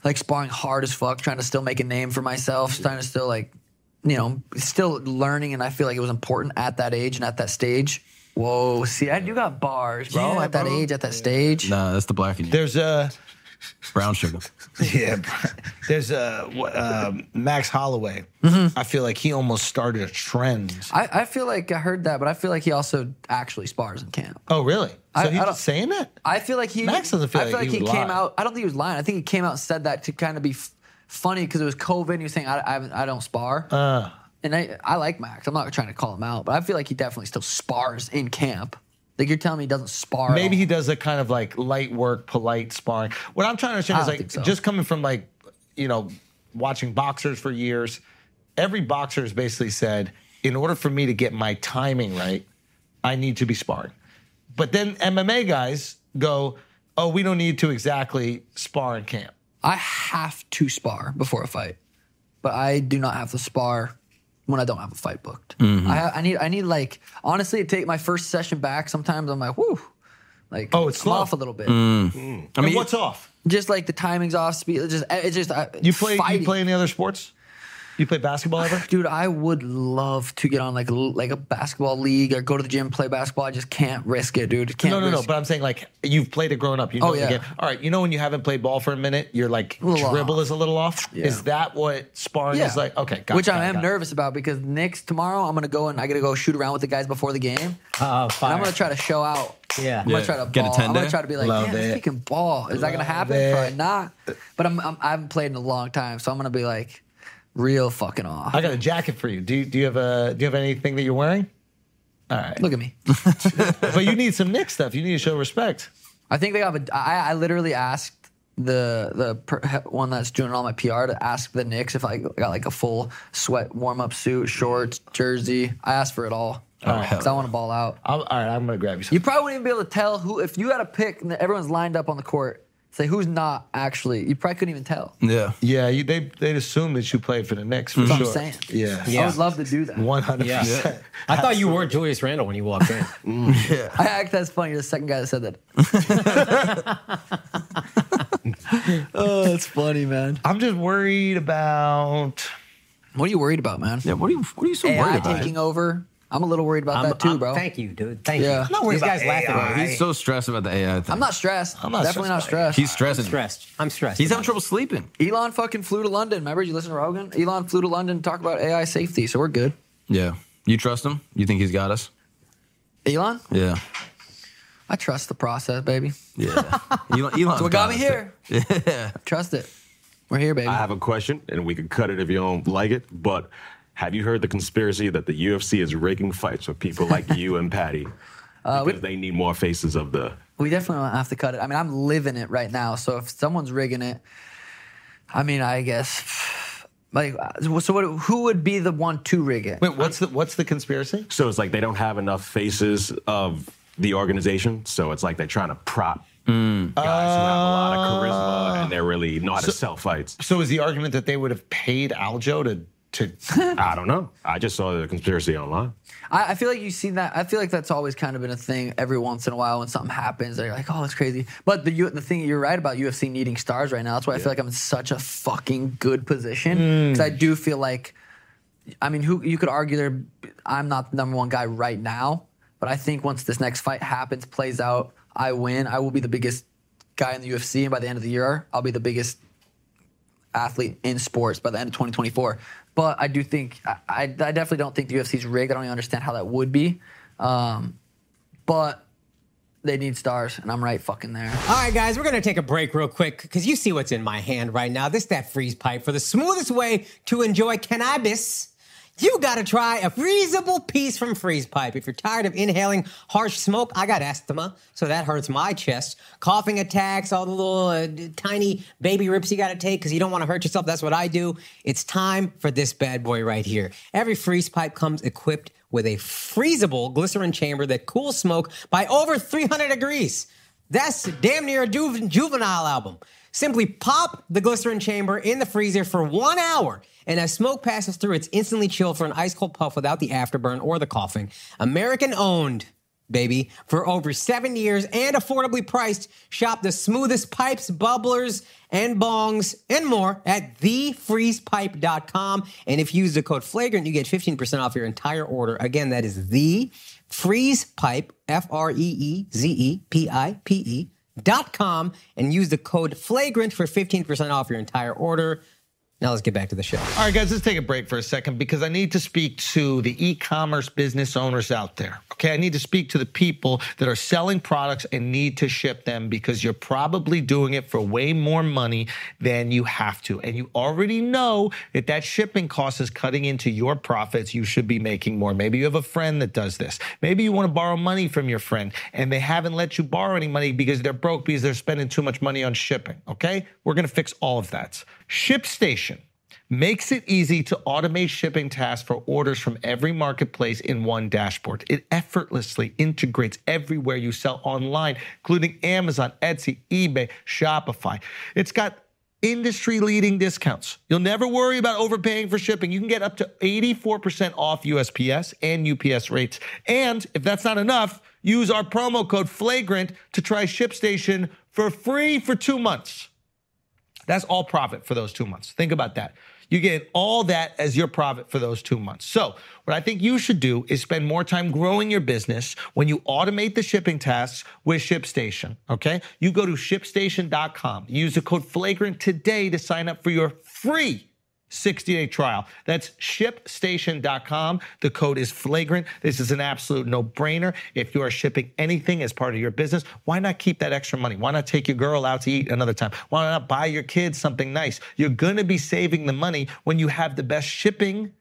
Speaker 2: Like sparring hard as fuck, trying to still make a name for myself, trying to still like, you know, still learning. And I feel like it was important at that age and at that stage. Whoa, see, I, you got bars, bro,
Speaker 3: Yeah,
Speaker 2: at that
Speaker 3: bro.
Speaker 2: age, at that stage.
Speaker 5: Nah, Uh, that's the black in you.
Speaker 1: There's a
Speaker 5: brown sugar.
Speaker 1: yeah. There's a what, uh, Max Holloway.
Speaker 2: Mm-hmm.
Speaker 1: I feel like he almost started a trend.
Speaker 2: I, I feel like I heard that, but I feel like he also actually spars in camp.
Speaker 1: Oh, really? So
Speaker 2: I-
Speaker 1: he's
Speaker 2: I don't-
Speaker 1: just saying that?
Speaker 2: I feel like he.
Speaker 1: Max doesn't feel
Speaker 2: I feel
Speaker 1: like
Speaker 2: like,
Speaker 1: he
Speaker 2: he,
Speaker 1: would
Speaker 2: came
Speaker 1: lie.
Speaker 2: out. I don't think he was lying. I think he came out and said that to kind of be f- funny because it was COVID. And he was saying, "I, I, I don't spar."
Speaker 1: Uh.
Speaker 2: and I, I like Max. I'm not trying to call him out, but I feel like he definitely still spars in camp. Like you're telling me he doesn't spar.
Speaker 1: Maybe he does a kind of like light work, polite sparring. What I'm trying to understand
Speaker 2: I
Speaker 1: is
Speaker 2: don't
Speaker 1: like
Speaker 2: think so.
Speaker 1: just coming from like, you know, watching boxers for years, every boxer has basically said, in order for me to get my timing right, I need to be sparring. But then MMA guys go, oh, we don't need to exactly spar in camp.
Speaker 2: I have to spar before a fight, but I do not have to spar when I don't have a fight booked. I, ha- I need I need like honestly to take my first session back. Sometimes I'm like, whoo, like
Speaker 1: Oh, it's
Speaker 2: I'm
Speaker 1: slow.
Speaker 2: off a little bit.
Speaker 1: I mean, what's off?
Speaker 2: Just like the timings off, speed. Just it's just I,
Speaker 1: You play?
Speaker 2: fighting.
Speaker 1: You play any other sports? You play basketball ever?
Speaker 2: Dude, I would love to get on like a- like a basketball league or go to the gym play basketball. I just can't risk it, dude. Can't
Speaker 1: No, no, no.
Speaker 2: risk-
Speaker 1: But I'm saying like you've played it growing up. You know
Speaker 2: Oh,
Speaker 1: the
Speaker 2: yeah.
Speaker 1: game. All right. You know when you haven't played ball for a minute, your like
Speaker 2: little
Speaker 1: dribble
Speaker 2: off.
Speaker 1: is a little off.
Speaker 2: Yeah.
Speaker 1: Is that what sparring
Speaker 2: yeah,
Speaker 1: is like? Okay, got
Speaker 2: which
Speaker 1: it,
Speaker 2: I
Speaker 1: got it,
Speaker 2: am
Speaker 1: got it.
Speaker 2: nervous about because next tomorrow I'm gonna go and I gotta go shoot around with the guys before the game.
Speaker 3: Oh, fire.
Speaker 2: And I'm gonna try to show out
Speaker 3: Yeah.
Speaker 2: I'm
Speaker 5: Yeah.
Speaker 2: gonna try to
Speaker 5: Get a
Speaker 2: ball.
Speaker 5: 10
Speaker 2: I'm gonna
Speaker 5: day?
Speaker 2: try to be like,
Speaker 1: Love
Speaker 2: damn, this
Speaker 1: it.
Speaker 2: kid can ball. Is that gonna
Speaker 1: Love
Speaker 2: happen?
Speaker 1: it.
Speaker 2: Probably not. But I'm, I'm I haven't played in a long time, so I'm gonna be like, real fucking off.
Speaker 1: I got a jacket for you. Do you, do you have a do you have anything that you're wearing?
Speaker 2: Look at me.
Speaker 1: but you need some Nick stuff. You need to show respect.
Speaker 2: I think they have a. I, I literally asked the the per, one that's doing all my PR to ask the Knicks if I got like a full sweat warm up suit, shorts, jersey. I asked for it all
Speaker 5: Oh,
Speaker 2: because I want to ball out.
Speaker 1: I'll, all right, I'm gonna grab you. Some.
Speaker 2: You probably wouldn't even be able to tell who if you had a pick and everyone's lined up on the court. Say who's not actually. You probably couldn't even tell.
Speaker 5: Yeah.
Speaker 1: Yeah, you, they they'd assume that you played for the Knicks for
Speaker 2: That's
Speaker 1: sure.
Speaker 2: what I'm saying.
Speaker 1: Yeah,
Speaker 2: I would love to do that.
Speaker 1: one hundred
Speaker 3: Yeah.
Speaker 1: percent.
Speaker 3: I thought you were Julius Randle when you walked in.
Speaker 2: I act that's funny. You're the second guy that said that. oh, that's funny, man.
Speaker 1: I'm just worried about.
Speaker 2: What are you worried about, man?
Speaker 5: Yeah. What are you? What are you so
Speaker 2: AI
Speaker 5: worried about?
Speaker 2: taking over. I'm a little worried about that too,
Speaker 3: I'm-
Speaker 2: bro.
Speaker 3: Thank you, dude. Thank
Speaker 2: Yeah.
Speaker 3: you.
Speaker 2: I'm not
Speaker 1: worried
Speaker 3: These guys
Speaker 1: about
Speaker 3: laughing at me.
Speaker 5: He's so stressed about the AI thing.
Speaker 2: I'm not stressed. I'm
Speaker 1: not
Speaker 2: definitely not
Speaker 1: stressed by
Speaker 2: stressed.
Speaker 5: He's stressing.
Speaker 3: stressed. I'm stressed.
Speaker 5: He's having trouble sleeping.
Speaker 2: Elon fucking flew to London. Remember, you listen to Rogan? Elon flew to London to talk about AI safety, so we're good.
Speaker 5: Yeah. You trust him? You think he's got us?
Speaker 2: Elon,
Speaker 5: Yeah.
Speaker 2: I trust the process, baby.
Speaker 5: Yeah. Elon, Elon
Speaker 2: So what got me here? Yeah. Trust it. We're here, baby.
Speaker 7: I have a question, and we can cut it if you don't like it. But have you heard the conspiracy that the UFC is rigging fights with people like you and Patty because they need more faces of the?
Speaker 2: we definitely don't have to cut it. I mean, I'm living it right now. So if someone's rigging it, I mean, I guess. Like, so what, who would be the one to rig it?
Speaker 1: Wait, what's the what's the conspiracy?
Speaker 7: So it's like they don't have enough faces of the organization. So it's like they're trying to prop guys who have a lot of charisma and they really know how to sell fights.
Speaker 1: So is the argument that they would have paid Aljo to to
Speaker 7: I don't know. I just saw the conspiracy online.
Speaker 2: I, I feel like you've seen that. I feel like that's always kind of been a thing every once in a while when something happens. They're like, oh, it's crazy. But the, U- the thing you're right about UFC needing stars right now. That's why I feel like I'm in such a fucking good position. Because I do feel like, I mean, who you could argue there, I'm not the number one guy right now. But I think once this next fight happens, plays out, I win, I will be the biggest guy in the UFC. And by the end of the year, I'll be the biggest athlete in sports by the end of 2024. But I do think I, I I definitely don't think the UFC's rigged. I don't even understand how that would be. Um, but they need stars, and I'm right fucking there.
Speaker 3: All right, guys, we're gonna take a break real quick because you see what's in my hand right now. This that freeze pipe for the smoothest way to enjoy cannabis. You gotta try a freezable piece from Freeze Pipe. If you're tired of inhaling harsh smoke, I got asthma, so that hurts my chest. Coughing attacks, all the little uh, d- tiny baby rips you gotta take because you don't wanna hurt yourself. That's what I do. It's time for this bad boy right here. Every Freeze Pipe comes equipped with a freezable glycerin chamber that cools smoke by over 300 degrees. That's damn near a juve- juvenile album. Simply pop the glycerin chamber in the freezer for one hour, and as smoke passes through, it's instantly chilled for an ice cold puff without the afterburn or the coughing. American owned, baby, for over seven years and affordably priced. Shop the smoothest pipes, bubblers, and bongs and more at thefreezepipe.com. And if you use the code flagrant, you get 15% off your entire order. Again, that is the Freeze Pipe, F R E E Z E P I P E dot com, and use the code flagrant for 15% off your entire order. Now let's get back to the show.
Speaker 1: All right, guys, let's take a break for a second because I need to speak to the e commerce business owners out there. Okay, I need to speak to the people that are selling products and need to ship them because you're probably doing it for way more money than you have to. And you already know that that shipping cost is cutting into your profits. You should be making more. Maybe you have a friend that does this. Maybe you want to borrow money from your friend and they haven't let you borrow any money because they're broke because they're spending too much money on shipping. Okay, we're going to fix all of that. ShipStation makes it easy to automate shipping tasks for orders from every marketplace in one dashboard. It effortlessly integrates everywhere you sell online, including Amazon, Etsy, eBay, Shopify. It's got industry leading discounts. You'll never worry about overpaying for shipping. You can get up to 84% off USPS and UPS rates. And if that's not enough, use our promo code flagrant to try ShipStation for free for 2 months. That's all profit for those two months. Think about that. You get all that as your profit for those two months. So, what I think you should do is spend more time growing your business when you automate the shipping tasks with ShipStation. Okay. You go to shipstation.com, use the code flagrant today to sign up for your free 60 day trial. That's shipstation.com. The code is flagrant. This is an absolute no brainer. If you are shipping anything as part of your business, why not keep that extra money? Why not take your girl out to eat another time? Why not buy your kids something nice? You're going to be saving the money when you have the best shipping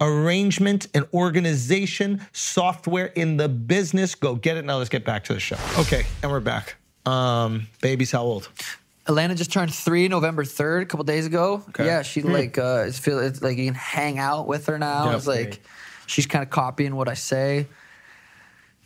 Speaker 1: arrangement and organization software in the business. Go get it. Now let's get back to the show. Okay, and we're back. Um, baby's how old?
Speaker 2: Atlanta just turned three November third, a couple days ago. Yeah, she like uh, it's feel it's like you can hang out with her now. It's like she's kind of copying what I say.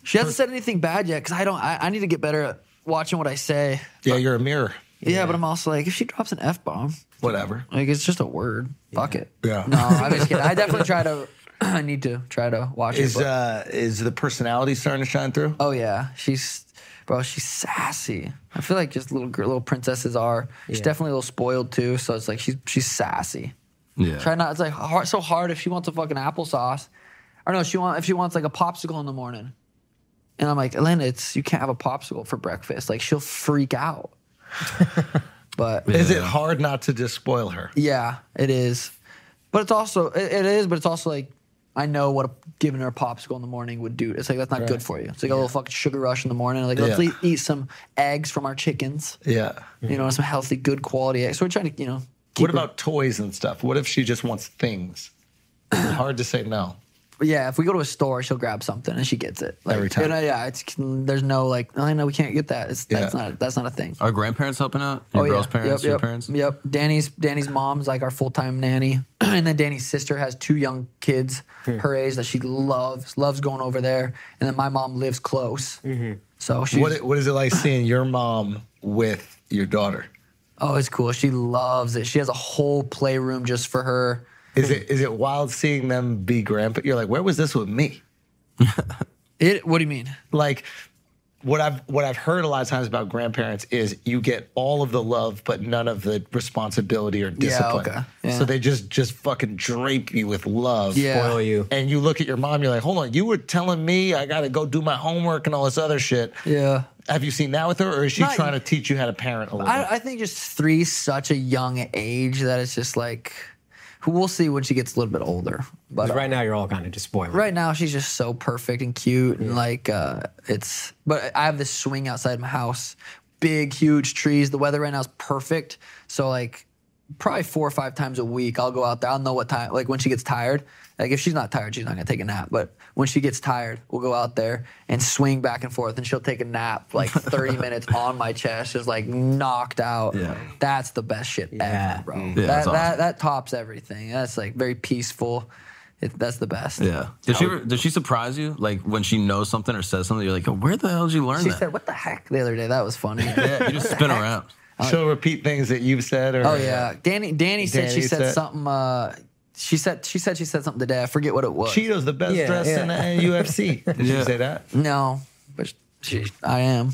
Speaker 2: She hasn't said anything bad yet because I don't. I, I need to get better at watching what I say.
Speaker 1: Yeah, you're a mirror.
Speaker 2: Yeah, but I'm also like, if she drops an f bomb,
Speaker 1: Whatever.
Speaker 2: like it's just a word. Fuck it.
Speaker 1: Yeah.
Speaker 2: No, I'm just kidding. I definitely try to. I need to try to watch
Speaker 1: Is
Speaker 2: it. but-
Speaker 1: uh is the personality starting to shine through?
Speaker 2: oh yeah, she's. Bro, she's sassy. I feel like just little girl, little princesses are. She's definitely a little spoiled too, so it's like she's she's sassy.
Speaker 5: Yeah.
Speaker 2: Try not. It's like hard, so hard if she wants a fucking applesauce, or no, she want if she wants like a popsicle in the morning, and I'm like, Elena, it's you can't have a popsicle for breakfast. Like she'll freak out. but
Speaker 1: Is it hard not to just spoil her?
Speaker 2: yeah, it is. But it's also it, it is. But it's also like I know what a, giving her a popsicle in the morning would do. It's like that's not good for you. It's like a little fucking sugar rush in the morning. Like let's
Speaker 1: Yeah.
Speaker 2: eat, eat some eggs from our chickens.
Speaker 1: Yeah.
Speaker 2: You know, some healthy, good quality eggs. So we're trying to you know.
Speaker 1: What about toys and stuff? What if she just wants things? Is it hard to say no?
Speaker 2: But yeah, if we go to a store, she'll grab something and she gets it like,
Speaker 1: Every time.
Speaker 2: you know, yeah, it's there's no like, oh no, we can't get that. It's, That's
Speaker 1: Yeah.
Speaker 2: not that's not a thing.
Speaker 5: Are grandparents helping out? Your
Speaker 2: Oh, yeah.
Speaker 5: girl's parents,
Speaker 2: yep,
Speaker 5: your
Speaker 2: yep,
Speaker 5: parents?
Speaker 2: Yep. Danny's Danny's mom's like our full time nanny, and then Danny's sister has two young kids her age that she loves loves going over there, and then my mom lives close, so she
Speaker 1: What what is it like seeing your mom with your daughter?
Speaker 2: oh it's cool. She loves it. She has a whole playroom just for her.
Speaker 1: Is it is it wild seeing them be grandpa? You're like, where was this with me?
Speaker 2: It. What do you mean?
Speaker 1: like what I've what I've heard a lot of times about grandparents is you get all of the love but none of the responsibility or discipline.
Speaker 2: okay. Yeah.
Speaker 1: So they just just fucking drape you with love.
Speaker 2: Yeah.
Speaker 3: Spoil you.
Speaker 1: And you look at your mom, you're like, hold on, you were telling me I gotta go do my homework and all this other shit.
Speaker 2: Yeah.
Speaker 1: Have you seen that with her or is she
Speaker 2: Not-
Speaker 1: trying to teach you how to parent a little bit?
Speaker 2: I, I think just three such a young age that it's just like we'll see when she gets a little bit older. But
Speaker 3: 'Cause
Speaker 2: uh,
Speaker 3: right now you're all kind of just spoiled.
Speaker 2: right now she's just so perfect and cute and like uh, it's. But I have this swing outside my house, big huge trees. The weather right now is perfect, so like probably four or five times a week I'll go out there. I'll know what time like when she gets tired. Like if she's not tired, she's not gonna take a nap. But when she gets tired, we'll go out there and swing back and forth, and she'll take a nap like 30 minutes on my chest, just like knocked out.
Speaker 5: Yeah. Mm.
Speaker 2: That's the best shit ever, bro. that,
Speaker 5: that's
Speaker 2: that
Speaker 5: awesome.
Speaker 2: that tops everything. That's like very peaceful. It, that's the best.
Speaker 5: Yeah. Did she ever, did she surprise you? Like when she knows something or says something, you're like, where the hell did you learn
Speaker 2: She
Speaker 5: that?
Speaker 2: said, "What the heck?" The other day, that was funny.
Speaker 5: yeah, you just spin around.
Speaker 1: She'll repeat things that you've said or
Speaker 2: Oh yeah, Danny. Danny said she
Speaker 1: Danny
Speaker 2: said,
Speaker 1: said-
Speaker 2: something. Uh, she said she said she said something today. I forget what it was.
Speaker 1: Cheeto's the best
Speaker 3: Yeah,
Speaker 1: dressed
Speaker 3: yeah.
Speaker 1: in the UFC. Did you
Speaker 5: Yeah.
Speaker 1: say that?
Speaker 2: No, but she, I am.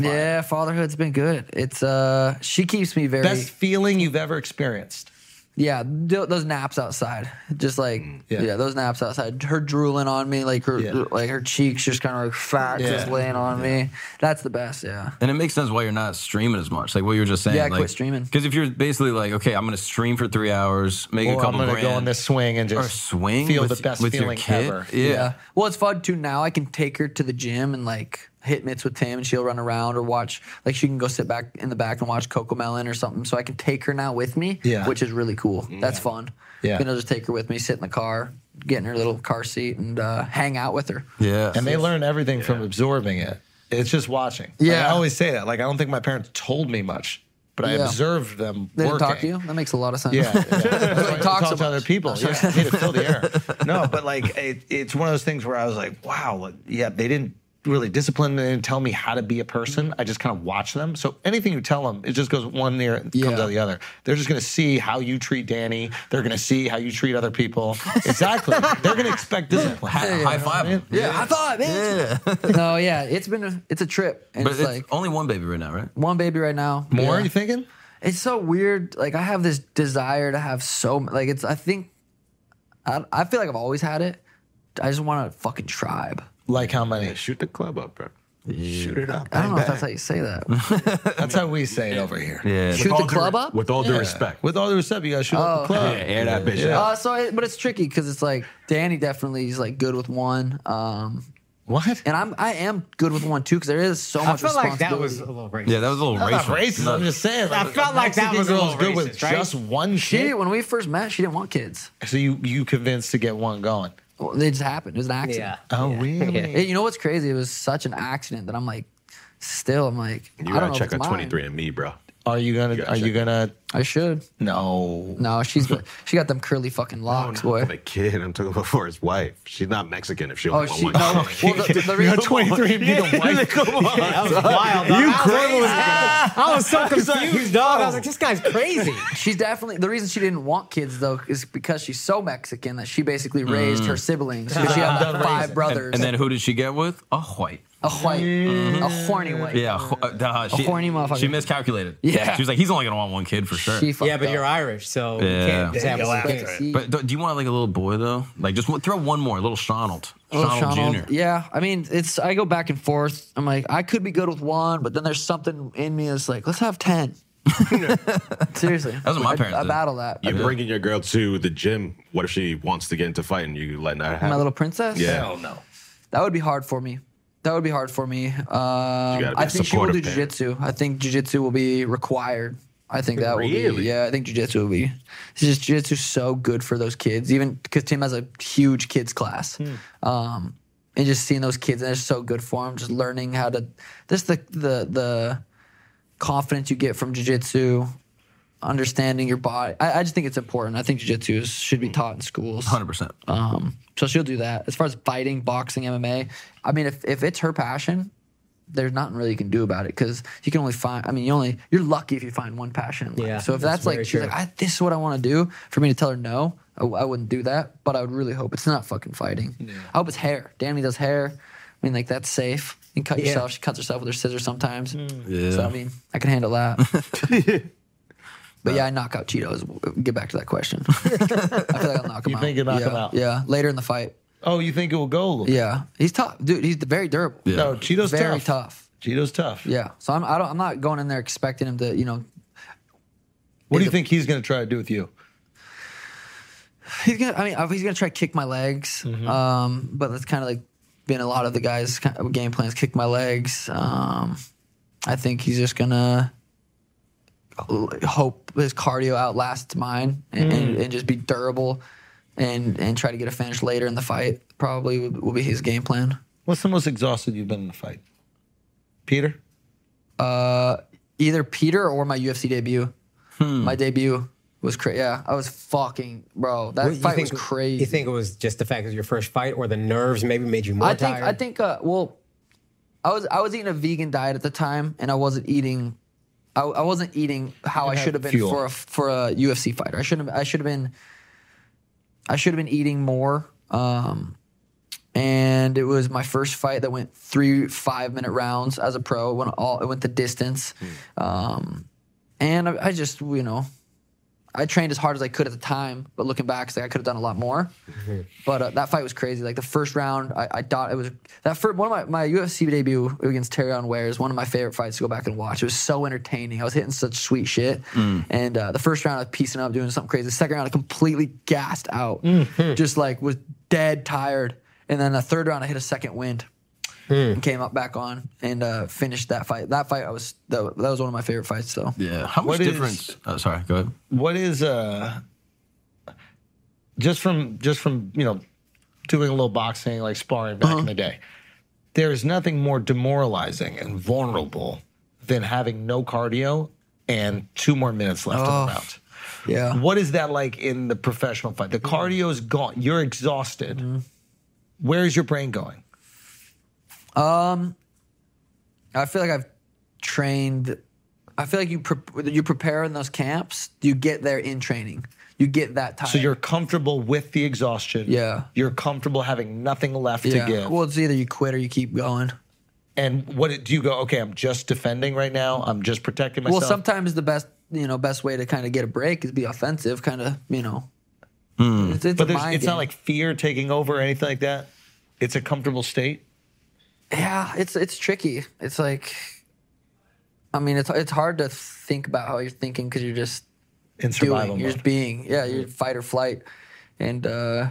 Speaker 2: yeah, fatherhood's been good. It's uh, she keeps me very
Speaker 1: Best feeling you've ever experienced.
Speaker 2: yeah. th- those naps outside, just like
Speaker 1: Mm, Yeah.
Speaker 2: yeah. those naps outside. Her drooling on me, like her
Speaker 1: Yeah.
Speaker 2: like her cheeks just kind of like fat, just
Speaker 1: Yeah.
Speaker 2: laying on me. That's the best. Yeah,
Speaker 5: And it makes sense why you're not streaming as much, like what you were just saying.
Speaker 2: Yeah, I
Speaker 5: like,
Speaker 2: quit streaming.
Speaker 5: Because if you're basically like, okay, I'm going to stream for three hours, make a
Speaker 1: Or I'm
Speaker 5: couple
Speaker 1: gonna
Speaker 5: grand,
Speaker 1: go on this swing and
Speaker 5: or
Speaker 1: just
Speaker 5: swing,
Speaker 1: feel
Speaker 5: with,
Speaker 1: the best
Speaker 5: with your
Speaker 1: feeling
Speaker 5: kid.
Speaker 1: ever.
Speaker 5: Yeah.
Speaker 2: Well, it's fun too. Now I can take her to the gym and like hit mitts with Tim, and she'll run around or watch. Like she can go sit back in the back and watch Coco Melon or something. So I can take her now with me,
Speaker 1: Yeah.
Speaker 2: which is really cool. That's fun.
Speaker 1: Yeah.
Speaker 2: And I'll just take her with me, sit in the car, get in her little car seat, and uh, hang out with her.
Speaker 5: yeah.
Speaker 1: And they learn everything from absorbing it. It's just watching. Like,
Speaker 2: Yeah.
Speaker 1: I always say that. Like, I don't think my parents told me much, but I
Speaker 2: Yeah.
Speaker 1: observed them
Speaker 2: They didn't
Speaker 1: working.
Speaker 2: talk to you. That makes a lot of sense.
Speaker 1: Yeah, yeah. That's why
Speaker 2: They
Speaker 1: you
Speaker 2: talk so
Speaker 1: to other
Speaker 2: much.
Speaker 1: people. Yeah, you need to fill the air. No, but like it, it's one of those things where I was like, wow, like, yeah, they didn't really discipline. me. They didn't tell me how to be a person. I just kind of watch them. So anything you tell them, it just goes one ear and
Speaker 2: Yeah.
Speaker 1: comes out the other. They're just going to see how you treat Danny. They're going to see how you treat other people. Exactly. They're going to expect discipline.
Speaker 5: Ha- high five.
Speaker 1: man.
Speaker 5: Yeah.
Speaker 2: I thought, man. no, yeah, it's been a, it's a trip, and
Speaker 5: But
Speaker 2: it's,
Speaker 5: it's
Speaker 2: like
Speaker 5: only one baby right now, right?
Speaker 2: one baby right now.
Speaker 1: More,
Speaker 2: Yeah.
Speaker 1: you thinking?
Speaker 2: it's so weird. Like I have this desire to have so m- like it's. I think I, I feel like I've always had it. I just want a fucking tribe.
Speaker 1: Like how many?
Speaker 7: Shoot the club up, bro.
Speaker 1: Shoot it up.
Speaker 2: I don't know if that's how you say that.
Speaker 1: That's how we say it over here.
Speaker 5: Yeah.
Speaker 2: Shoot the
Speaker 7: all due-
Speaker 2: club up.
Speaker 7: With all due respect.
Speaker 1: With all due respect, you gotta shoot up the
Speaker 5: Yeah,
Speaker 1: club.
Speaker 5: air that bitch out.
Speaker 2: Uh, so, it, but it's tricky because it's like Danny definitely is like good with one, um,
Speaker 1: What?
Speaker 2: and I'm I am good with one too because there is so
Speaker 3: I
Speaker 2: much.
Speaker 3: feel like that
Speaker 2: responsibility.
Speaker 3: was a little racist.
Speaker 5: Yeah, that was a little
Speaker 1: I'm not
Speaker 5: racial.
Speaker 1: racist.
Speaker 5: No.
Speaker 1: I'm just saying.
Speaker 3: I felt like that
Speaker 1: Mexican
Speaker 3: was a
Speaker 1: girl's
Speaker 3: little
Speaker 1: good with
Speaker 3: racist, right?
Speaker 1: just one
Speaker 2: She
Speaker 1: shit.
Speaker 2: when we first met, she didn't want kids.
Speaker 1: So you you convinced to get one going?
Speaker 2: Well, It just happened. It was an accident.
Speaker 3: Yeah.
Speaker 1: Oh really?
Speaker 2: Yeah, you know what's crazy? It was such an accident that I'm like, still, I'm like, I
Speaker 7: You
Speaker 2: don't
Speaker 7: gotta
Speaker 2: know
Speaker 7: check
Speaker 2: if
Speaker 7: on
Speaker 2: it's mine.
Speaker 7: 23 and me, bro.
Speaker 1: Are you gonna?
Speaker 7: gotta
Speaker 1: are you
Speaker 7: check
Speaker 1: gonna?
Speaker 2: I should.
Speaker 1: No.
Speaker 2: No, she's she got them curly fucking locks,
Speaker 7: I'm
Speaker 2: boy.
Speaker 7: a kid. I'm talking about for his wife. She's not Mexican if she
Speaker 2: Oh,
Speaker 7: only
Speaker 2: she. No,
Speaker 7: wants one.
Speaker 2: well, the, the reason,
Speaker 1: 23 be the wife.
Speaker 3: wild. You criminals. I was so confused, dog. I was like, this guy's crazy.
Speaker 2: she's definitely the reason she didn't want kids though is because she's so Mexican that she basically raised her siblings. 'cause She had like, five brothers.
Speaker 5: And then who did she get with? A white.
Speaker 2: a white, a horny white.
Speaker 5: Yeah, a wh- uh, she,
Speaker 2: horny motherfucker.
Speaker 5: She miscalculated.
Speaker 2: Yeah.
Speaker 5: she was like, he's only gonna want one kid for sure.
Speaker 2: She fucked
Speaker 3: yeah, but
Speaker 2: up.
Speaker 3: you're Irish, so you
Speaker 5: Yeah.
Speaker 3: can't just have
Speaker 2: Yeah,
Speaker 3: one
Speaker 2: you
Speaker 3: kid.
Speaker 2: can't see-
Speaker 5: but do, do you want like a little boy though? Like just one- throw one more, a little Shonald,
Speaker 2: Little
Speaker 5: Shonald,
Speaker 2: Shonald.
Speaker 5: Jr.
Speaker 2: Oh, Yeah, I mean, it's I go back and forth. I'm like, I could be good with one, but then there's something in me that's like, let's have ten. Seriously,
Speaker 5: That's what my
Speaker 2: I-
Speaker 5: parents
Speaker 2: I,
Speaker 5: did.
Speaker 2: battle that.
Speaker 7: You're bringing your girl to the gym. What if she wants to get into fighting? You letting that happen?
Speaker 2: My little princess.
Speaker 7: Yeah.
Speaker 1: Hell no.
Speaker 2: that would be hard for me. That would be hard for me. Um,
Speaker 7: be
Speaker 2: I think she will do
Speaker 7: supportive parent.
Speaker 2: jujitsu. I think jujitsu will be required. I think that will be.
Speaker 7: Really?
Speaker 2: Yeah, I think jujitsu will be. It's just jujitsu so good for those kids, even because Tim has a huge kids class.
Speaker 7: Hmm.
Speaker 2: Um, and just seeing those kids, and it's so good for them. Just learning how to, just the the the confidence you get from jujitsu, understanding your body. I, I just think it's important. I think jujitsu is- should
Speaker 7: Hmm.
Speaker 2: be taught in schools.
Speaker 5: Hundred percent.
Speaker 2: Um, so she'll do that. As far as fighting, boxing, MMA, I mean, if, if it's her passion, there's nothing really you can do about it because you can only find. I mean, you only you're lucky if you find one passion. in life.
Speaker 3: Yeah,
Speaker 2: So if
Speaker 3: that's
Speaker 2: that's, like
Speaker 3: very
Speaker 2: she's
Speaker 3: true.
Speaker 2: like, I, this is what I want to do. For me to tell her no, I, w- I wouldn't do that. But I would really hope it's not fucking fighting. I hope it's hair. Danny does hair. I mean, like that's safe. You can cut
Speaker 3: Yeah. Mm.
Speaker 2: yourself. She cuts herself with her scissors sometimes.
Speaker 5: Yeah.
Speaker 2: So I mean, I can handle that. But yeah, I knock out Cheetos. Get back to that question. I feel like I'll knock him
Speaker 1: You
Speaker 2: out.
Speaker 1: think you'll knock
Speaker 2: yeah,
Speaker 1: him out?
Speaker 2: Yeah, later in the fight.
Speaker 1: Oh, you think it will go? a little-
Speaker 2: Yeah, he's tough, dude. He's very durable.
Speaker 5: Yeah.
Speaker 1: No, Cheeto's
Speaker 2: very
Speaker 1: tough.
Speaker 2: tough.
Speaker 1: Cheeto's tough.
Speaker 2: Yeah. So I'm I don't, I'm not going in there expecting him to you know
Speaker 1: What do you
Speaker 2: He's a-
Speaker 1: think he's gonna try to do with you?
Speaker 2: he's gonna I mean he's gonna try to kick my legs.
Speaker 1: Mm-hmm.
Speaker 2: Um, but that's kind of like been a lot of the guys' kind of game plans. Kick my legs. Um, I think he's just gonna uh, hope his cardio outlasts mine and,
Speaker 1: Mm.
Speaker 2: and, and just be durable and and try to get a finish later in the fight. Probably would- will be his game plan.
Speaker 1: What's the most exhausted you've been in a fight? Peter.
Speaker 2: either Peter or my UFC debut.
Speaker 3: Hmm.
Speaker 2: My debut was crazy. Yeah, I was fucking bro. That
Speaker 3: You
Speaker 2: fight
Speaker 3: think-
Speaker 2: was crazy.
Speaker 3: You think it was just the fact it was your first fight, or the nerves maybe made you more
Speaker 2: I think
Speaker 3: tired?
Speaker 2: I think uh, well, I was I was eating a vegan diet at the time, and I wasn't eating. I, I wasn't eating how I should have been
Speaker 1: fuel.
Speaker 2: for a for a UFC fighter. I should have I should have been. I should have been eating more. Um, and it was my first fight that went three five minute rounds as a pro. It went all it went the distance,
Speaker 3: Hmm.
Speaker 2: um, and I, I just you know, I trained as hard as I could at the time. But looking back, it's like I could have done a lot more. But uh, that fight was crazy. Like the first round, I, I thought it was that first one of my, my UFC debut against Terry Ware is one of my favorite fights to go back and watch. It was so entertaining. I was hitting such sweet shit. And uh, the first round, I was piecing up, doing something crazy. The second round, I completely gassed out, just like was dead tired. And then the third round, I hit a second wind and came up back on and uh, finished that fight. That fight, I was that, that was one of my favorite fights though.
Speaker 5: Yeah. How much
Speaker 1: What is-
Speaker 5: difference? oh, sorry. Go ahead.
Speaker 1: What is uh? Just from just from you know, doing a little boxing like sparring back in the day, there is nothing more demoralizing and vulnerable than having no cardio and two more minutes left in the round.
Speaker 2: Yeah.
Speaker 1: What is that like in the professional fight? The cardio is gone. You're exhausted. Where is your brain going?
Speaker 2: I feel like I've trained. I feel like you pre- you prepare in those camps. You get there in training. You get that time.
Speaker 1: So you're comfortable with the exhaustion.
Speaker 2: Yeah.
Speaker 1: You're comfortable having nothing left to give.
Speaker 2: Well, it's either you quit or you keep going.
Speaker 1: and what it- do you go? Okay, I'm just defending right now. I'm just protecting myself.
Speaker 2: Well, sometimes the best you know best way to kind of get a break is be offensive, kind of you know. It's, it's, a
Speaker 1: Hmm. but there's,
Speaker 2: mind
Speaker 1: it's
Speaker 2: game.
Speaker 1: not like fear taking over or anything like that. It's a comfortable state.
Speaker 2: yeah, it's it's tricky. It's like, I mean, it's it's hard to think about how you're thinking because you're just
Speaker 1: in survival
Speaker 2: doing, you're
Speaker 1: mode.
Speaker 2: just being. Yeah, you're fight or flight, and uh,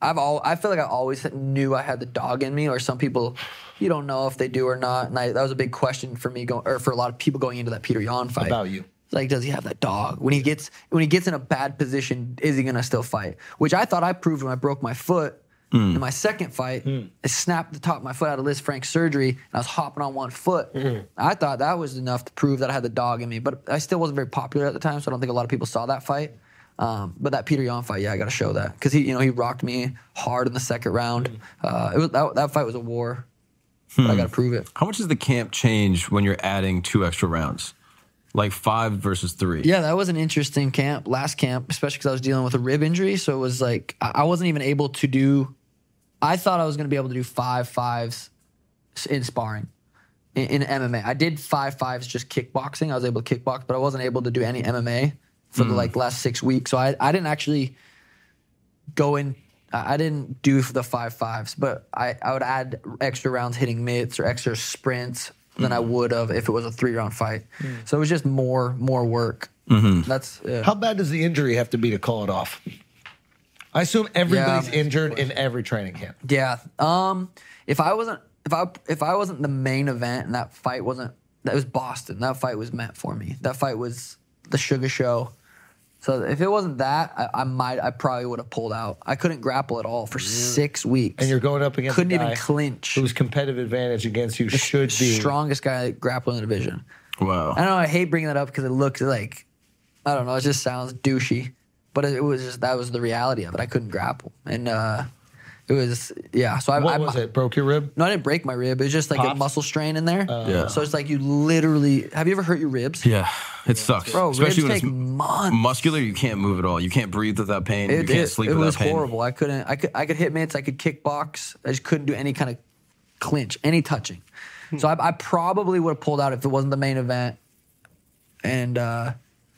Speaker 2: I've all I feel like I always knew I had the dog in me, or some people. You don't know if they do or not, and I, that was a big question for me, going or for a lot of people going into that Peter Yan fight
Speaker 1: About you.
Speaker 2: It's Like, does he have that dog? When he gets when he gets in a bad position, is he gonna still fight? Which I thought I proved when I broke my foot in my second fight. I snapped the top of my foot out of Liz Frank's surgery, and I was hopping on one foot. I thought that was enough to prove that I had the dog in me, but I still wasn't very popular at the time, so I don't think a lot of people saw that fight. Um, but that Peter Yan fight, yeah, I got to show that because he, you know, he rocked me hard in the second round. Uh, it was that, that fight was a war, but I got to prove it.
Speaker 5: How much does the camp change when you're adding two extra rounds? Like five versus three.
Speaker 2: Yeah, that was an interesting camp, last camp, especially because I was dealing with a rib injury. So it was like, I I wasn't even able to do, I thought I was going to be able to do five fives s- in sparring in, in MMA. I did five fives just kickboxing. I was able to kickbox, but I wasn't able to do any MMA for the like last six weeks. So I, I didn't actually go in. I I didn't do the five fives, but I, I would add extra rounds hitting mitts or extra sprints than I would have if it was a three round fight. So it was just more more work. That's yeah.
Speaker 1: How bad does the injury have to be to call it off? I assume everybody's
Speaker 2: that's a
Speaker 1: injured in every training camp.
Speaker 2: Yeah. Um, if I wasn't if I if I wasn't the main event and that fight wasn't that was Boston. That fight was meant for me. That fight was the Sugar Show. So if it wasn't that, I, I might I probably would have pulled out. I couldn't grapple at all for six weeks.
Speaker 1: And you're going up against
Speaker 2: couldn't
Speaker 1: a
Speaker 2: even
Speaker 1: guy
Speaker 2: clinch.
Speaker 1: Whose competitive advantage against you should be
Speaker 2: strongest guy grappling in the division.
Speaker 5: Wow.
Speaker 2: I don't know. I hate bringing that up because it looks like I don't know. It just sounds douchey, but it, it was just that was the reality of it. I couldn't grapple, and uh, it was yeah. So I,
Speaker 1: What
Speaker 2: I,
Speaker 1: was it? Broke your rib?
Speaker 2: No, I didn't break my rib. It was just like a
Speaker 1: Popped?
Speaker 2: muscle strain in there.
Speaker 5: Yeah.
Speaker 2: So it's like you literally. Have you ever hurt your ribs?
Speaker 5: Yeah, it sucks.
Speaker 2: Bro,
Speaker 5: Especially when
Speaker 2: ribs
Speaker 5: it's
Speaker 2: take months.
Speaker 5: muscular, you can't move at all. You can't breathe without pain. you
Speaker 2: It,
Speaker 5: can't
Speaker 2: it-
Speaker 5: sleep
Speaker 2: it
Speaker 5: without
Speaker 2: was
Speaker 5: pain.
Speaker 2: horrible. I couldn't. I could. I could hit mitts. I could kickbox. I just couldn't do any kind of clinch, any touching. So I, I probably would have pulled out if it wasn't the main event. And uh,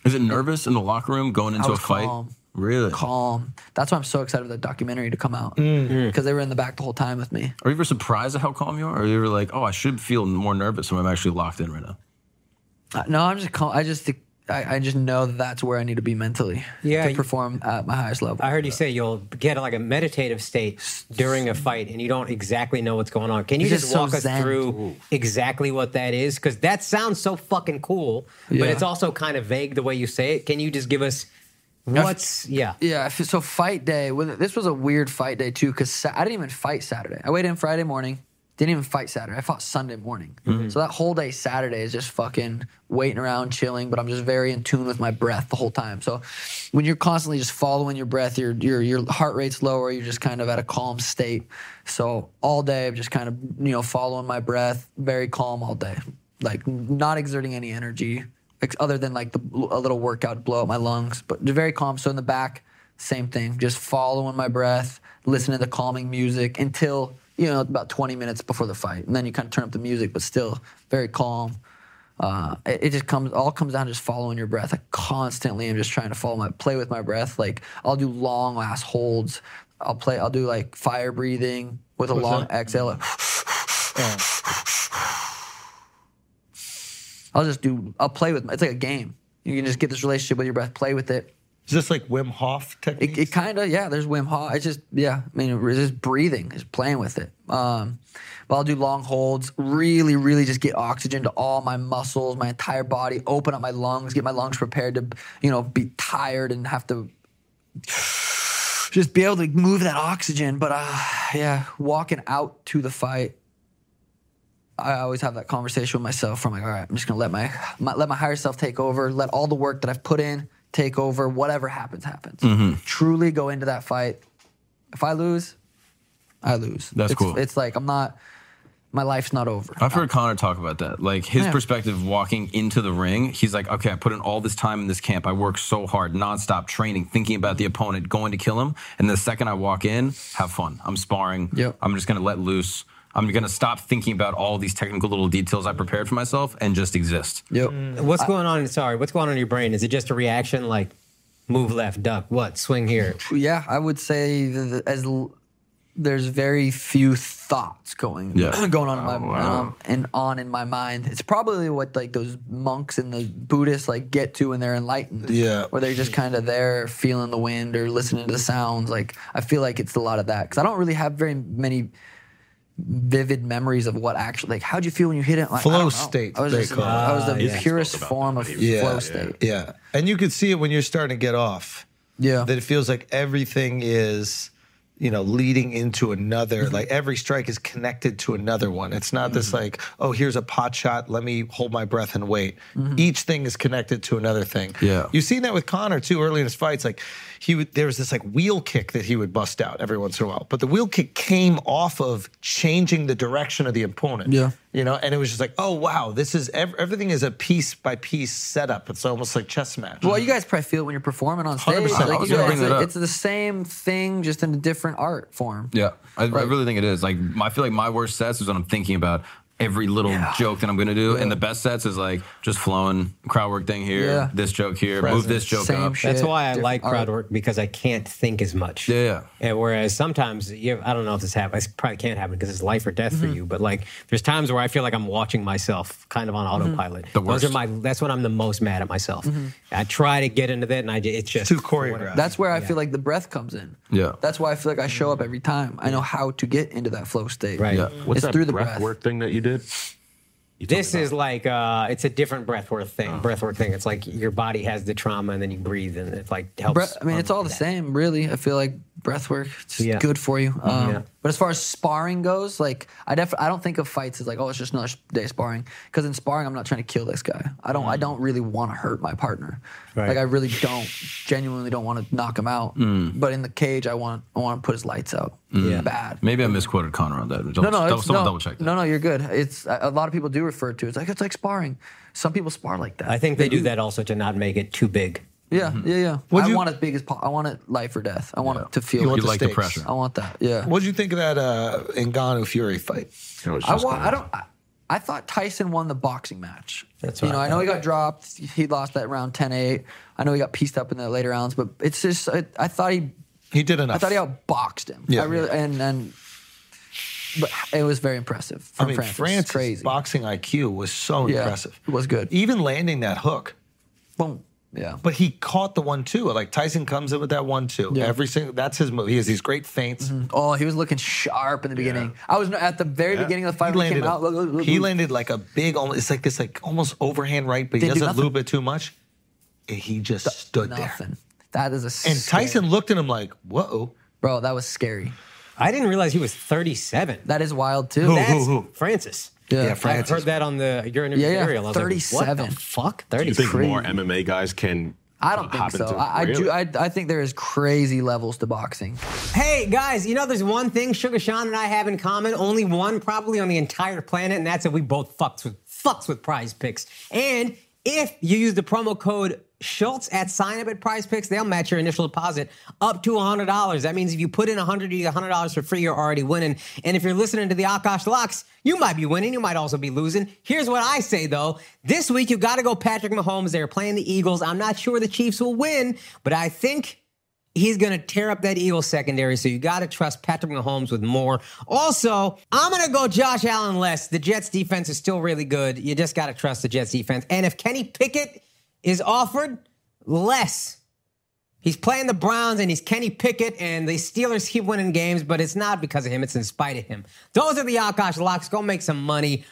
Speaker 5: Is it nervous in the locker room going into
Speaker 2: was
Speaker 5: a fight?
Speaker 2: calm.
Speaker 5: Really?
Speaker 2: calm. That's why I'm so excited for the documentary to come out because
Speaker 5: Hmm.
Speaker 2: they were in the back the whole time with me.
Speaker 5: Are you ever surprised at how calm you are? Or are you ever like, oh, I should feel more nervous when I'm actually locked in right now?
Speaker 2: Uh, no, I'm just. Calm. I just. I, I just know that that's where I need to be mentally.
Speaker 3: Yeah,
Speaker 2: To
Speaker 3: you-
Speaker 2: perform at my highest level.
Speaker 3: I heard you say you'll get like a meditative state during a fight, and you don't exactly know what's going on. Can you
Speaker 2: It's
Speaker 3: just,
Speaker 2: just so
Speaker 3: walk us
Speaker 2: zen.
Speaker 3: through exactly what that is? Because that sounds so fucking cool,
Speaker 2: Yeah.
Speaker 3: but it's also kind of vague the way you say it. Can you just give us what's yeah?
Speaker 2: Yeah, if- so fight day. well, This was a weird fight day too because I didn't even fight Saturday. I waited in Friday morning. Didn't even fight Saturday. I fought Sunday morning. So that whole day Saturday is just fucking waiting around, chilling. But I'm just very in tune with my breath the whole time. So when you're constantly just following your breath, your your your heart rate's lower. You're just kind of at a calm state. So all day I'm just kind of you know following my breath, very calm all day, like not exerting any energy ex- other than like the, a little workout blow out my lungs, but very calm. So in the back, same thing, just following my breath, listening to calming music until you know about 20 minutes before the fight, and then you kind of turn up the music, but still very calm. Uh, it, it just comes all comes down to just following your breath. I constantly am just trying to follow my play with my breath. Like I'll do long last holds. I'll play. I'll do like fire breathing with a long exhale. like, I'll just do. I'll play with. my- It's like a game. You can just get this relationship with your breath. Play with it.
Speaker 1: Is this like Wim Hof technique?
Speaker 2: It, it kind of yeah. There's Wim Hof. It's just yeah. I mean, it's just breathing, just playing with it. Um, but I'll do long holds. Really, really just get oxygen to all my muscles, my entire body. Open up my lungs. Get my lungs prepared to you know be tired and have to just be able to move that oxygen. But uh, yeah, walking out to the fight, I always have that conversation with myself. Where I'm like, all right, I'm just gonna let my, my let my higher self take over. Let all the work that I've put in take over. Whatever happens, happens.
Speaker 5: Mm-hmm.
Speaker 2: Truly go into that fight. If I lose, I lose.
Speaker 5: That's
Speaker 2: it's,
Speaker 5: cool. Uh,
Speaker 2: It's like I'm not. My life's not over.
Speaker 5: I've heard Connor talk about that. Like his
Speaker 2: Yeah.
Speaker 5: perspective walking into the ring, he's like, okay, I put in all this time in this camp. I worked so hard, nonstop training, thinking about the opponent, going to kill him. And the second I walk in, have fun. I'm sparring.
Speaker 2: Yep.
Speaker 5: I'm just going to let loose. I'm going to stop thinking about all these technical little details I prepared for myself and just exist.
Speaker 2: Yep.
Speaker 3: What's going on? Sorry, what's going on in your brain? Is it just a reaction like move left, duck, what, swing here?
Speaker 2: yeah, I would say th- th- as l- there's very few thoughts going
Speaker 5: Yeah.
Speaker 2: going on in my
Speaker 1: Oh,
Speaker 2: um, and on in my mind. It's probably what like those monks and the Buddhists like get to when they're enlightened.
Speaker 1: Yeah.
Speaker 2: where they're just kind of there feeling the wind or listening to the sounds. Like I feel like it's a lot of that because I don't really have very many vivid memories of what actually like how'd you feel when you hit it like, I
Speaker 1: Flow
Speaker 2: don't know.
Speaker 1: state,
Speaker 2: I was
Speaker 1: they
Speaker 2: just
Speaker 1: call it. Ah,
Speaker 2: I was the
Speaker 7: spoke
Speaker 2: purest
Speaker 7: about
Speaker 2: form
Speaker 7: that
Speaker 2: of
Speaker 7: when he
Speaker 1: Yeah,
Speaker 2: flow state
Speaker 1: yeah, and you can see it when you're starting to get off.
Speaker 2: yeah
Speaker 1: That it feels like everything is, you know, leading into
Speaker 2: Mm-hmm.
Speaker 1: another. Like every strike is connected to another one. It's not this like, oh, here's a pot shot. Let me hold my breath and wait.
Speaker 2: Mm-hmm.
Speaker 1: Each thing is connected to another thing.
Speaker 5: Yeah.
Speaker 1: you've seen that with Connor too. Early in his fights, like he would, there was this like wheel kick that he would bust out every once in a while. But the wheel kick came off of changing the direction of the opponent.
Speaker 2: Yeah.
Speaker 1: you know, and it was just like, oh wow, this is ev- everything is a piece by piece setup. It's almost like chess match.
Speaker 2: Well, you guys probably feel it when you're performing on stage.
Speaker 1: 100%.
Speaker 2: Like,
Speaker 1: I was
Speaker 2: you
Speaker 5: gonna
Speaker 2: know,
Speaker 5: bring
Speaker 2: it's,
Speaker 5: that
Speaker 2: a-
Speaker 5: up.
Speaker 2: it's the same thing, just in a different art form.
Speaker 5: Yeah, I, I
Speaker 2: Right.
Speaker 5: really think it is. Like, I feel like my worst sets is when I'm thinking about every little joke that I'm gonna do, and the best sets is like just flowing crowd work thing here,
Speaker 2: Yeah.
Speaker 5: this joke here, move this joke
Speaker 2: Same
Speaker 5: up.
Speaker 2: shit.
Speaker 3: That's why I
Speaker 2: different
Speaker 3: like
Speaker 2: art.
Speaker 3: crowd work because I can't think as much.
Speaker 5: Yeah, yeah.
Speaker 3: And whereas sometimes, you, I don't know if this happens, it probably can't happen because it's life or death
Speaker 2: Mm-hmm.
Speaker 3: for you. But like, there's times where I feel like I'm watching myself kind of on
Speaker 2: Mm-hmm.
Speaker 3: autopilot.
Speaker 5: The
Speaker 3: Those are
Speaker 5: worst.
Speaker 3: my, that's when I'm the most mad at myself. I try to get into that and I, ju- it's just
Speaker 1: too choreographed.
Speaker 2: That's where I feel like the breath comes in.
Speaker 5: Yeah.
Speaker 2: That's why I feel like I show up every time. I know how to get into that flow state.
Speaker 3: Right.
Speaker 5: Yeah.
Speaker 7: What's
Speaker 2: It's
Speaker 7: that
Speaker 2: through the
Speaker 7: breath,
Speaker 2: breath.
Speaker 7: work thing that you did? You told
Speaker 3: This
Speaker 7: me
Speaker 3: is
Speaker 7: about.
Speaker 3: like uh, it's a different breathwork thing. Breathwork thing. It's like your body has the trauma and then you breathe and it like helps.
Speaker 2: Bre- I mean, it's all the same, really. I feel like breath work, it's just
Speaker 3: Yeah.
Speaker 2: good for you. Um,
Speaker 3: Yeah.
Speaker 2: But as far as sparring goes, like I def- I don't think of fights as like, oh, it's just another day of sparring. Because in sparring, I'm not trying to kill this guy. I don't. I don't really want to hurt my partner.
Speaker 3: Right.
Speaker 2: Like I really don't, genuinely don't want to knock him out. But in the cage, I want I want to put his lights out.
Speaker 3: Yeah.
Speaker 2: Bad.
Speaker 5: Maybe I misquoted Connor on that.
Speaker 2: No, no, it's,
Speaker 5: someone
Speaker 2: no,
Speaker 5: double check that.
Speaker 2: No, no, you're good. It's a a lot of people do refer to it. It's like it's like sparring. Some people spar like that.
Speaker 3: I think they do that also to not make it too big.
Speaker 2: Yeah, yeah, yeah.
Speaker 1: What'd
Speaker 2: I
Speaker 1: you-
Speaker 2: want it big as po- I want it life or death. I want it to feel.
Speaker 1: You want
Speaker 5: You
Speaker 1: the
Speaker 5: like the
Speaker 1: stakes.
Speaker 5: pressure.
Speaker 2: I want that. Yeah.
Speaker 1: What did you think of that uh, Ngannou Fury fight?
Speaker 7: I was
Speaker 2: I
Speaker 7: just
Speaker 2: want.
Speaker 7: gonna-
Speaker 2: I don't. I, I thought Tyson won the boxing match.
Speaker 3: That's
Speaker 2: you
Speaker 3: what
Speaker 2: know.
Speaker 3: I
Speaker 2: I, know he got dropped. He lost that round 10-8. I know he got pieced up in the later rounds, but it's just. I, I thought he.
Speaker 1: He did enough.
Speaker 2: I thought he outboxed him.
Speaker 1: Yeah.
Speaker 2: I really and and. But it was very impressive
Speaker 1: I
Speaker 2: from
Speaker 1: mean,
Speaker 2: Francis.
Speaker 1: France's
Speaker 2: Crazy.
Speaker 1: boxing IQ was so
Speaker 2: Yeah,
Speaker 1: impressive.
Speaker 2: it was good.
Speaker 1: Even landing that hook.
Speaker 2: Boom. Yeah.
Speaker 1: But he caught the one two. Like Tyson comes in with that one two.
Speaker 2: Yeah.
Speaker 1: Every single that's his move. He has these great feints.
Speaker 2: Oh, he was looking sharp in the beginning. I was at the very beginning of the fight
Speaker 1: He
Speaker 2: when he came
Speaker 1: landed,
Speaker 2: out. look, look,
Speaker 1: a,
Speaker 2: look,
Speaker 1: he
Speaker 2: look.
Speaker 1: landed like a big al- it's like this like almost overhand right, but he
Speaker 2: Didn't do
Speaker 1: doesn't
Speaker 2: nothing.
Speaker 1: loop it too much. And He just stood there.
Speaker 2: nothing. That is a
Speaker 1: And
Speaker 2: scary-
Speaker 1: Tyson looked at him like, whoa.
Speaker 2: bro, that was scary.
Speaker 3: I didn't realize he was 37.
Speaker 2: That is wild too.
Speaker 3: That's
Speaker 1: who, who?
Speaker 3: Francis.
Speaker 2: Yeah. Yeah,
Speaker 3: Francis. I heard that on the your interview.
Speaker 2: Yeah, yeah,
Speaker 3: Ariel. I was like,
Speaker 2: 37.
Speaker 3: what the fuck?
Speaker 7: You
Speaker 3: 37.
Speaker 7: think more MMA guys can?
Speaker 2: I don't
Speaker 7: hop
Speaker 2: think so.
Speaker 7: into-
Speaker 2: I, I
Speaker 7: Really?
Speaker 2: do. I, I think there is crazy levels to boxing.
Speaker 3: Hey guys, you know there's one thing Sugar Sean and I have in common, only one probably on the entire planet, and that's that we both fucks with fucks with prize picks. And if you use the promo code Schultz at sign up at prize picks, they'll match your initial deposit up to $100. That means if you put in 100 you get $100 for free, you're already winning. And if you're listening to the Akash Locks, you might be winning, you might also be losing. Here's what I say though this week you got to go Patrick Mahomes. They're playing the Eagles. I'm not sure the Chiefs will win, but I think he's going to tear up that Eagles secondary. So you got to trust Patrick Mahomes with more. Also, I'm going to go Josh Allen less. The Jets defense is still really good. You just got to trust the Jets defense. And if Kenny Pickett is offered less, he's playing the Browns and he's Kenny Pickett and the Steelers keep winning games, but it's not because of him. It's in spite of him. Those are the Akash locks. Go make some money.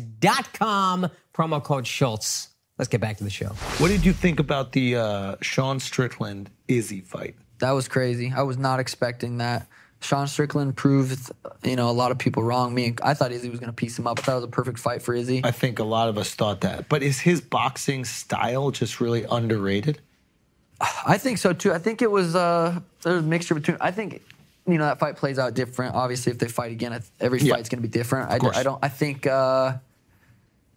Speaker 3: PrizePicks.com, promo code Schultz. Let's get back to the show.
Speaker 1: What did you think about the uh, Sean Strickland Izzy fight?
Speaker 2: That was crazy. I was not expecting that. Sean Strickland proved, you know, a lot of people wrong. Me, and- I thought Izzy was going to piece him up. I thought it was a perfect fight for Izzy.
Speaker 1: I think a lot of us thought that. But is his boxing style just really underrated?
Speaker 2: I think so too. I think it was uh, there's a mixture between. I think you know that fight plays out different. Obviously, if they fight again, I th- every
Speaker 1: Yeah.
Speaker 2: fight's going to be different. I, d-
Speaker 1: course.
Speaker 2: I don't. I think. Uh,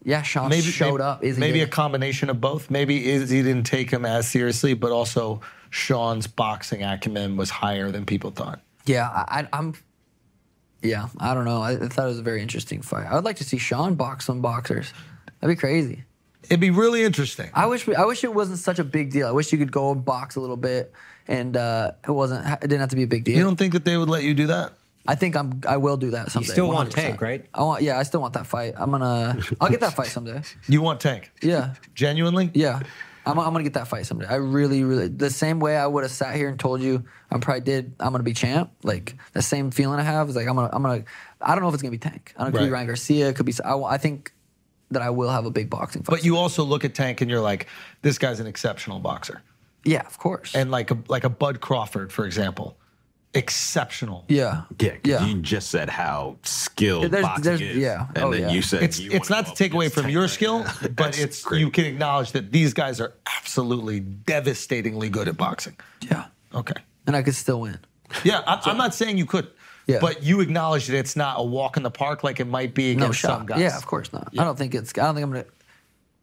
Speaker 2: yeah, Sean
Speaker 1: Maybe
Speaker 2: showed
Speaker 1: maybe,
Speaker 2: up. Izzy
Speaker 1: Maybe a
Speaker 2: didn't.
Speaker 1: combination of both. Maybe Izzy didn't take him as seriously, but also Sean's boxing acumen was higher than people thought.
Speaker 2: yeah. I, I- I'm. Yeah, I don't know. I, I thought it was a very interesting fight. I would like to see Sean box some boxers. That'd be crazy.
Speaker 1: It'd be really interesting.
Speaker 2: I wish we, I wish it wasn't such a big deal. I wish you could go and box a little bit, and uh, it wasn't. It didn't have to be a big deal.
Speaker 1: You don't think that they would let you do that?
Speaker 2: I think I'm. I will do that someday.
Speaker 3: still want
Speaker 2: 100%.
Speaker 3: Tank, right?
Speaker 2: I want. Yeah, I still want that fight. I'm gonna. I'll get that fight someday.
Speaker 1: You want Tank?
Speaker 2: Yeah,
Speaker 1: Genuinely?
Speaker 2: yeah. I'm, I'm gonna get that fight someday. I really, really. The same way I would have sat here and told you, I probably did. I'm gonna be champ. Like the same feeling I have is like I'm gonna. I'm gonna. I don't know if it's gonna be Tank. I don't know. It could be
Speaker 1: Right.
Speaker 2: Ryan Garcia. It could be. I, wa- I think that I will have a big boxing fight.
Speaker 1: But you also look at Tank and you're like, this guy's an exceptional boxer.
Speaker 2: yeah, of course.
Speaker 1: And like a, like a Bud Crawford, for example, exceptional.
Speaker 2: yeah.
Speaker 7: Yeah, 'cause
Speaker 2: Yeah.
Speaker 7: you just said how skilled
Speaker 2: There's-
Speaker 7: boxing
Speaker 2: there's-
Speaker 7: is,
Speaker 2: yeah.
Speaker 7: and
Speaker 2: Oh,
Speaker 7: then
Speaker 2: yeah.
Speaker 7: you said
Speaker 1: It's
Speaker 7: you
Speaker 1: it's
Speaker 7: wanna
Speaker 1: not
Speaker 7: go
Speaker 1: to
Speaker 7: up
Speaker 1: take away
Speaker 7: against
Speaker 1: from
Speaker 7: Tank
Speaker 1: your
Speaker 7: right
Speaker 1: skill,
Speaker 7: now.
Speaker 1: but
Speaker 7: That's
Speaker 1: it's
Speaker 7: great.
Speaker 1: you can acknowledge that these guys are absolutely devastatingly good at boxing.
Speaker 2: Yeah.
Speaker 1: Okay.
Speaker 2: And I could still win.
Speaker 1: Yeah, I, I'm not saying you could.
Speaker 2: Yeah.
Speaker 1: But you acknowledge that it's not a walk in the park like it might be
Speaker 2: No
Speaker 1: against some
Speaker 2: shot.
Speaker 1: guys.
Speaker 2: Yeah, of course not. I don't think it's. I don't think I'm gonna.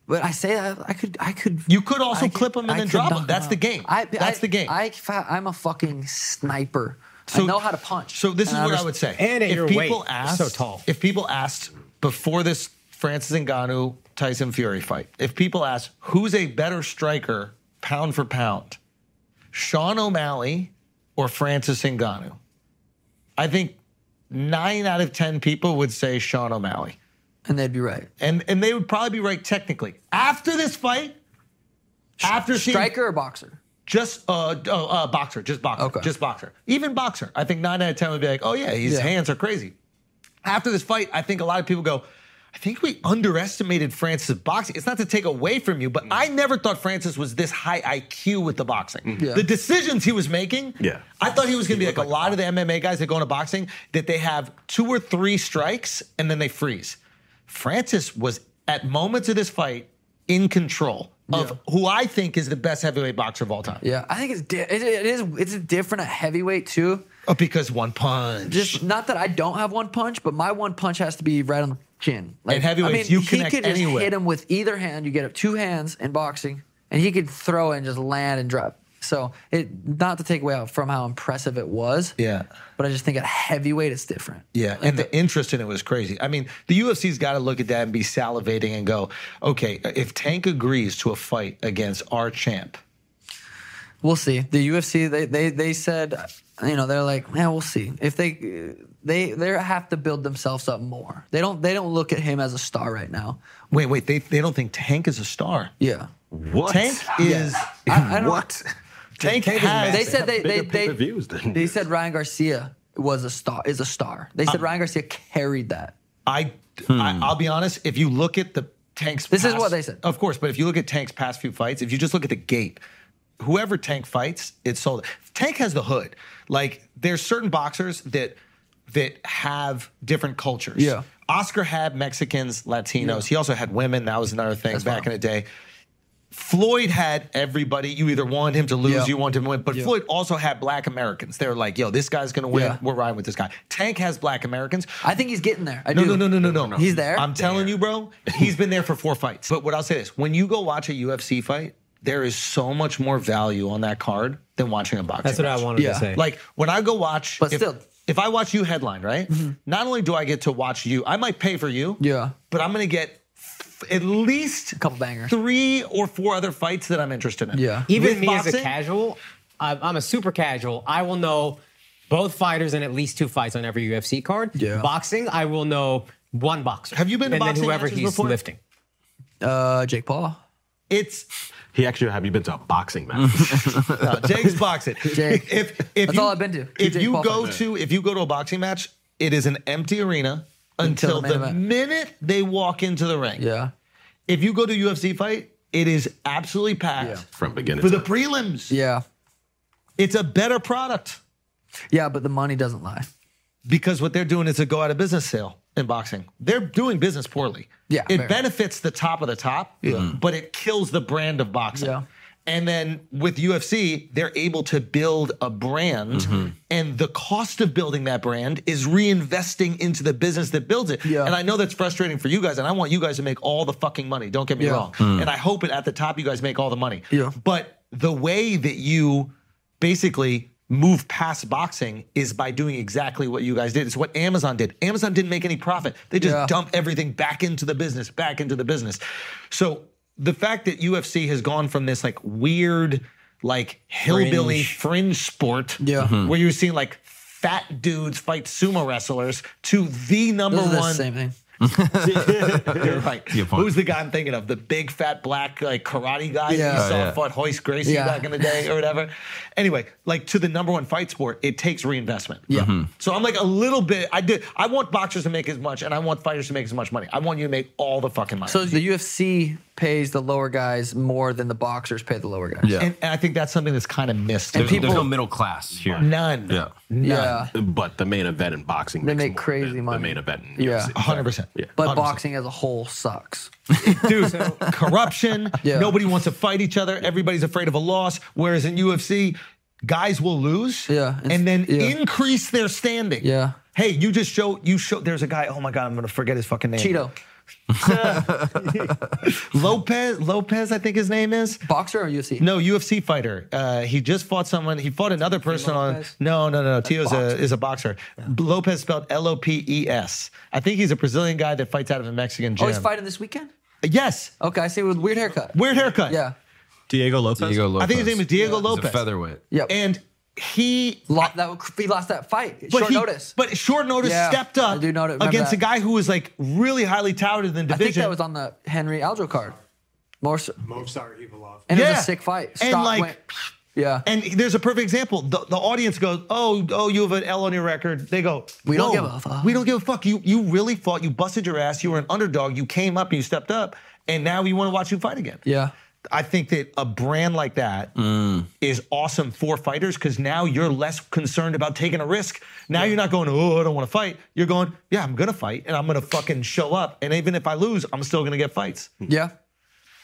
Speaker 2: But I say that I could. I could.
Speaker 1: You could also
Speaker 2: I could-
Speaker 1: clip him
Speaker 2: I
Speaker 1: and then
Speaker 2: could
Speaker 1: drop
Speaker 2: knock
Speaker 1: him. That's
Speaker 2: out.
Speaker 1: the game. That's the game.
Speaker 2: I, am a fucking sniper. I
Speaker 1: So-
Speaker 2: know how to punch.
Speaker 1: So this is
Speaker 2: And
Speaker 1: what I
Speaker 2: understand-
Speaker 1: would say.
Speaker 3: And at
Speaker 1: if
Speaker 3: your weight,
Speaker 1: people
Speaker 3: you're
Speaker 1: asked,
Speaker 3: so tall.
Speaker 1: If people asked before this Francis Ngannou Tyson Fury fight, if people asked who's a better striker pound for pound, Sean O'Malley or Francis Ngannou, I think nine out of ten people would say Sean O'Malley.
Speaker 2: And they'd be right.
Speaker 1: and and they would probably be right technically. After this fight, after seeing
Speaker 2: Striker or boxer?
Speaker 1: just uh, oh, uh boxer, just boxer,
Speaker 2: Okay.
Speaker 1: just boxer, even boxer, I think nine out of ten would be like, oh yeah, his
Speaker 2: Yeah.
Speaker 1: hands are crazy. After this fight, I think a lot of people go. I think we underestimated Francis' boxing. It's not to take away from you,
Speaker 2: Mm.
Speaker 1: but I never thought Francis was this high IQ with the boxing.
Speaker 2: Mm-hmm. Yeah.
Speaker 1: The decisions he was making,
Speaker 7: Yeah.
Speaker 1: I thought he was going to be like, a lot of the MMA guys that go into boxing that they have two or three strikes and then they freeze. Francis was at moments of this fight in control of who I think is the best heavyweight boxer of all time.
Speaker 2: Yeah, I think it's di- it, it is it's different at heavyweight too.
Speaker 1: Oh, because one punch.
Speaker 2: Just not that I don't have one punch, but my one punch has to be right on the chin. Like
Speaker 1: And heavyweights, you connect
Speaker 2: he could just
Speaker 1: anywhere.
Speaker 2: hit him with either hand. You get up two hands in boxing, and he could throw and just land and drop. So it not to take away from how impressive it was.
Speaker 1: Yeah.
Speaker 2: but I just think at heavyweight it's different.
Speaker 1: yeah, and the interest in it was crazy. I mean, the UFC's got to look at that and be salivating and go, okay, if Tank agrees to a fight against our champ,
Speaker 2: We'll see. The UFC they they they said, you know, they're like, yeah, we'll see if they they they have to build themselves up more. They don't they don't look at him as a star right now.
Speaker 1: wait, wait, they, they don't think Tank is a star.
Speaker 2: Yeah.
Speaker 7: What?
Speaker 1: Tank is.
Speaker 2: I- I don't-
Speaker 7: what?
Speaker 1: Tank,
Speaker 7: Tank is
Speaker 1: has.
Speaker 2: They said they they
Speaker 7: bigger
Speaker 2: they,
Speaker 7: pay-per-views than
Speaker 2: they
Speaker 7: this.
Speaker 2: said Ryan Garcia was a star is a star. They
Speaker 1: Ah.
Speaker 2: said Ryan Garcia carried that.
Speaker 1: I, I I'll be honest. If you look at the Tank's,
Speaker 2: Hmm. This is
Speaker 1: past-
Speaker 2: what they said.
Speaker 1: Of course, but if you look at Tank's past few fights, if you just look at the gate, whoever Tank fights, it's sold. Tank has the hood. Like there's certain boxers that that have different cultures.
Speaker 2: Yeah.
Speaker 1: Oscar had Mexicans, Latinos. He also had women. That was another thing
Speaker 2: That's
Speaker 1: back
Speaker 2: wild.
Speaker 1: in the day. Floyd had everybody. You either wanted him to lose,
Speaker 2: Yeah.
Speaker 1: you wanted him to win. But
Speaker 2: Yeah.
Speaker 1: Floyd also had black Americans. They were like, yo, this guy's going to win.
Speaker 2: Yeah.
Speaker 1: We're riding with this guy. Tank has black Americans.
Speaker 2: I think he's getting there. I
Speaker 1: No,
Speaker 2: do.
Speaker 1: no, no, no, no, no, no.
Speaker 2: He's there.
Speaker 1: I'm telling you, bro. He's been there for four fights. But what I'll say is, when you go watch a UFC fight, there is so much more value on that card than watching a boxing.
Speaker 3: That's what I
Speaker 1: match.
Speaker 3: wanted
Speaker 2: Yeah.
Speaker 3: to say.
Speaker 1: Like when I go watch,
Speaker 2: But
Speaker 1: if,
Speaker 2: still-
Speaker 1: if I watch you headline, right? Not only do I get to watch you, I might pay for you.
Speaker 2: Yeah.
Speaker 1: But I'm gonna get f- at least a
Speaker 2: couple bangers.
Speaker 1: three or four other fights that I'm interested in.
Speaker 2: Yeah.
Speaker 1: With
Speaker 3: even me as
Speaker 1: boxing-
Speaker 3: a casual, I'm, I'm a super casual. I will know both fighters and at least two fights on every UFC card.
Speaker 2: Yeah.
Speaker 3: Boxing, I will know one boxer.
Speaker 1: Have you been to
Speaker 3: and then
Speaker 1: boxing
Speaker 3: whoever
Speaker 1: matches
Speaker 3: he's
Speaker 1: before?
Speaker 3: lifting?
Speaker 2: Uh, Jake Paul.
Speaker 1: It's
Speaker 7: He actually have you been to a boxing match?
Speaker 1: No, Uh, Jake's boxing.
Speaker 2: Jake.
Speaker 1: If if
Speaker 2: That's
Speaker 1: you,
Speaker 2: all I've been to.
Speaker 1: If
Speaker 2: Jake
Speaker 1: you
Speaker 2: Paul
Speaker 1: go
Speaker 2: fights.
Speaker 1: to if you go to a boxing match, it is an empty arena until,
Speaker 2: Until the main
Speaker 1: the
Speaker 2: event.
Speaker 1: minute they walk into the ring.
Speaker 2: Yeah.
Speaker 1: If you go to UFC fight, it is absolutely packed
Speaker 2: Yeah.
Speaker 7: From beginning
Speaker 1: for
Speaker 7: to
Speaker 1: the prelims.
Speaker 2: Yeah.
Speaker 1: It's a better product
Speaker 2: Yeah, but the money doesn't lie.
Speaker 1: because what they're doing is a go out of business sale in boxing. They're doing business poorly.
Speaker 2: Yeah,
Speaker 1: it
Speaker 2: very.
Speaker 1: benefits the top of the top, but it kills the brand of boxing.
Speaker 2: Yeah.
Speaker 1: And then with UFC, they're able to build a brand, and the cost of building that brand is reinvesting into the business that builds it.
Speaker 2: Yeah.
Speaker 1: And I know that's frustrating for you guys, and I want you guys to make all the fucking money. Don't get me
Speaker 2: Yeah.
Speaker 1: wrong. And I hope it at the top you guys make all the money.
Speaker 2: Yeah.
Speaker 1: But the way that you basically move past boxing is by doing exactly what you guys did. It's what Amazon did. Amazon didn't make any profit. They just
Speaker 2: Yeah.
Speaker 1: dumped everything back into the business, back into the business. So the fact that UFC has gone from this like weird, like hillbilly
Speaker 3: Fringe.
Speaker 1: fringe, sport,
Speaker 2: Yeah. Mhm.
Speaker 1: where you're seeing like fat dudes fight sumo wrestlers, to the number
Speaker 2: Those are the
Speaker 1: one.
Speaker 2: same thing.
Speaker 1: You're right.
Speaker 5: Your point.
Speaker 1: Who's the guy I'm thinking of? The big fat black like karate guy
Speaker 2: Yeah.
Speaker 1: you
Speaker 2: Oh,
Speaker 1: saw
Speaker 5: yeah.
Speaker 1: fought Hoist Gracie
Speaker 2: Yeah.
Speaker 1: back in the day or whatever. Anyway, like to the number one fight sport, it takes reinvestment. Yeah.
Speaker 5: Mm-hmm.
Speaker 1: So I'm like a little bit. I did. I want boxers to make as much, and I want fighters to make as much money. I want you to make all the fucking money.
Speaker 2: So the UFC pays the lower guys more than the boxers pay the lower guys.
Speaker 5: Yeah.
Speaker 1: and, and I think that's something that's kind of missed.
Speaker 5: There's,
Speaker 2: people-
Speaker 5: there's no middle class here.
Speaker 1: None.
Speaker 5: Yeah.
Speaker 2: Yeah.
Speaker 7: But the main event in boxing,
Speaker 2: They
Speaker 7: makes
Speaker 2: make
Speaker 7: more
Speaker 2: crazy
Speaker 7: than
Speaker 2: money.
Speaker 7: The main event, in
Speaker 2: Yeah.
Speaker 7: UFC.
Speaker 1: 100%.
Speaker 7: Yeah.
Speaker 2: But
Speaker 1: 100%.
Speaker 2: boxing as a whole sucks.
Speaker 1: dude, corruption.
Speaker 2: Yeah.
Speaker 1: Nobody wants to fight each other. Everybody's afraid of a loss. Whereas in UFC, guys will lose.
Speaker 2: Yeah, it's-
Speaker 1: and then
Speaker 2: yeah.
Speaker 1: increase their standing.
Speaker 2: Yeah.
Speaker 1: Hey, you just show you show. There's a guy. Oh my god, I'm gonna forget his fucking name.
Speaker 2: Cheeto.
Speaker 1: Lopez. Lopez, I think his name is.
Speaker 2: Boxer or UFC?
Speaker 1: No, UFC fighter. Uh, he just fought someone. He fought another person on.
Speaker 3: Lopez?
Speaker 1: No, no, no. no. Tio's a, is a boxer. Lopez spelled L O P E S. I think he's a Brazilian guy that fights out of a Mexican gym.
Speaker 2: Oh, he's fighting this weekend?
Speaker 1: Yes.
Speaker 2: Okay, I see with weird haircut.
Speaker 1: Weird haircut.
Speaker 2: Yeah.
Speaker 4: Diego Lopez.
Speaker 5: Diego Lopez.
Speaker 1: I think his name is Diego Lopez.
Speaker 5: He's a featherweight.
Speaker 2: Yep.
Speaker 1: And he
Speaker 2: Lo- that was- he lost that fight.
Speaker 1: but
Speaker 2: Short
Speaker 1: he-
Speaker 2: notice.
Speaker 1: But short notice
Speaker 2: Yeah,
Speaker 1: stepped
Speaker 2: I
Speaker 1: up
Speaker 2: do not remember
Speaker 1: against
Speaker 2: that.
Speaker 1: a guy who was like really highly touted in the
Speaker 2: I think
Speaker 1: division.
Speaker 2: that was on the Henry Aljo card. More so-
Speaker 9: Movsar Ivalov.
Speaker 2: and it
Speaker 1: Yeah.
Speaker 2: was a sick fight.
Speaker 1: And,
Speaker 2: Stock
Speaker 1: like,
Speaker 2: went- yeah.
Speaker 1: and there's a perfect example. The, the audience goes, "Oh, oh, you have an L on your record." They go,
Speaker 2: We don't
Speaker 1: "Whoa,
Speaker 2: give a fuck."
Speaker 1: We don't give a fuck. You you really fought. You busted your ass. You were an underdog. You came up and you stepped up, and now we want to watch you fight again."
Speaker 2: yeah.
Speaker 1: I think that a brand like that is
Speaker 2: Mm.
Speaker 1: awesome for fighters because now you're less concerned about taking a risk. Now you're not going, oh, I don't want to fight. You're going, yeah, I'm gonna fight and I'm gonna fucking show up. And even if I lose, I'm still gonna get fights.
Speaker 2: Yeah.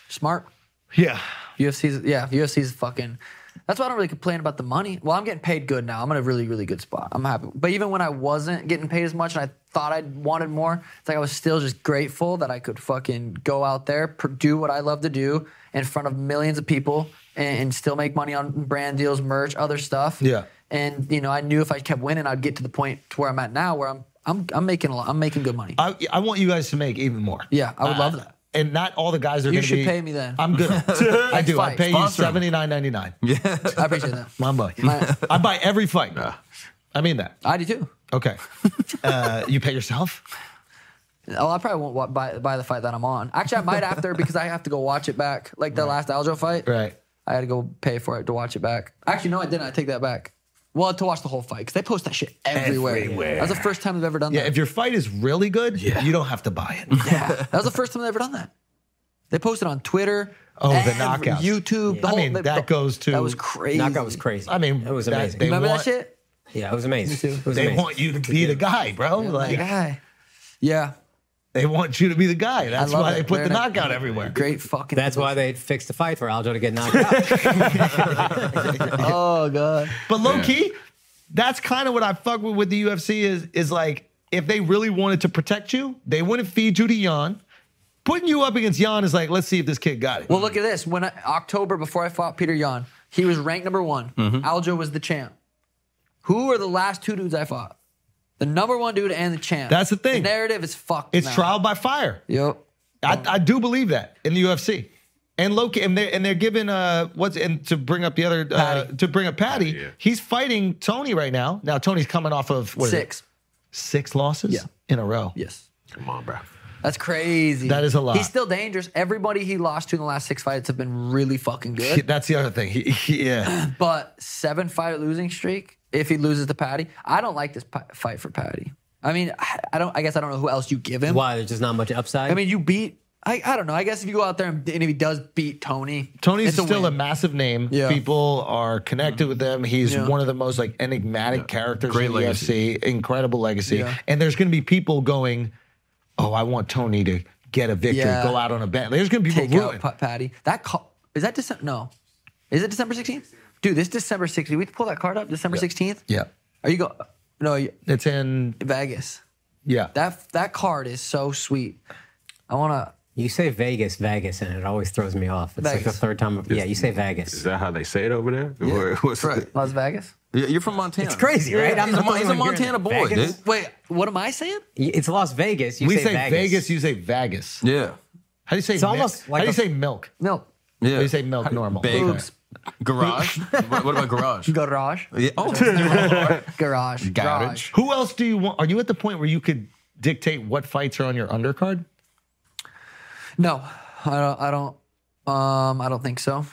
Speaker 2: Smart.
Speaker 1: Yeah.
Speaker 2: UFC's yeah, UFC's fucking. That's why I don't really complain about the money. Well, I'm getting paid good now. I'm in a really, really good spot. I'm happy. But even when I wasn't getting paid as much and I thought I wanted more, it's like I was still just grateful that I could fucking go out there, pr- do what I love to do in front of millions of people and, and still make money on brand deals, merch, other stuff.
Speaker 1: Yeah.
Speaker 2: And you know, I knew if I kept winning, I'd get to the point to where I'm at now, where I'm I'm, I'm making a lot. I'm making good money.
Speaker 1: I, I want you guys to make even more. Uh,
Speaker 2: Yeah, I would love that.
Speaker 1: And not all the guys are
Speaker 2: You
Speaker 1: gonna
Speaker 2: should
Speaker 1: be-
Speaker 2: pay me then.
Speaker 1: I'm good. I do. I
Speaker 2: Fight.
Speaker 1: pay
Speaker 5: Sponsor
Speaker 1: you
Speaker 5: 'em.
Speaker 1: seventy nine ninety nine. Yeah.
Speaker 2: I appreciate that.
Speaker 1: My boy.
Speaker 2: My-
Speaker 1: I buy every fight. I mean that.
Speaker 2: I do too.
Speaker 1: Okay. uh, you pay yourself?
Speaker 2: Oh, I probably won't wa- buy, buy the fight that I'm on. Actually, I might after because I have to go watch it back. Like the last Aljo fight,
Speaker 1: Right.
Speaker 2: I had to go pay for it to watch it back. Actually, no, I didn't. I take that back. Well, to watch the whole fight because they post that shit everywhere.
Speaker 7: Everywhere.
Speaker 2: That was the first time they've ever done
Speaker 1: Yeah,
Speaker 2: that.
Speaker 1: if your fight is really good,
Speaker 7: Yeah.
Speaker 1: you don't have to buy it.
Speaker 2: that was the first time they've ever done that. They posted on Twitter.
Speaker 1: Oh, the
Speaker 2: every-
Speaker 1: knockouts.
Speaker 2: YouTube. The
Speaker 1: I
Speaker 2: whole,
Speaker 1: mean,
Speaker 2: the-
Speaker 1: that goes to-
Speaker 2: that was crazy.
Speaker 3: Knockout was crazy.
Speaker 1: I mean,
Speaker 3: it was
Speaker 1: that-
Speaker 3: amazing.
Speaker 1: they
Speaker 2: Remember
Speaker 1: want-
Speaker 2: that shit?
Speaker 3: yeah, it was amazing. It was
Speaker 1: They
Speaker 3: amazing.
Speaker 1: want you to be the guy, bro.
Speaker 2: Like,
Speaker 1: Like
Speaker 2: hi. yeah,
Speaker 1: they want you to be the guy. That's
Speaker 2: love
Speaker 1: why
Speaker 2: it.
Speaker 1: they put the
Speaker 2: They're not-
Speaker 1: knockout everywhere.
Speaker 2: great fucking.
Speaker 3: That's why they fixed the fight for Aljo to get knocked out.
Speaker 2: Oh god.
Speaker 1: But low key, that's kind of what I fuck with with the UFC is is like if they really wanted to protect you, they wouldn't feed you to Yan. Putting you up against Yan is like, let's see if this kid got it.
Speaker 2: Well, look at this. When I, October before I fought Peter Yan, he was ranked number one.
Speaker 1: Mm-hmm.
Speaker 2: Aljo was the champ. Who are the last two dudes I fought? The number one dude and the champ.
Speaker 1: That's the thing.
Speaker 2: The narrative is fucked.
Speaker 1: it's
Speaker 2: now.
Speaker 1: trial by fire.
Speaker 2: Yep.
Speaker 1: I, I do believe that in the UFC. And Loki, and they're and they're giving uh what's and to bring up the other uh, to bring up Patty,
Speaker 7: yeah.
Speaker 1: he's fighting Tony right now. Now Tony's coming off of what is it?
Speaker 2: Six.
Speaker 1: six losses
Speaker 2: Yeah.
Speaker 1: in a row.
Speaker 2: Yes.
Speaker 7: Come on, bro.
Speaker 2: That's crazy.
Speaker 1: That is a lot.
Speaker 2: He's still dangerous. Everybody he lost to in the last six fights have been really fucking
Speaker 1: Yeah,
Speaker 2: good.
Speaker 1: That's the other thing. He, he- yeah.
Speaker 2: But seven fight losing streak. If he loses to Patty, I don't like this pi- fight for Patty. I mean, I I don't. I guess I don't know who else you give him.
Speaker 3: Why? There's just not much upside.
Speaker 2: I mean, you beat. I, I don't know. I guess if you go out there and, and if he does beat Tony,
Speaker 1: Tony's
Speaker 2: it's
Speaker 1: still a
Speaker 2: win.
Speaker 1: massive name.
Speaker 2: Yeah.
Speaker 1: People are connected with him. He's
Speaker 2: Yeah.
Speaker 1: one of the most like enigmatic characters
Speaker 5: Great
Speaker 1: in
Speaker 5: legacy.
Speaker 1: the UFC. Incredible legacy.
Speaker 2: Yeah.
Speaker 1: And there's going to be people going, "Oh, I want Tony to get a victory,
Speaker 2: Yeah.
Speaker 1: go out on a bet." There's going to be
Speaker 2: take
Speaker 1: people
Speaker 2: out
Speaker 1: rooting.
Speaker 2: Pa- Patty. That call is that December? No, is it December sixteenth? Dude, this December sixteenth. We pull that card up. December sixteenth.
Speaker 1: Yeah.
Speaker 2: Are you go? No, you-
Speaker 1: It's in
Speaker 2: Vegas.
Speaker 1: yeah.
Speaker 2: That that card is so sweet. I wanna.
Speaker 3: you say Vegas, Vegas, and it always throws me off. It's like the
Speaker 2: Vegas.
Speaker 3: third time. Yeah, you say Vegas.
Speaker 7: Is that how they say it over there? Or what's
Speaker 2: Right. Las Vegas.
Speaker 5: Yeah, You're from Montana. It's
Speaker 3: crazy, right? I'm
Speaker 5: he's
Speaker 3: the
Speaker 5: a, Mon-
Speaker 3: only
Speaker 5: he's a
Speaker 3: one here in
Speaker 5: Montana boy,
Speaker 3: Vegas.
Speaker 5: dude.
Speaker 2: Wait, what am I saying?
Speaker 3: It's Las Vegas. You
Speaker 1: we
Speaker 3: say, Vegas.
Speaker 1: You say Vegas.
Speaker 5: Yeah.
Speaker 1: How do you say
Speaker 3: It's
Speaker 1: milk?
Speaker 3: almost like
Speaker 1: How do you
Speaker 3: a-
Speaker 1: say milk?
Speaker 2: Milk.
Speaker 5: Yeah.
Speaker 1: How do you say milk normal?
Speaker 5: Big.
Speaker 2: Boobs.
Speaker 5: Garage. what, what about garage?
Speaker 2: Garage.
Speaker 5: Yeah, Oh,
Speaker 2: Garage.
Speaker 5: Garage.
Speaker 1: Who else do you want? Are you at the point where you could dictate what fights are on your undercard?
Speaker 2: No, I don't. I don't. Um, I don't think so.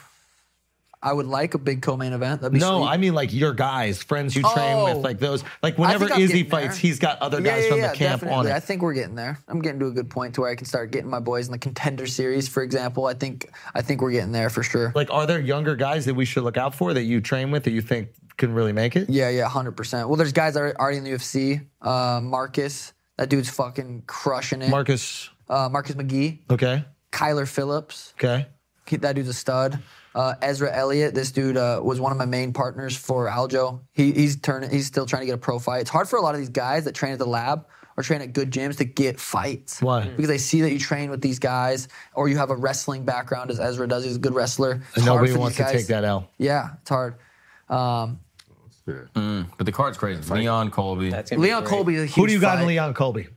Speaker 2: I would like a big co-main event. That'd be
Speaker 1: No,
Speaker 2: sweet.
Speaker 1: I mean like your guys, friends you train
Speaker 2: Oh.
Speaker 1: with, like those. Like whenever
Speaker 2: think I'm
Speaker 1: Izzy
Speaker 2: getting there.
Speaker 1: fights, he's got other
Speaker 2: Yeah,
Speaker 1: guys
Speaker 2: yeah,
Speaker 1: from
Speaker 2: yeah,
Speaker 1: the camp
Speaker 2: definitely.
Speaker 1: on it.
Speaker 2: I think we're getting there. I'm getting to a good point to where I can start getting my boys in the contender series, for example. I think I think we're getting there for sure.
Speaker 1: like, are there younger guys that we should look out for that you train with that you think can really make it?
Speaker 2: Yeah, yeah, hundred percent. Well, there's guys that are already in the UFC. Uh, Marcus, that dude's fucking crushing it.
Speaker 1: Marcus.
Speaker 2: uh, Marcus McGee,
Speaker 1: Okay.
Speaker 2: Kyler Phillips,
Speaker 1: Okay.
Speaker 2: he- that dude's a stud. Uh, Ezra Elliott, this dude uh, was one of my main partners for Aljo. He, he's turning, he's still trying to get a pro fight. It's hard for a lot of these guys that train at the lab or train at good gyms to get fights.
Speaker 1: Why?
Speaker 3: Hmm.
Speaker 2: Because they see that you train with these guys, or you have a wrestling background, as Ezra does. He's a good wrestler. It's
Speaker 1: And
Speaker 2: hard
Speaker 1: nobody
Speaker 2: for these
Speaker 1: wants to
Speaker 2: guys-
Speaker 1: take that out.
Speaker 2: Yeah, it's hard. Um,
Speaker 5: but the card's crazy. Leon Colby.
Speaker 3: That's gonna be
Speaker 2: Leon
Speaker 3: great.
Speaker 2: Colby, is a huge
Speaker 1: Who do you got
Speaker 2: fight.
Speaker 1: in Leon Colby?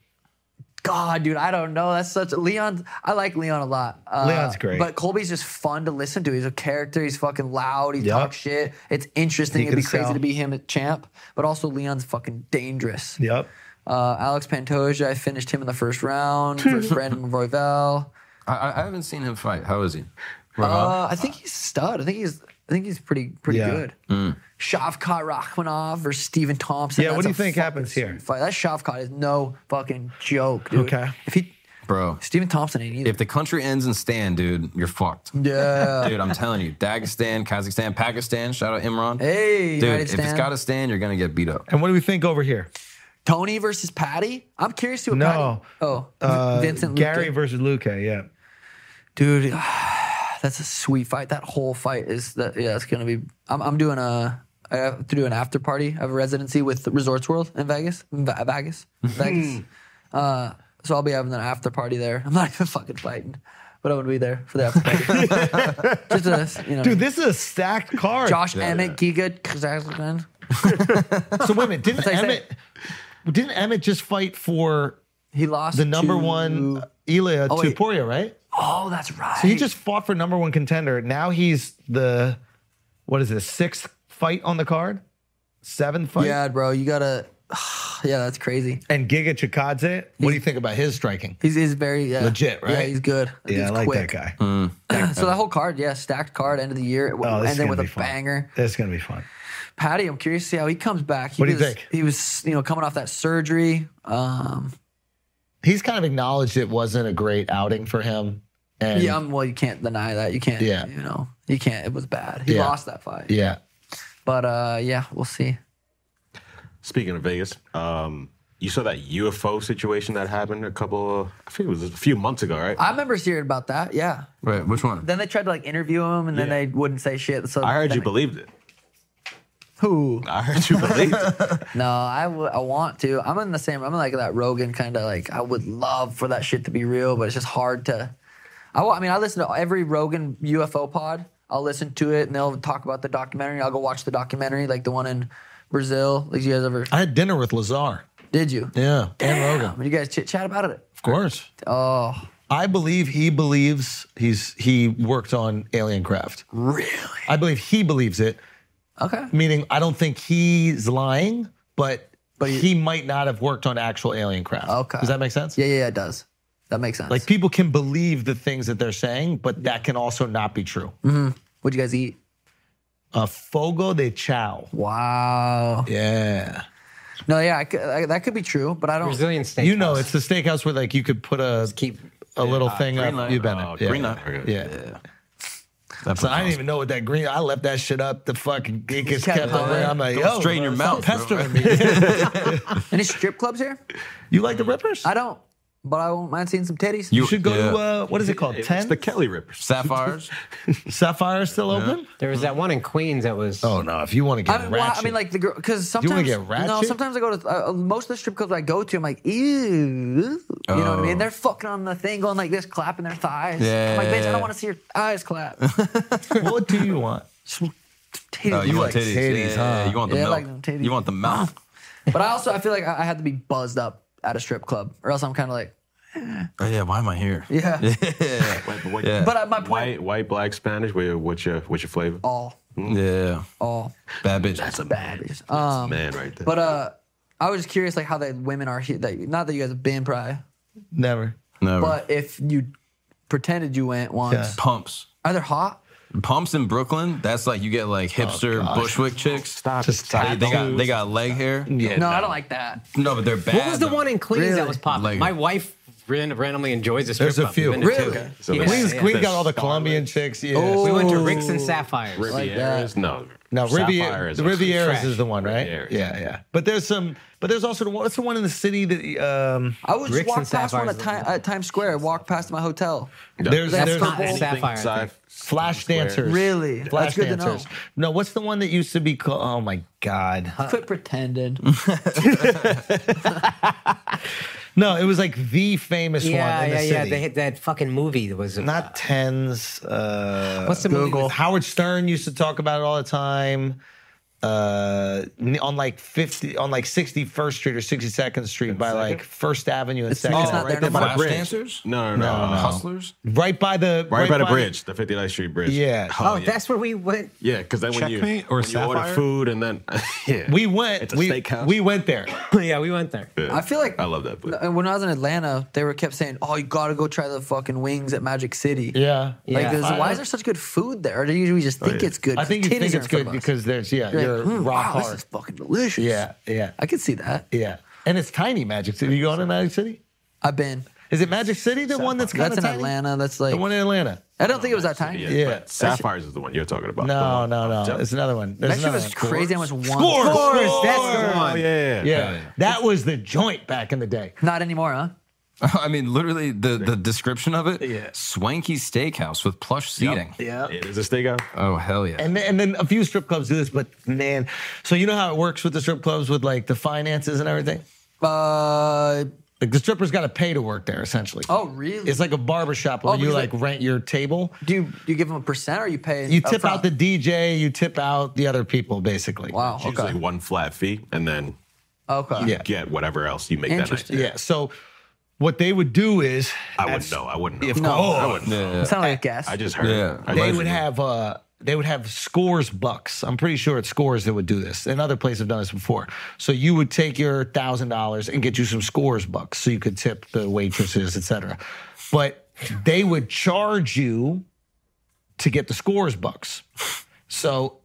Speaker 2: God, dude, I don't know. That's such Leon. I like Leon a lot. Uh,
Speaker 1: Leon's great.
Speaker 2: but Colby's just fun to listen to. He's a character. He's fucking loud. He
Speaker 1: Yep.
Speaker 2: talks shit. It's interesting.
Speaker 1: He
Speaker 2: It'd be
Speaker 1: can
Speaker 2: crazy
Speaker 1: sell.
Speaker 2: to be him at champ, but also Leon's fucking dangerous.
Speaker 1: Yep.
Speaker 2: Uh, Alex Pantoja, I finished him in the first round. First Brandon Royval.
Speaker 5: I, I I haven't seen him fight. How is he?
Speaker 2: Uh, I think he's a stud. I think he's. I think he's pretty pretty
Speaker 1: Yeah.
Speaker 2: good. Shavkat Rachmanov versus Steven Thompson.
Speaker 1: Yeah, what
Speaker 2: That's
Speaker 1: do you
Speaker 2: a
Speaker 1: think
Speaker 2: fucking
Speaker 1: happens here?
Speaker 2: Fight. That Shavkat is no fucking joke, dude.
Speaker 1: Okay.
Speaker 2: If he
Speaker 5: Bro.
Speaker 2: Steven Thompson ain't either.
Speaker 5: If the country ends in Stan, dude, you're fucked.
Speaker 2: yeah.
Speaker 5: Dude, I'm telling you, Dagestan, Kazakhstan, Pakistan. Shout out Imran.
Speaker 2: Hey,
Speaker 5: dude,
Speaker 2: United
Speaker 5: if it's
Speaker 2: Stan.
Speaker 5: got a stand, you're gonna get beat up.
Speaker 1: And what do we think over here?
Speaker 2: Tony versus Patty. I'm curious who.
Speaker 1: No. Uh,
Speaker 2: Patty. Oh, Vincent
Speaker 1: Gary
Speaker 2: Luque.
Speaker 1: versus Luke. Yeah.
Speaker 2: Dude, that's a sweet fight. That whole fight is that. Yeah, it's gonna be. I'm, I'm doing a. I have to do an after party of a residency with Resorts World in Vegas. In Ve- Vegas. Vegas. uh, so I'll be having an after party there. I'm not even fucking fighting, but I'm gonna be there for the after party. Just a, you know,
Speaker 1: Dude, this is a stacked card.
Speaker 2: Josh Emmett, Giga Kazakhstan.
Speaker 1: So wait a minute. Didn't
Speaker 2: That's what I
Speaker 1: Emmett? Didn't Emmett just fight for
Speaker 2: He lost
Speaker 1: the number
Speaker 2: to-
Speaker 1: one uh, Ilya
Speaker 2: Oh, wait.
Speaker 1: Tuporia, right?
Speaker 2: Oh, that's right.
Speaker 1: So he just fought for number one contender. Now he's the what is this sixth fight on the card? Seventh fight.
Speaker 2: Yeah, bro, you gotta. Yeah, that's crazy.
Speaker 1: And Giga Chikadze. What do you think about his striking?
Speaker 2: He's, he's very yeah.
Speaker 1: Legit,
Speaker 2: Yeah,
Speaker 1: right?
Speaker 2: he's good.
Speaker 1: Yeah,
Speaker 2: he's
Speaker 1: I like
Speaker 2: quick.
Speaker 1: that guy.
Speaker 2: so that whole card, yeah, stacked card, end of the year,
Speaker 1: Oh, this is
Speaker 2: and then
Speaker 1: gonna be
Speaker 2: with a
Speaker 1: fun.
Speaker 2: banger.
Speaker 1: This is gonna be fun.
Speaker 2: Patty, I'm curious to see how he comes back. He
Speaker 1: What do you
Speaker 2: was,
Speaker 1: think?
Speaker 2: He was, you know, coming off that surgery. Um,
Speaker 1: He's kind of acknowledged it wasn't a great outing for him. And
Speaker 2: yeah, um, well, you can't deny that. You can't,
Speaker 1: Yeah.
Speaker 2: you know, you can't. It was bad. He
Speaker 1: Yeah.
Speaker 2: lost that fight.
Speaker 1: yeah.
Speaker 2: But uh, yeah, we'll see.
Speaker 7: Speaking of Vegas, um, you saw that UFO situation that happened a couple, I think it was a few months ago, right?
Speaker 2: I remember hearing about that. Yeah.
Speaker 5: Wait, which one?
Speaker 2: Then they tried to like interview him, and then
Speaker 7: Yeah.
Speaker 2: they wouldn't say shit. So
Speaker 7: I heard
Speaker 2: then
Speaker 7: you believed it.
Speaker 2: Who?
Speaker 7: I heard you believed it.
Speaker 2: No, I, w- I want to. I'm in the same. I'm like that Rogan kind of like. I would love for that shit to be real, but it's just hard to. I, wa- I mean, I listen to every Rogan UFO pod. I'll listen to it, and they'll talk about the documentary. I'll go watch the documentary, like the one in Brazil. Like you guys ever
Speaker 1: I had dinner with Lazar.
Speaker 2: did you?
Speaker 1: Yeah. And Rogan.
Speaker 2: Damn, you guys chit chat about it.
Speaker 1: Of course.
Speaker 2: Oh,
Speaker 1: I believe he believes he's he worked on Alien Craft.
Speaker 2: really?
Speaker 1: I believe he believes it,
Speaker 2: Okay.
Speaker 1: meaning I don't think he's lying, but
Speaker 2: But
Speaker 1: he,
Speaker 2: he-
Speaker 1: might not have worked on actual Alien Craft.
Speaker 2: Okay.
Speaker 1: Does that make sense?
Speaker 2: Yeah, yeah, yeah, it does. That makes sense.
Speaker 1: Like
Speaker 2: Like,
Speaker 1: people can believe the things that they're saying, but that can also not be true.
Speaker 2: what'd you guys eat?
Speaker 1: Uh, fogo de chao.
Speaker 2: Wow.
Speaker 1: Yeah.
Speaker 2: No, yeah, I, cou- I, that could be true, but I don't.
Speaker 3: Brazilian steakhouse.
Speaker 1: You know, it's the steakhouse where like you could put a
Speaker 3: keep.
Speaker 1: a little thing
Speaker 5: green
Speaker 1: up.
Speaker 5: light.
Speaker 1: You've been
Speaker 7: Oh,
Speaker 1: it. Yeah.
Speaker 5: green light.
Speaker 1: Yeah.
Speaker 5: That
Speaker 1: So I didn't even know what that green. I left that shit up. The fucking it gets
Speaker 2: kept
Speaker 1: kept on
Speaker 2: going.
Speaker 1: there. I'm like,
Speaker 5: Don't
Speaker 1: yo,
Speaker 5: strain your
Speaker 1: stop
Speaker 5: mouth, bro.
Speaker 1: pestering me.
Speaker 2: Any strip clubs here?
Speaker 1: You like the Rippers?
Speaker 2: I don't, but I won't mind seeing some titties.
Speaker 1: You should go to uh, what is it called?
Speaker 7: It's
Speaker 1: Ten.
Speaker 7: the Kelly Rippers.
Speaker 5: sapphires.
Speaker 1: Sapphire is still open?
Speaker 3: There was that one in Queens that was.
Speaker 1: Oh no! If you want to get
Speaker 2: I mean,
Speaker 1: ratchet,
Speaker 2: Uh, well, I mean, like the girl, because
Speaker 1: wanna
Speaker 2: sometimes
Speaker 1: get
Speaker 2: no.
Speaker 1: ratchet?
Speaker 2: Sometimes I go to uh, uh, most of the strip clubs I go to. I'm like, ew, you know what I mean? They're fucking on the thing, going like this, clapping their thighs.
Speaker 5: Oh. Yeah.
Speaker 2: I'm like, bitch, I don't want to see your eyes clap.
Speaker 1: what do you want?
Speaker 2: Titties.
Speaker 5: Oh, you, want
Speaker 1: like
Speaker 5: titties?
Speaker 1: titties,
Speaker 5: yeah, yeah,
Speaker 1: huh?
Speaker 5: yeah. You want the
Speaker 2: Yeah, I
Speaker 5: milk?
Speaker 2: like them titties.
Speaker 5: You want the mouth?
Speaker 2: but I also I feel like I, I had to be buzzed up at a strip club, or else I'm kind of like,
Speaker 5: Oh, yeah, why am I here?
Speaker 2: Yeah.
Speaker 7: Wait, but what-
Speaker 2: But uh, my point.
Speaker 7: white, white, black, Spanish. Where, what's your, what's your flavor?
Speaker 2: All.
Speaker 5: Yeah.
Speaker 2: All.
Speaker 5: Bad bitch. That's a bad
Speaker 2: Just, Um,
Speaker 7: Man, right there.
Speaker 2: But uh, I was just curious, like how the women are here. Like, not that you guys have been probably,
Speaker 1: Never.
Speaker 5: Never.
Speaker 2: but if you pretended you went once,
Speaker 1: Yeah.
Speaker 5: Pumps.
Speaker 2: are they hot?
Speaker 5: Pumps in Brooklyn, that's like you get like hipster Bushwick chicks. Stop.
Speaker 1: Just
Speaker 5: They, they got they got leg hair.
Speaker 1: Yeah,
Speaker 2: no, I don't like that.
Speaker 5: No, but they're bad.
Speaker 3: What was the
Speaker 5: though.
Speaker 3: one in Queens
Speaker 2: Really?
Speaker 3: that was popping?
Speaker 5: Like-
Speaker 3: My wife ran, randomly enjoys this.
Speaker 1: There's a few.
Speaker 2: Really?
Speaker 7: So
Speaker 3: Yeah,
Speaker 1: Queens,
Speaker 3: yeah.
Speaker 1: Queens
Speaker 7: The
Speaker 1: got all the
Speaker 7: Starlet.
Speaker 1: Colombian chicks. Yeah.
Speaker 2: Oh.
Speaker 3: We went to Ricks and Sapphires.
Speaker 7: Rivieras? No.
Speaker 1: Now
Speaker 7: Sapphire
Speaker 1: Riviera,
Speaker 7: is
Speaker 1: the
Speaker 7: actually
Speaker 1: Rivieras
Speaker 7: trash.
Speaker 1: is the one, right?
Speaker 7: Rivieras.
Speaker 1: Yeah, yeah. But there's some, but there's also the one. What's the one in the city that? Um,
Speaker 2: I was just
Speaker 3: Ricks
Speaker 2: walk
Speaker 3: and
Speaker 2: past one at,
Speaker 3: Sapphires
Speaker 2: Ti- at Times Square. I walked past my hotel.
Speaker 1: there's
Speaker 2: That's
Speaker 1: there's
Speaker 2: not-
Speaker 3: Cotton and
Speaker 2: Anything
Speaker 3: Sapphire. I think.
Speaker 7: Side-
Speaker 1: flash dancers.
Speaker 2: Really?
Speaker 1: Flash
Speaker 2: That's good to know.
Speaker 1: dancers. No, what's the one that used to be called? Oh my god.
Speaker 2: Quit pretending.
Speaker 7: Mm.
Speaker 1: No, it was like the famous
Speaker 3: Yeah,
Speaker 1: one in
Speaker 3: yeah,
Speaker 1: the
Speaker 3: yeah.
Speaker 1: city.
Speaker 3: They hit that fucking movie that was
Speaker 1: Not tens. Uh,
Speaker 3: What's the movie
Speaker 1: Google?
Speaker 3: with-
Speaker 1: Howard Stern used to talk about it all the time. Uh, n- on like fifty, on like sixty first Street or sixty second Street by like First Avenue and
Speaker 2: It's
Speaker 1: Second.
Speaker 2: not- it's not
Speaker 1: right,
Speaker 2: there
Speaker 1: by the
Speaker 2: no
Speaker 5: Flash
Speaker 2: more.
Speaker 1: bridge.
Speaker 5: dancers?
Speaker 7: No, no, no. no,
Speaker 5: Hustlers?
Speaker 1: Right by the
Speaker 7: Right, by the bridge, the 59th Street Bridge.
Speaker 1: Yeah.
Speaker 3: Oh, that's where we went.
Speaker 7: Yeah, because then when you,
Speaker 4: Checkmate or
Speaker 7: when you order
Speaker 4: Sapphire?
Speaker 7: food and then yeah.
Speaker 1: We went.
Speaker 7: It's a
Speaker 1: we,
Speaker 7: steakhouse.
Speaker 1: we went there.
Speaker 3: yeah, we went there.
Speaker 7: Yeah.
Speaker 2: I feel like
Speaker 7: I love that place.
Speaker 1: uh,
Speaker 2: And When I was in Atlanta, they were kept saying, "Oh, you gotta go try the fucking wings at Magic City."
Speaker 1: Yeah.
Speaker 2: Like,
Speaker 3: Yeah.
Speaker 2: there's- why is there such good food there? Or do you we just think
Speaker 7: Oh, yeah.
Speaker 2: it's good?
Speaker 1: I think you
Speaker 2: 'cause titties
Speaker 1: think
Speaker 2: are
Speaker 1: it's
Speaker 2: in front
Speaker 1: good
Speaker 2: of us.
Speaker 1: because there's yeah,
Speaker 2: You're
Speaker 1: you're
Speaker 2: like, "Mm,
Speaker 1: rock
Speaker 2: wow,
Speaker 1: hard.
Speaker 2: This is fucking delicious.
Speaker 1: yeah, yeah,
Speaker 2: I could see that.
Speaker 1: yeah. And it's tiny Magic City. You going to Magic City?
Speaker 2: I've been.
Speaker 1: Is it Magic City the one that's kind of
Speaker 2: That's in
Speaker 1: tiny?
Speaker 2: Atlanta. That's like
Speaker 1: The one in Atlanta.
Speaker 2: I don't think it was that tiny.
Speaker 7: Oh, yeah,
Speaker 1: yeah.
Speaker 7: but Sapphires is the one you're talking about. the
Speaker 1: No,
Speaker 7: one-
Speaker 1: no, no.
Speaker 7: Yeah.
Speaker 1: It's another one. There's
Speaker 2: That shit
Speaker 1: another
Speaker 2: was
Speaker 1: one.
Speaker 2: crazy. I was one.
Speaker 1: Scores! Scores!
Speaker 3: That's the
Speaker 7: Oh
Speaker 3: one.
Speaker 7: yeah,
Speaker 1: Yeah. that was the joint back in the day.
Speaker 2: Not anymore, huh?
Speaker 5: I mean, literally the, the description of it. Yeah. Swanky steakhouse with plush seating.
Speaker 1: Yeah.
Speaker 7: It is a stakeout.
Speaker 5: Oh hell yeah.
Speaker 1: And then, and then a few strip clubs do this, but man, so you know how it works with the strip clubs with like the finances and everything.
Speaker 2: Uh,
Speaker 1: Like the strippers got to pay to work there, essentially.
Speaker 2: Oh, really?
Speaker 1: It's like a barbershop where
Speaker 2: Oh,
Speaker 1: you
Speaker 2: because
Speaker 1: like
Speaker 2: they-
Speaker 1: rent your table.
Speaker 2: do you do you give them a percent or you pay?
Speaker 1: You tip out
Speaker 2: upfront?
Speaker 1: the DJ, you tip out the other people, basically.
Speaker 2: Wow.
Speaker 7: It's usually
Speaker 2: Okay.
Speaker 7: one flat fee, and then
Speaker 2: Okay.
Speaker 1: Yeah.
Speaker 7: get whatever else you make that night.
Speaker 2: Interesting.
Speaker 1: Yeah. So what they would do is
Speaker 7: I wouldn't know. I wouldn't know.
Speaker 2: No.
Speaker 7: I wouldn't. know.
Speaker 2: It's not like a guess.
Speaker 7: I just heard.
Speaker 5: Yeah.
Speaker 7: I
Speaker 1: they
Speaker 7: just-
Speaker 1: would have uh they would have scores bucks. I'm pretty sure it's scores that would do this. And other places have done this before. So you would take your thousand dollars and get you some scores bucks so you could tip the waitresses, etc. But they would charge you to get the scores bucks. So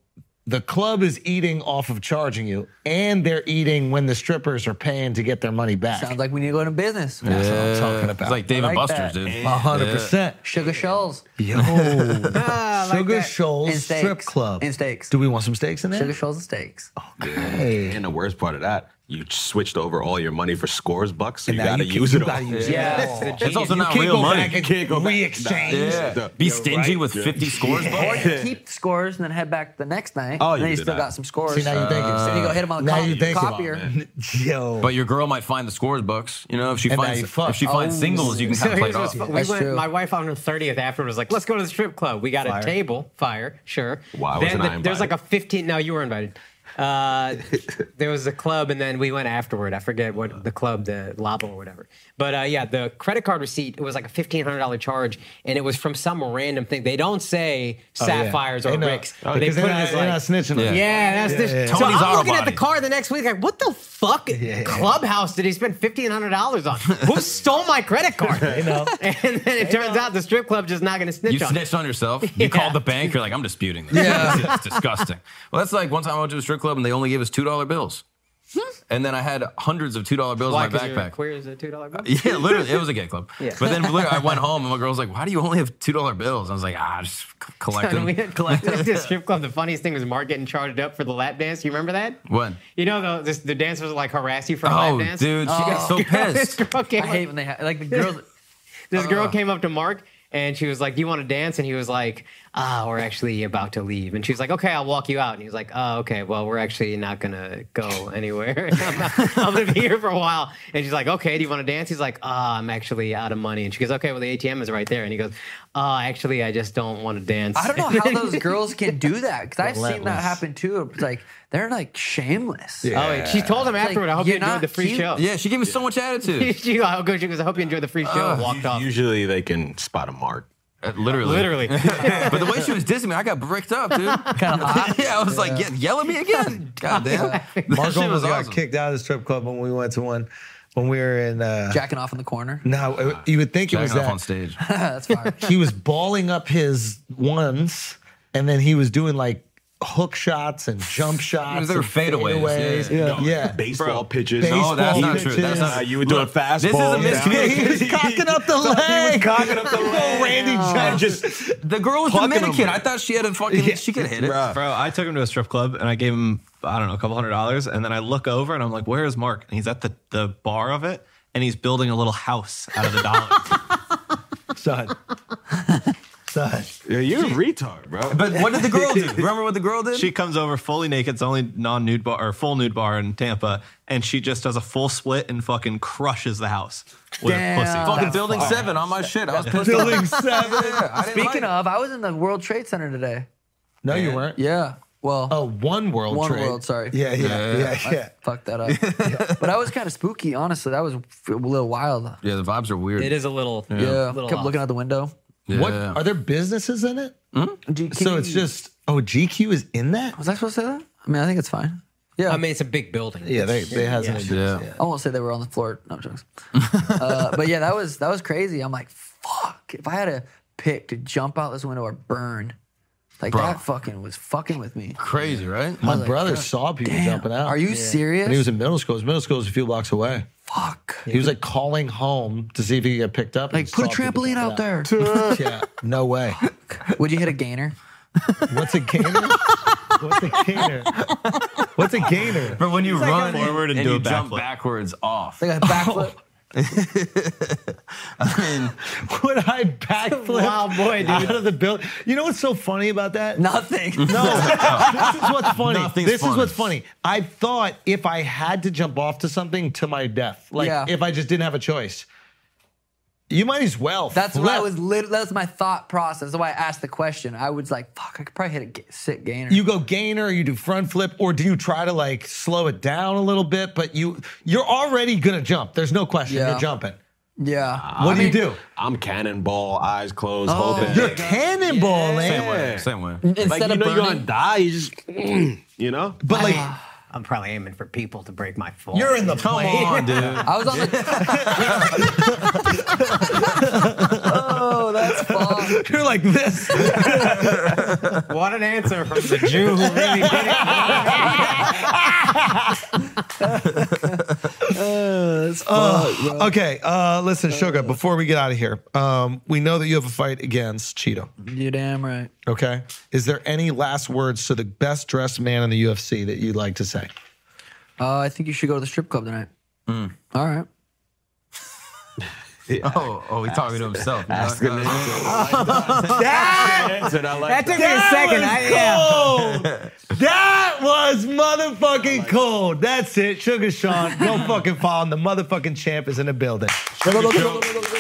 Speaker 1: the club is eating off of charging you, and they're eating when the strippers are paying to get their money back.
Speaker 2: Sounds like we need to go into business.
Speaker 1: That's what I'm talking about.
Speaker 5: It's like Dave and
Speaker 2: like
Speaker 5: Buster's,
Speaker 2: that.
Speaker 5: dude.
Speaker 1: A hundred percent.
Speaker 2: Sugar Shoals.
Speaker 1: Yo, Sugar
Speaker 3: Ah, that.
Speaker 2: And
Speaker 1: Shoals
Speaker 2: steaks.
Speaker 1: Strip Club.
Speaker 2: And steaks.
Speaker 1: Do we want some steaks in there?
Speaker 2: Sugar Shoals and steaks.
Speaker 7: And the worst part of that, you switched over all your money for scores bucks, so you
Speaker 1: now you
Speaker 7: gotta
Speaker 1: can-
Speaker 7: use
Speaker 1: you
Speaker 7: it all.
Speaker 1: gotta use it.
Speaker 3: Yeah, that's the
Speaker 5: It's also
Speaker 3: genius.
Speaker 5: not real money.
Speaker 1: and re-exchange.
Speaker 5: Yeah. Be stingy with 50 scores,
Speaker 2: Or
Speaker 5: bud.
Speaker 2: you keep scores and then head back the next night.
Speaker 7: Oh,
Speaker 2: and then
Speaker 7: you
Speaker 2: you
Speaker 7: did
Speaker 2: still
Speaker 7: that.
Speaker 2: got some scores.
Speaker 1: See, now you're thinking.
Speaker 2: So then you go hit them on the
Speaker 1: now
Speaker 2: cop-
Speaker 1: you think-
Speaker 2: copier.
Speaker 1: Yo.
Speaker 5: But your girl might find the scores books. You know, if she
Speaker 1: And now
Speaker 5: finds
Speaker 1: you fuck.
Speaker 5: if she finds
Speaker 2: Oh.
Speaker 5: singles, you can oh, kind of play it off.
Speaker 3: So here's what's-
Speaker 2: That's
Speaker 3: we went,
Speaker 2: true.
Speaker 3: my wife on her 30th after was like, let's go to the strip club. We got a table, fire, sure.
Speaker 7: Why
Speaker 3: Then
Speaker 7: wasn't I
Speaker 3: There's like
Speaker 7: invited?
Speaker 3: a 15, no, you were invited. Uh, there was a club, and then we went afterward. I forget what the club, the Labo or whatever. But uh, yeah, the credit card receipt, it was like a $1,500 charge, and it was from some random thing. They don't say
Speaker 2: Oh,
Speaker 3: Sapphires or Ricks. but they
Speaker 1: Because
Speaker 3: put
Speaker 1: they're,
Speaker 3: it
Speaker 1: not,
Speaker 3: as
Speaker 1: they're
Speaker 3: like,
Speaker 1: not snitching.
Speaker 5: Yeah.
Speaker 1: on you.
Speaker 3: yeah, that's this.
Speaker 5: yeah.
Speaker 3: So
Speaker 5: Tony's
Speaker 3: I'm looking
Speaker 5: Autobody.
Speaker 3: at the car the next week, like, what the fuck clubhouse did he spend fifteen hundred dollars on? Who stole my credit card? you know. And then it turns out the strip club just not going to snitch
Speaker 5: You
Speaker 3: on. it.
Speaker 5: snitched on yourself. You
Speaker 3: Yeah.
Speaker 5: called the bank. You're like, I'm disputing this. Yeah. It's disgusting. Well, that's like one time I went to a strip club and they only gave us $2 bills. And then I had hundreds of $2 bills
Speaker 3: Why?
Speaker 5: in my
Speaker 3: 'Cause you're
Speaker 5: backpack. Uh,
Speaker 3: Queer as a two dollar bill.
Speaker 5: Yeah, literally, it was a gay club.
Speaker 3: Yeah.
Speaker 5: But then literally, I went home and my girl's like, "Why do you only have two dollar bills?" I was like, "Ah, just c- collect
Speaker 3: When we
Speaker 5: them."
Speaker 3: had collected at the strip club, the funniest thing was Mark getting charged up for the lap dance. You remember that?
Speaker 5: When?
Speaker 3: You know, the, this, the dancers like harass you for a
Speaker 5: Oh,
Speaker 3: lap dance. Oh,
Speaker 5: dude, she got so
Speaker 3: This
Speaker 5: pissed.
Speaker 3: girl came
Speaker 2: I
Speaker 3: up-
Speaker 2: hate when they have like the girls.
Speaker 3: This girl came up to Mark And she was like, "Do you want to dance?" And he was like, "Ah, we're actually about to leave." And she was like, "Okay, I'll walk you out." And he was like, "Oh, okay. Well, we're actually not gonna go anywhere. I'm not- I'll live here for a while." And she's like, "Okay, do you want to dance?" He's like, "Ah, I'm actually out of money." And she goes, "Okay, well, the ATM is right there." And he goes, "Ah, actually, I just don't want to dance."
Speaker 2: I don't know how those girls can do that because I've seen that
Speaker 3: Relentless.
Speaker 2: happen too. It's like they're like shameless.
Speaker 3: Oh, wait, she told him afterward, "I hope you
Speaker 2: you're
Speaker 3: enjoyed
Speaker 2: not
Speaker 3: the free
Speaker 2: cute."
Speaker 3: show."
Speaker 5: Yeah, she gave me so much attitude.
Speaker 3: she, I hope- she goes, "I hope you enjoyed the free show." and walked off.
Speaker 7: Usually they can spot a mark.
Speaker 5: Uh, literally.
Speaker 3: Literally.
Speaker 5: but the way she was dissing me, I got bricked up, dude. Kind of Yeah, I was like, yeah, yell at me again. God damn. That
Speaker 1: Marco almost
Speaker 5: shit was
Speaker 1: got
Speaker 5: awesome.
Speaker 1: kicked out of the strip club when we went to one when we were in. Uh,
Speaker 2: Jacking off in the corner.
Speaker 1: no, it- you would think it was
Speaker 5: Jacking off
Speaker 1: that.
Speaker 5: on stage.
Speaker 2: That's fire.
Speaker 1: he was balling up his ones, and then he was doing like hook shots and jump shots.
Speaker 5: They were
Speaker 1: and
Speaker 5: fadeaways,
Speaker 1: fadeaways.
Speaker 5: yeah.
Speaker 1: Yeah, yeah.
Speaker 7: Baseball pitches.
Speaker 1: Baseball
Speaker 5: No, that's not
Speaker 1: pitches.
Speaker 5: true. That's
Speaker 7: Uh,
Speaker 5: not
Speaker 7: you would do a fastball.
Speaker 5: this is a
Speaker 1: Yeah,
Speaker 5: miscommunication.
Speaker 1: he was cocking up the leg.
Speaker 7: Cocking up the leg. Randy Johnson. Just
Speaker 5: The girl was
Speaker 7: Fucking
Speaker 5: Dominican.
Speaker 7: him.
Speaker 5: I thought she had a fucking. She could hit it.
Speaker 9: Bro, Oh, I took him to a strip club and I gave him, I don't know, a couple hundred dollars. And then I look over and I'm like, where is Mark? And he's at the, the bar of it and he's building a little house out of the dollar.
Speaker 1: Son. Son.
Speaker 7: Yeah, you're a retard, bro.
Speaker 5: But what did the girl do? Remember what the girl did?
Speaker 9: she comes over fully naked. It's the only non nude bar or full nude bar in Tampa. And she just does a full split and fucking crushes the house with
Speaker 2: Damn.
Speaker 9: a pussy.
Speaker 5: fucking building seven on my shit. I was pissed off.
Speaker 1: Building seven.
Speaker 5: Yeah, I didn't
Speaker 2: Speaking
Speaker 5: like it.
Speaker 2: of, I was in the World Trade Center today.
Speaker 1: No, you weren't.
Speaker 2: Yeah. Well,
Speaker 1: Oh, one world.
Speaker 2: One
Speaker 1: trade.
Speaker 2: World, sorry.
Speaker 1: Yeah, yeah, yeah, yeah.
Speaker 2: fuck that up. But I was kind of spooky, honestly. That was a little wild. Yeah.
Speaker 5: yeah, the vibes are weird.
Speaker 3: It is a little. Little
Speaker 2: Kept
Speaker 3: off.
Speaker 2: looking out the window.
Speaker 5: Yeah.
Speaker 1: What are there businesses in it?
Speaker 2: GQ.
Speaker 1: So it's just oh, GQ is in that.
Speaker 2: Was I supposed to say that? I mean, I think it's fine. Yeah.
Speaker 3: I mean, it's a big building.
Speaker 1: Yeah, they they has an
Speaker 5: yeah.
Speaker 1: yeah.
Speaker 2: I won't say they were on the floor. No I'm jokes. uh, but yeah, that was that was crazy. I'm like, fuck. If I had to pick to jump out this window or burn, like
Speaker 5: Bro.
Speaker 2: that fucking was fucking with me.
Speaker 5: Crazy, right?
Speaker 1: My brother saw people jumping out.
Speaker 2: Are you serious?
Speaker 1: When he was in middle school, his middle school was a few blocks away.
Speaker 2: fuck.
Speaker 1: He was like calling home to see if he could get picked up. and
Speaker 2: Like
Speaker 1: he
Speaker 2: put a
Speaker 1: saw people
Speaker 2: trampoline out there.
Speaker 1: jumping out. yeah, no way.
Speaker 2: Would you hit a gainer?
Speaker 1: What's a gainer? What's a gainer? What's a gainer?
Speaker 5: But when you run
Speaker 9: forward and do
Speaker 5: you
Speaker 9: a
Speaker 5: jump
Speaker 9: backflip.
Speaker 5: backwards off.
Speaker 2: Like a backflip?
Speaker 1: Oh. Would I backflip
Speaker 3: Wow, boy, dude.
Speaker 1: out of the building? You know what's so funny about that?
Speaker 2: Nothing.
Speaker 1: No, this is what's funny.
Speaker 5: Nothing's
Speaker 1: this is
Speaker 5: funny.
Speaker 1: what's funny. I thought if I had to jump off to something to my death, like
Speaker 2: Yeah.
Speaker 1: if I just didn't have a choice, you might as well.
Speaker 2: That's what I
Speaker 1: flip.
Speaker 2: was. Lit- that was my thought process. That's why I asked the question. I was like, "Fuck, I could probably hit a ga- sick gainer."
Speaker 1: You go gainer, you do front flip, or do you try to like slow it down a little bit? But you you're already gonna jump. There's no question.
Speaker 2: Yeah.
Speaker 1: You're jumping.
Speaker 7: Ah.
Speaker 2: yeah.
Speaker 1: What do you do?
Speaker 7: I'm cannonball, eyes closed,
Speaker 5: Oh.
Speaker 7: hoping.
Speaker 1: You're cannonballing.
Speaker 5: Same way. Same way.
Speaker 7: Like,
Speaker 2: Instead
Speaker 7: you
Speaker 2: of
Speaker 7: know you're
Speaker 2: burning,
Speaker 7: gonna die. You just, you know.
Speaker 1: But like
Speaker 3: I'm probably aiming for people to break my fall.
Speaker 1: you're in the
Speaker 5: Come
Speaker 1: plane.
Speaker 5: on, dude.
Speaker 2: I was on the. oh, that's fun.
Speaker 1: You're like this.
Speaker 3: What an answer from the Jew who really did it.
Speaker 1: okay, uh, listen, Sugar, before we get out of here, um, we know that you have a fight against Cheeto.
Speaker 2: You're damn right.
Speaker 1: Okay. Is there any last words to the best dressed man in the UFC that you'd like to say?
Speaker 2: Uh, I think you should go to the strip club tonight.
Speaker 7: Hmm.
Speaker 2: All right.
Speaker 5: Oh, oh, he's talking to himself.
Speaker 7: Answered, I
Speaker 3: That
Speaker 7: like that.
Speaker 3: took me a second. I, yeah.
Speaker 1: cold. that was motherfucking cold. That's it. Sugar Sean, go fucking follow him. The motherfucking champ is in the building.
Speaker 2: Go, go, go, go, go, go, go, go.